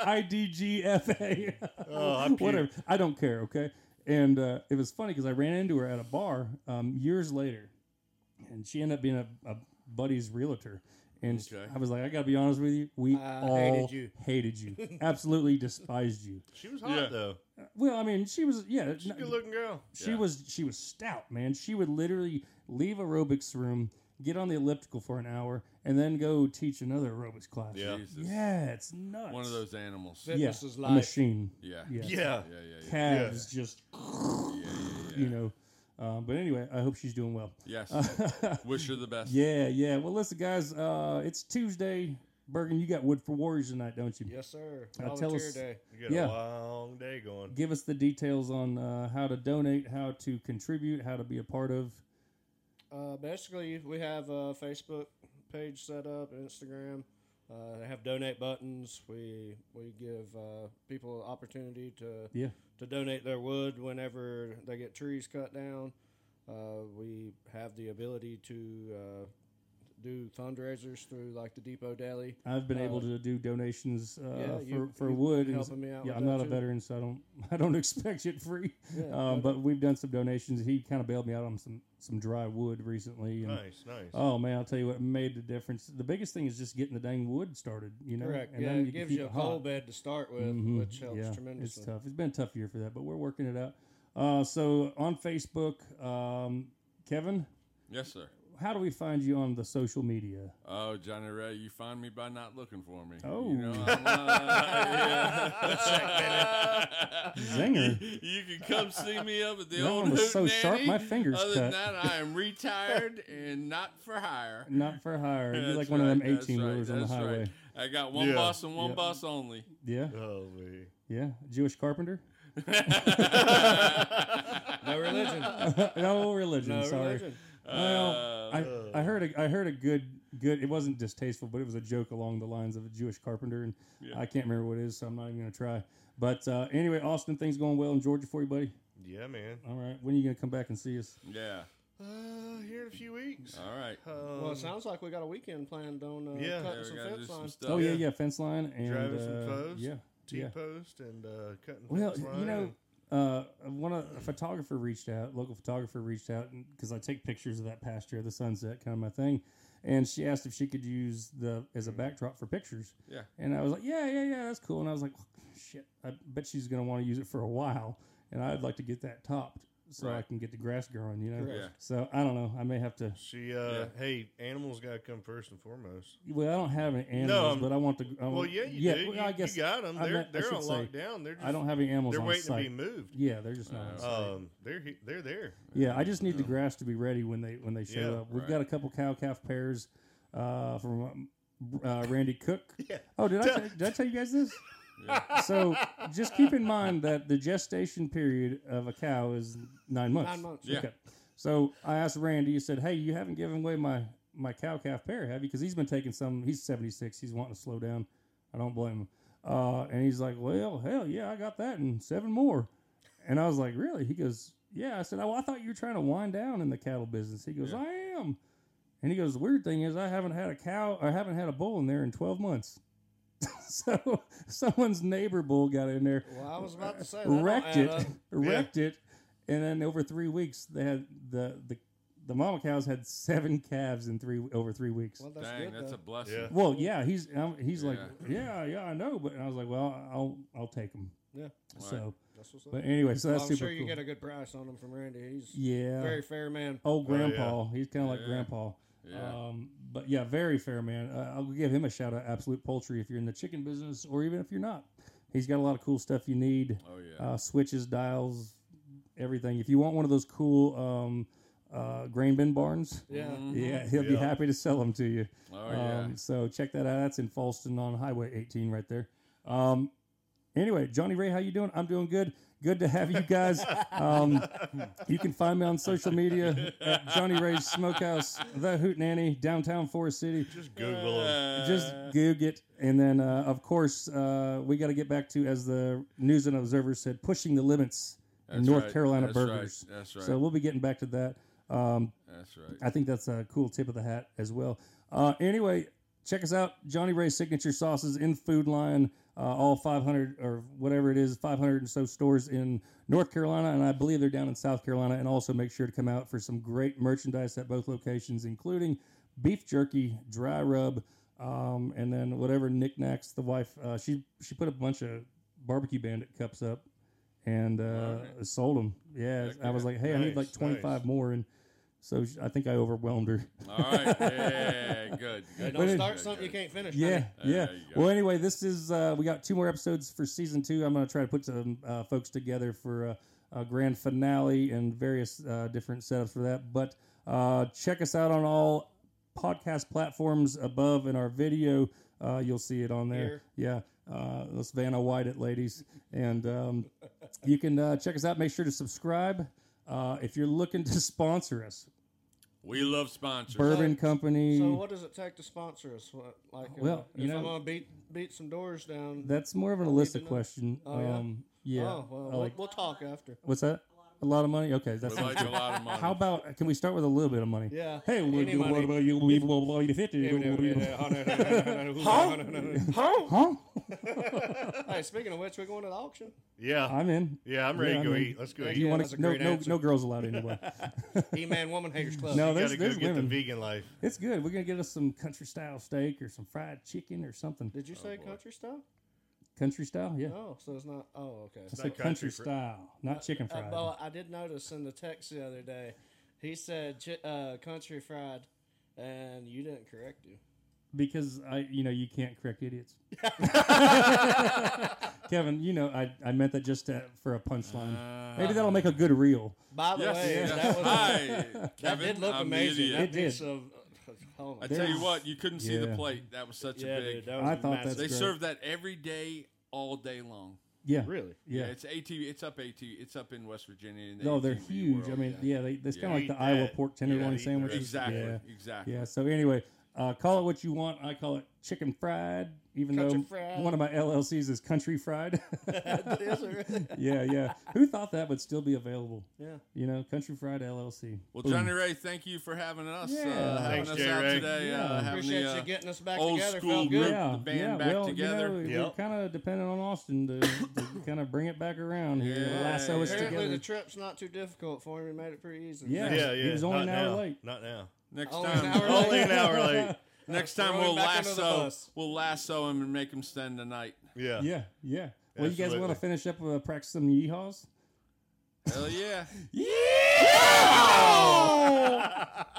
Speaker 1: IDGFA.
Speaker 3: oh, I'm
Speaker 1: Whatever. I don't care. Okay. And uh, it was funny because I ran into her at a bar um, years later, and she ended up being a, a buddy's realtor. And she-
Speaker 4: Okay.
Speaker 1: I was like, I gotta be honest with you, we
Speaker 2: I
Speaker 1: all
Speaker 2: hated you.
Speaker 1: hated you, absolutely despised you.
Speaker 3: She was hot,
Speaker 4: Yeah.
Speaker 3: though.
Speaker 1: Well, I mean, she was yeah,
Speaker 3: She's a
Speaker 1: n-
Speaker 3: good looking girl.
Speaker 1: she
Speaker 4: Yeah.
Speaker 1: was she was stout, man. She would literally leave aerobics room, get on the elliptical for an hour, and then go teach another aerobics class.
Speaker 3: Yeah.
Speaker 4: Jesus.
Speaker 1: Yeah, it's nuts.
Speaker 4: One of those animals.
Speaker 2: Fit-
Speaker 1: Yeah,
Speaker 2: This is
Speaker 1: a
Speaker 2: life.
Speaker 1: machine.
Speaker 4: Yeah.
Speaker 1: Yeah.
Speaker 3: Yeah.
Speaker 4: Yeah, yeah, yeah.
Speaker 1: Calves just
Speaker 4: yeah, yeah,
Speaker 1: you
Speaker 4: yeah.
Speaker 1: know. Um, but anyway, I hope she's doing well.
Speaker 4: Yes. Wish her the best.
Speaker 1: yeah, yeah. Well, listen, guys, uh, it's Tuesday. Bergen, you got wood for warriors tonight, don't you?
Speaker 2: Yes, sir.
Speaker 1: Now
Speaker 2: Volunteer
Speaker 1: tell us-
Speaker 2: day.
Speaker 3: You got
Speaker 1: Yeah.
Speaker 3: a long day going.
Speaker 1: Give us the details on uh, how to donate, how to contribute, how to be a part of.
Speaker 2: Uh, basically, we have a Facebook page set up, Instagram. Uh, they have donate buttons. We we give uh, people opportunity to
Speaker 1: Yeah.
Speaker 2: to donate their wood whenever they get trees cut down. Uh, we have the ability to uh, do fundraisers through like the Depot Deli.
Speaker 1: I've been able
Speaker 2: Uh,
Speaker 1: to do donations uh,
Speaker 2: yeah,
Speaker 1: for,
Speaker 2: you-
Speaker 1: for
Speaker 2: you've
Speaker 1: wood.
Speaker 2: been
Speaker 1: and-
Speaker 2: helping me out
Speaker 1: yeah,
Speaker 2: with
Speaker 1: I'm
Speaker 2: that
Speaker 1: not a
Speaker 2: too.
Speaker 1: veteran, so I don't I don't expect it free.
Speaker 2: Yeah,
Speaker 1: um,
Speaker 2: but-
Speaker 1: but we've done some donations. He kind of bailed me out on some some dry wood recently. And,
Speaker 3: Nice, nice.
Speaker 1: Oh man, I'll tell you what made the difference. The biggest thing is just getting the dang wood started. You know,
Speaker 2: correct.
Speaker 1: And
Speaker 2: yeah,
Speaker 1: then
Speaker 2: it
Speaker 1: can
Speaker 2: gives
Speaker 1: keep
Speaker 2: you a
Speaker 1: it hot.
Speaker 2: coal bed to start with,
Speaker 1: Mhm,
Speaker 2: which helps
Speaker 1: yeah,
Speaker 2: tremendously.
Speaker 1: It's tough. It's been a tough year for that, but we're working it out. Uh, so on Facebook, um, Kevin,
Speaker 4: Yes, sir.
Speaker 1: how do we find you on the social media?
Speaker 4: Oh, Johnny Ray, you find me by not looking for me.
Speaker 1: Oh.
Speaker 4: you know, I'm, uh, yeah.
Speaker 1: Zinger.
Speaker 4: You, you can come see me up at the
Speaker 1: That
Speaker 4: old
Speaker 1: one was
Speaker 4: Hoot
Speaker 1: so sharp,
Speaker 4: Nanny.
Speaker 1: my fingers
Speaker 4: Other
Speaker 1: cut.
Speaker 4: than that, I am retired and not for hire.
Speaker 1: Not for hire. You're
Speaker 4: That's
Speaker 1: like one of them
Speaker 4: right, that's
Speaker 1: 18 wheelers
Speaker 4: right,
Speaker 1: on the
Speaker 4: that's
Speaker 1: highway.
Speaker 4: right. I got one
Speaker 3: Yeah.
Speaker 4: bus and one
Speaker 1: Yeah.
Speaker 4: bus only.
Speaker 1: Yeah,
Speaker 3: Oh, man.
Speaker 1: yeah. Jewish carpenter.
Speaker 2: No religion.
Speaker 1: no religion.
Speaker 2: no
Speaker 1: sorry.
Speaker 2: religion.
Speaker 1: Well,
Speaker 4: Uh,
Speaker 1: I, I heard a, I heard a good good. It wasn't distasteful, but it was a joke along the lines of a Jewish carpenter, and
Speaker 4: Yeah.
Speaker 1: I can't remember what it is, so I'm not even gonna try. But uh, anyway, Austin, things going well in Georgia for you, buddy.
Speaker 3: Yeah, man.
Speaker 1: All right, when are you gonna come back and see us?
Speaker 4: yeah.
Speaker 3: Uh, here in a few weeks.
Speaker 4: All right.
Speaker 3: Um,
Speaker 2: Well, it sounds like we got a weekend planned on uh,
Speaker 3: Yeah.
Speaker 4: Yeah,
Speaker 2: cutting
Speaker 4: we
Speaker 2: some
Speaker 4: gotta do
Speaker 2: fence
Speaker 4: some
Speaker 2: line.
Speaker 4: stuff.
Speaker 1: oh yeah,
Speaker 3: yeah.
Speaker 1: yeah, fence line and
Speaker 3: Driving some
Speaker 1: uh,
Speaker 3: toes,
Speaker 1: Yeah, yeah.
Speaker 3: T-post and uh, cutting
Speaker 1: Well,
Speaker 3: fence
Speaker 1: you
Speaker 3: line
Speaker 1: know,
Speaker 3: and-
Speaker 1: uh, one of, a photographer reached out, local photographer reached out because I take pictures of that pasture, the sunset, kind of my thing, and she asked if she could use the as a backdrop for pictures.
Speaker 4: Mm. Yeah.
Speaker 1: and I was like, yeah, yeah, yeah, that's cool. And I was like, shit, I bet she's gonna want to use it for a while, and I'd like to get that topped so I
Speaker 4: Right.
Speaker 1: can get the grass growing, you know.
Speaker 2: Correct.
Speaker 4: Yeah.
Speaker 1: So I don't know. I may have to.
Speaker 3: She, uh,
Speaker 4: Yeah.
Speaker 3: hey, animals got to come first and foremost.
Speaker 1: Well, I don't have any animals,
Speaker 3: I'm-
Speaker 1: but I want to. I want,
Speaker 3: Well, yeah, you do.
Speaker 1: well,
Speaker 3: you,
Speaker 1: I guess
Speaker 3: you got them.
Speaker 1: I
Speaker 3: They're,
Speaker 1: meant- I
Speaker 3: they're
Speaker 1: should
Speaker 3: on
Speaker 1: say,
Speaker 3: lockdown. They're just,
Speaker 1: I don't have any animals
Speaker 3: They're
Speaker 1: on
Speaker 3: waiting
Speaker 1: site.
Speaker 3: to be moved.
Speaker 1: Yeah, they're just not. on
Speaker 4: Uh,
Speaker 1: site.
Speaker 3: Um, they're he- they're there.
Speaker 1: Yeah, I just need the
Speaker 4: Yeah.
Speaker 1: grass to be ready when they when they show
Speaker 3: Yeah,
Speaker 1: up. We've
Speaker 4: right.
Speaker 1: got a couple cow calf pairs uh, from um, uh, Randy Cook.
Speaker 3: Yeah.
Speaker 1: Oh, did I tell, did I tell you guys this?
Speaker 4: Yeah.
Speaker 1: So just keep in mind that the gestation period of a cow is nine months.
Speaker 2: Nine months.
Speaker 4: Yeah.
Speaker 1: Okay. So I asked Randy. He said, "Hey, you haven't given away my my cow calf pair, have you? Because he's been taking some. He's seventy six. He's wanting to slow down. I don't blame him. Uh, and he's like, "Well, hell yeah, I got that and seven more." And I was like, "Really?" He goes, "Yeah." I said, "Oh, I thought you were trying to wind down in the cattle business." He goes,
Speaker 4: Yeah.
Speaker 1: "I am." And he goes, "The weird thing is, I haven't had a cow. I haven't had a bull in there in twelve months." so someone's neighbor bull got in there
Speaker 2: Well, I was about to say that don't
Speaker 1: wrecked
Speaker 2: add
Speaker 1: it,
Speaker 2: up.
Speaker 1: wrecked it, and then over three weeks they had the the the mama cows had seven calves in three over three weeks.
Speaker 2: Well, that's
Speaker 4: Dang,
Speaker 2: good.
Speaker 4: that's a
Speaker 2: though.
Speaker 4: blessing.
Speaker 3: Yeah.
Speaker 1: Well, yeah, he's um, he's like, yeah,
Speaker 4: Yeah.
Speaker 1: yeah, I know, but and I was like, well, I'll I'll take them.
Speaker 2: Yeah.
Speaker 1: So,
Speaker 2: That's what's up.
Speaker 1: but anyway, so that's
Speaker 2: Well, I'm
Speaker 1: super
Speaker 2: sure you
Speaker 1: cool.
Speaker 2: get a good price on them from Randy. He's
Speaker 1: yeah,
Speaker 2: a very fair man.
Speaker 1: old
Speaker 3: Oh, yeah.
Speaker 1: grandpa. He's kind of like
Speaker 4: Yeah.
Speaker 1: grandpa.
Speaker 4: Yeah.
Speaker 2: uh,
Speaker 1: Um, but yeah, very fair man. Uh, I'll give him a shout out. Absolute poultry, if you're in the chicken business, or even if you're not, he's got a lot of cool stuff you need.
Speaker 4: oh yeah.
Speaker 1: uh, switches, dials, everything. If you want one of those cool um, uh, grain bin barns,
Speaker 2: Mm-hmm. Yeah.
Speaker 4: Mhm.
Speaker 1: yeah, he'll be
Speaker 3: Yeah.
Speaker 1: happy to sell them to you.
Speaker 4: Oh yeah.
Speaker 1: um, so check that out. That's in Falston on Highway 18 right there. Um, Anyway, Johnny Ray, how you doing? I'm doing good. Good to have you guys. Um, you can find me on social media at Johnny Ray's Smokehouse, The Hoot Nanny, downtown Forest City.
Speaker 3: Just Google them.
Speaker 4: Uh,
Speaker 1: Just Google it. And then, uh, of course, uh, we got to get back to, as the News and Observer said, pushing the limits in
Speaker 4: That's
Speaker 1: North
Speaker 4: right.
Speaker 1: Carolina
Speaker 4: That's right.
Speaker 1: burgers.
Speaker 4: That's right.
Speaker 1: So we'll be getting back to that. Um,
Speaker 4: That's right.
Speaker 1: I think that's a cool tip of the hat as well. Uh, anyway, check us out. Johnny Ray's signature sauces in Food Line, uh, all 500 or whatever it is, 500 and so stores in North Carolina, and I believe they're down in South Carolina. And also make sure to come out for some great merchandise at both locations, including beef jerky, dry rub, um, and then whatever knickknacks. The wife uh, she she put a bunch of barbecue bandit cups up and uh,
Speaker 4: Alright.
Speaker 1: sold them. Yeah,
Speaker 4: Heck
Speaker 1: I was
Speaker 4: yeah.
Speaker 1: like, hey, I need
Speaker 3: Nice,
Speaker 1: like 25
Speaker 3: nice.
Speaker 1: more and. So sh- I think I overwhelmed her.
Speaker 4: All right. Yeah. Good. good.
Speaker 2: Don't
Speaker 1: it-
Speaker 2: start something you can't finish.
Speaker 1: Yeah,
Speaker 2: honey.
Speaker 1: yeah.
Speaker 4: There you go.
Speaker 1: Well, anyway, this is uh, we got two more episodes for season two. I'm going to try to put some uh, folks together for uh, a grand finale and various uh, different setups for that. But uh, check us out on all podcast platforms above in our video. Uh, you'll see it on there. Yeah, uh, let's Vanna White it, ladies, and um, you can uh, check us out. Make sure to subscribe. Uh, if you're looking to sponsor us,
Speaker 4: We love sponsors.
Speaker 1: Bourbon Company.
Speaker 2: So what does it take to sponsor us? What, like, uh,
Speaker 1: Well, you
Speaker 2: if
Speaker 1: know-
Speaker 2: I'm gonna beat beat some doors down.
Speaker 1: That's more of an
Speaker 2: to
Speaker 1: illicit
Speaker 2: know.
Speaker 1: question.
Speaker 2: Oh, yeah?
Speaker 1: um, yeah.
Speaker 2: Oh well,
Speaker 1: I
Speaker 2: we'll,
Speaker 1: like-
Speaker 2: we'll talk after.
Speaker 1: what's that? A lot of money. Okay,
Speaker 4: We
Speaker 1: that's
Speaker 4: like a lot of money.
Speaker 1: how about? Can we start with a little bit of money?
Speaker 2: Yeah.
Speaker 1: Hey, what,
Speaker 2: Any
Speaker 1: what
Speaker 2: money.
Speaker 1: about you? We will blow you to fifty.
Speaker 2: hey,
Speaker 1: Huh?
Speaker 2: speaking of which, we're going to the auction.
Speaker 3: Yeah.
Speaker 1: I'm in.
Speaker 3: Yeah, I'm ready
Speaker 1: Yeah,
Speaker 3: to go
Speaker 1: I mean,
Speaker 3: eat. Let's go
Speaker 1: Do you
Speaker 3: eat.
Speaker 1: want
Speaker 2: that's
Speaker 1: to?
Speaker 2: a
Speaker 1: No,
Speaker 2: great
Speaker 1: no,
Speaker 2: answer.
Speaker 1: no girls allowed anyway.
Speaker 2: E-Man Woman Haters Club.
Speaker 1: No,
Speaker 3: Gotta
Speaker 1: there's,
Speaker 3: go
Speaker 1: there's
Speaker 3: get the
Speaker 1: women.
Speaker 3: vegan life.
Speaker 1: It's good. We're gonna get us some country style steak or some fried chicken or something.
Speaker 2: Did you say country style?
Speaker 1: Country style, yeah.
Speaker 2: Oh, so it's not. Oh, okay.
Speaker 1: I said
Speaker 3: not
Speaker 1: country,
Speaker 3: country fr-
Speaker 1: style, not chicken
Speaker 2: Uh,
Speaker 1: fried.
Speaker 2: well, I did notice in the text the other day, he said chi- uh, country fried, and you didn't correct you.
Speaker 1: because I, you know, you can't correct idiots. Kevin, you know, I, I meant that just to, for a punchline. Maybe that'll make a good reel.
Speaker 2: By the
Speaker 4: Uh, Yes.
Speaker 2: way,
Speaker 4: yes.
Speaker 2: that, was,
Speaker 4: Hi,
Speaker 2: that
Speaker 4: Kevin.
Speaker 2: did look
Speaker 4: I'm the
Speaker 2: amazing.
Speaker 4: idiot.
Speaker 2: That
Speaker 1: It did.
Speaker 2: piece of- oh my
Speaker 4: I tell you
Speaker 1: There's-
Speaker 4: what, you couldn't see
Speaker 1: Yeah.
Speaker 4: the plate. That was such
Speaker 2: yeah,
Speaker 4: a big.
Speaker 2: dude, that was
Speaker 1: I thought
Speaker 2: massive.
Speaker 1: that's great.
Speaker 4: they serve that every day, all day long.
Speaker 1: Yeah,
Speaker 2: really.
Speaker 1: yeah.
Speaker 4: it's ATV. It's up ATV. It's up in West Virginia. In the
Speaker 1: no, they're
Speaker 4: ATV
Speaker 1: huge. I
Speaker 4: world,
Speaker 1: mean, yeah, they, that's
Speaker 4: Yeah.
Speaker 1: kind of like
Speaker 3: Eat
Speaker 1: the Iowa
Speaker 3: that.
Speaker 1: pork tenderloin
Speaker 3: eat the
Speaker 1: sandwiches.
Speaker 3: rest.
Speaker 4: exactly,
Speaker 1: Yeah,
Speaker 4: exactly.
Speaker 1: yeah. So anyway, uh, call it what you want. I call it chicken fried, even
Speaker 2: Country
Speaker 1: though
Speaker 2: fried.
Speaker 1: one of my LLCs is country fried.
Speaker 2: Is it really?
Speaker 1: yeah, yeah. Who thought that would still be available?
Speaker 2: Yeah.
Speaker 1: You know, country fried LLC.
Speaker 4: Well,
Speaker 1: Boom.
Speaker 4: Johnny Ray, thank you for having us.
Speaker 1: Yeah.
Speaker 4: Uh, having
Speaker 3: Thanks,
Speaker 4: us
Speaker 3: Jay
Speaker 4: out
Speaker 3: Ray.
Speaker 4: today.
Speaker 1: Yeah.
Speaker 4: Uh, having
Speaker 2: Appreciate
Speaker 4: the, uh,
Speaker 2: you getting us back
Speaker 4: old
Speaker 2: together.
Speaker 4: school
Speaker 2: Felt good.
Speaker 4: group. the band back
Speaker 1: well,
Speaker 4: together.
Speaker 1: You know,
Speaker 3: Yep.
Speaker 1: We're kind of dependent on Austin to, to kind of bring it back around here,
Speaker 4: Yeah,
Speaker 1: lasso us
Speaker 2: Apparently
Speaker 1: together.
Speaker 2: the trip's not too difficult for him. He made it pretty easy.
Speaker 1: Yeah.
Speaker 3: Yeah, yeah.
Speaker 1: He was only an
Speaker 3: Not
Speaker 1: hour
Speaker 3: now.
Speaker 1: late.
Speaker 3: Not now.
Speaker 4: next
Speaker 1: Oh,
Speaker 2: Only
Speaker 4: time,
Speaker 2: an hour
Speaker 4: only-
Speaker 3: Only an hour late.
Speaker 4: next time
Speaker 2: Throwing
Speaker 4: we'll
Speaker 2: back under the
Speaker 4: lasso,
Speaker 2: bus.
Speaker 4: we'll lasso him and make him spend the night.
Speaker 3: Yeah.
Speaker 1: yeah, yeah. Well, you guys
Speaker 3: Absolutely.
Speaker 1: want to finish up with uh, practice some yeehaws?
Speaker 4: Hell yeah.
Speaker 1: Yeah!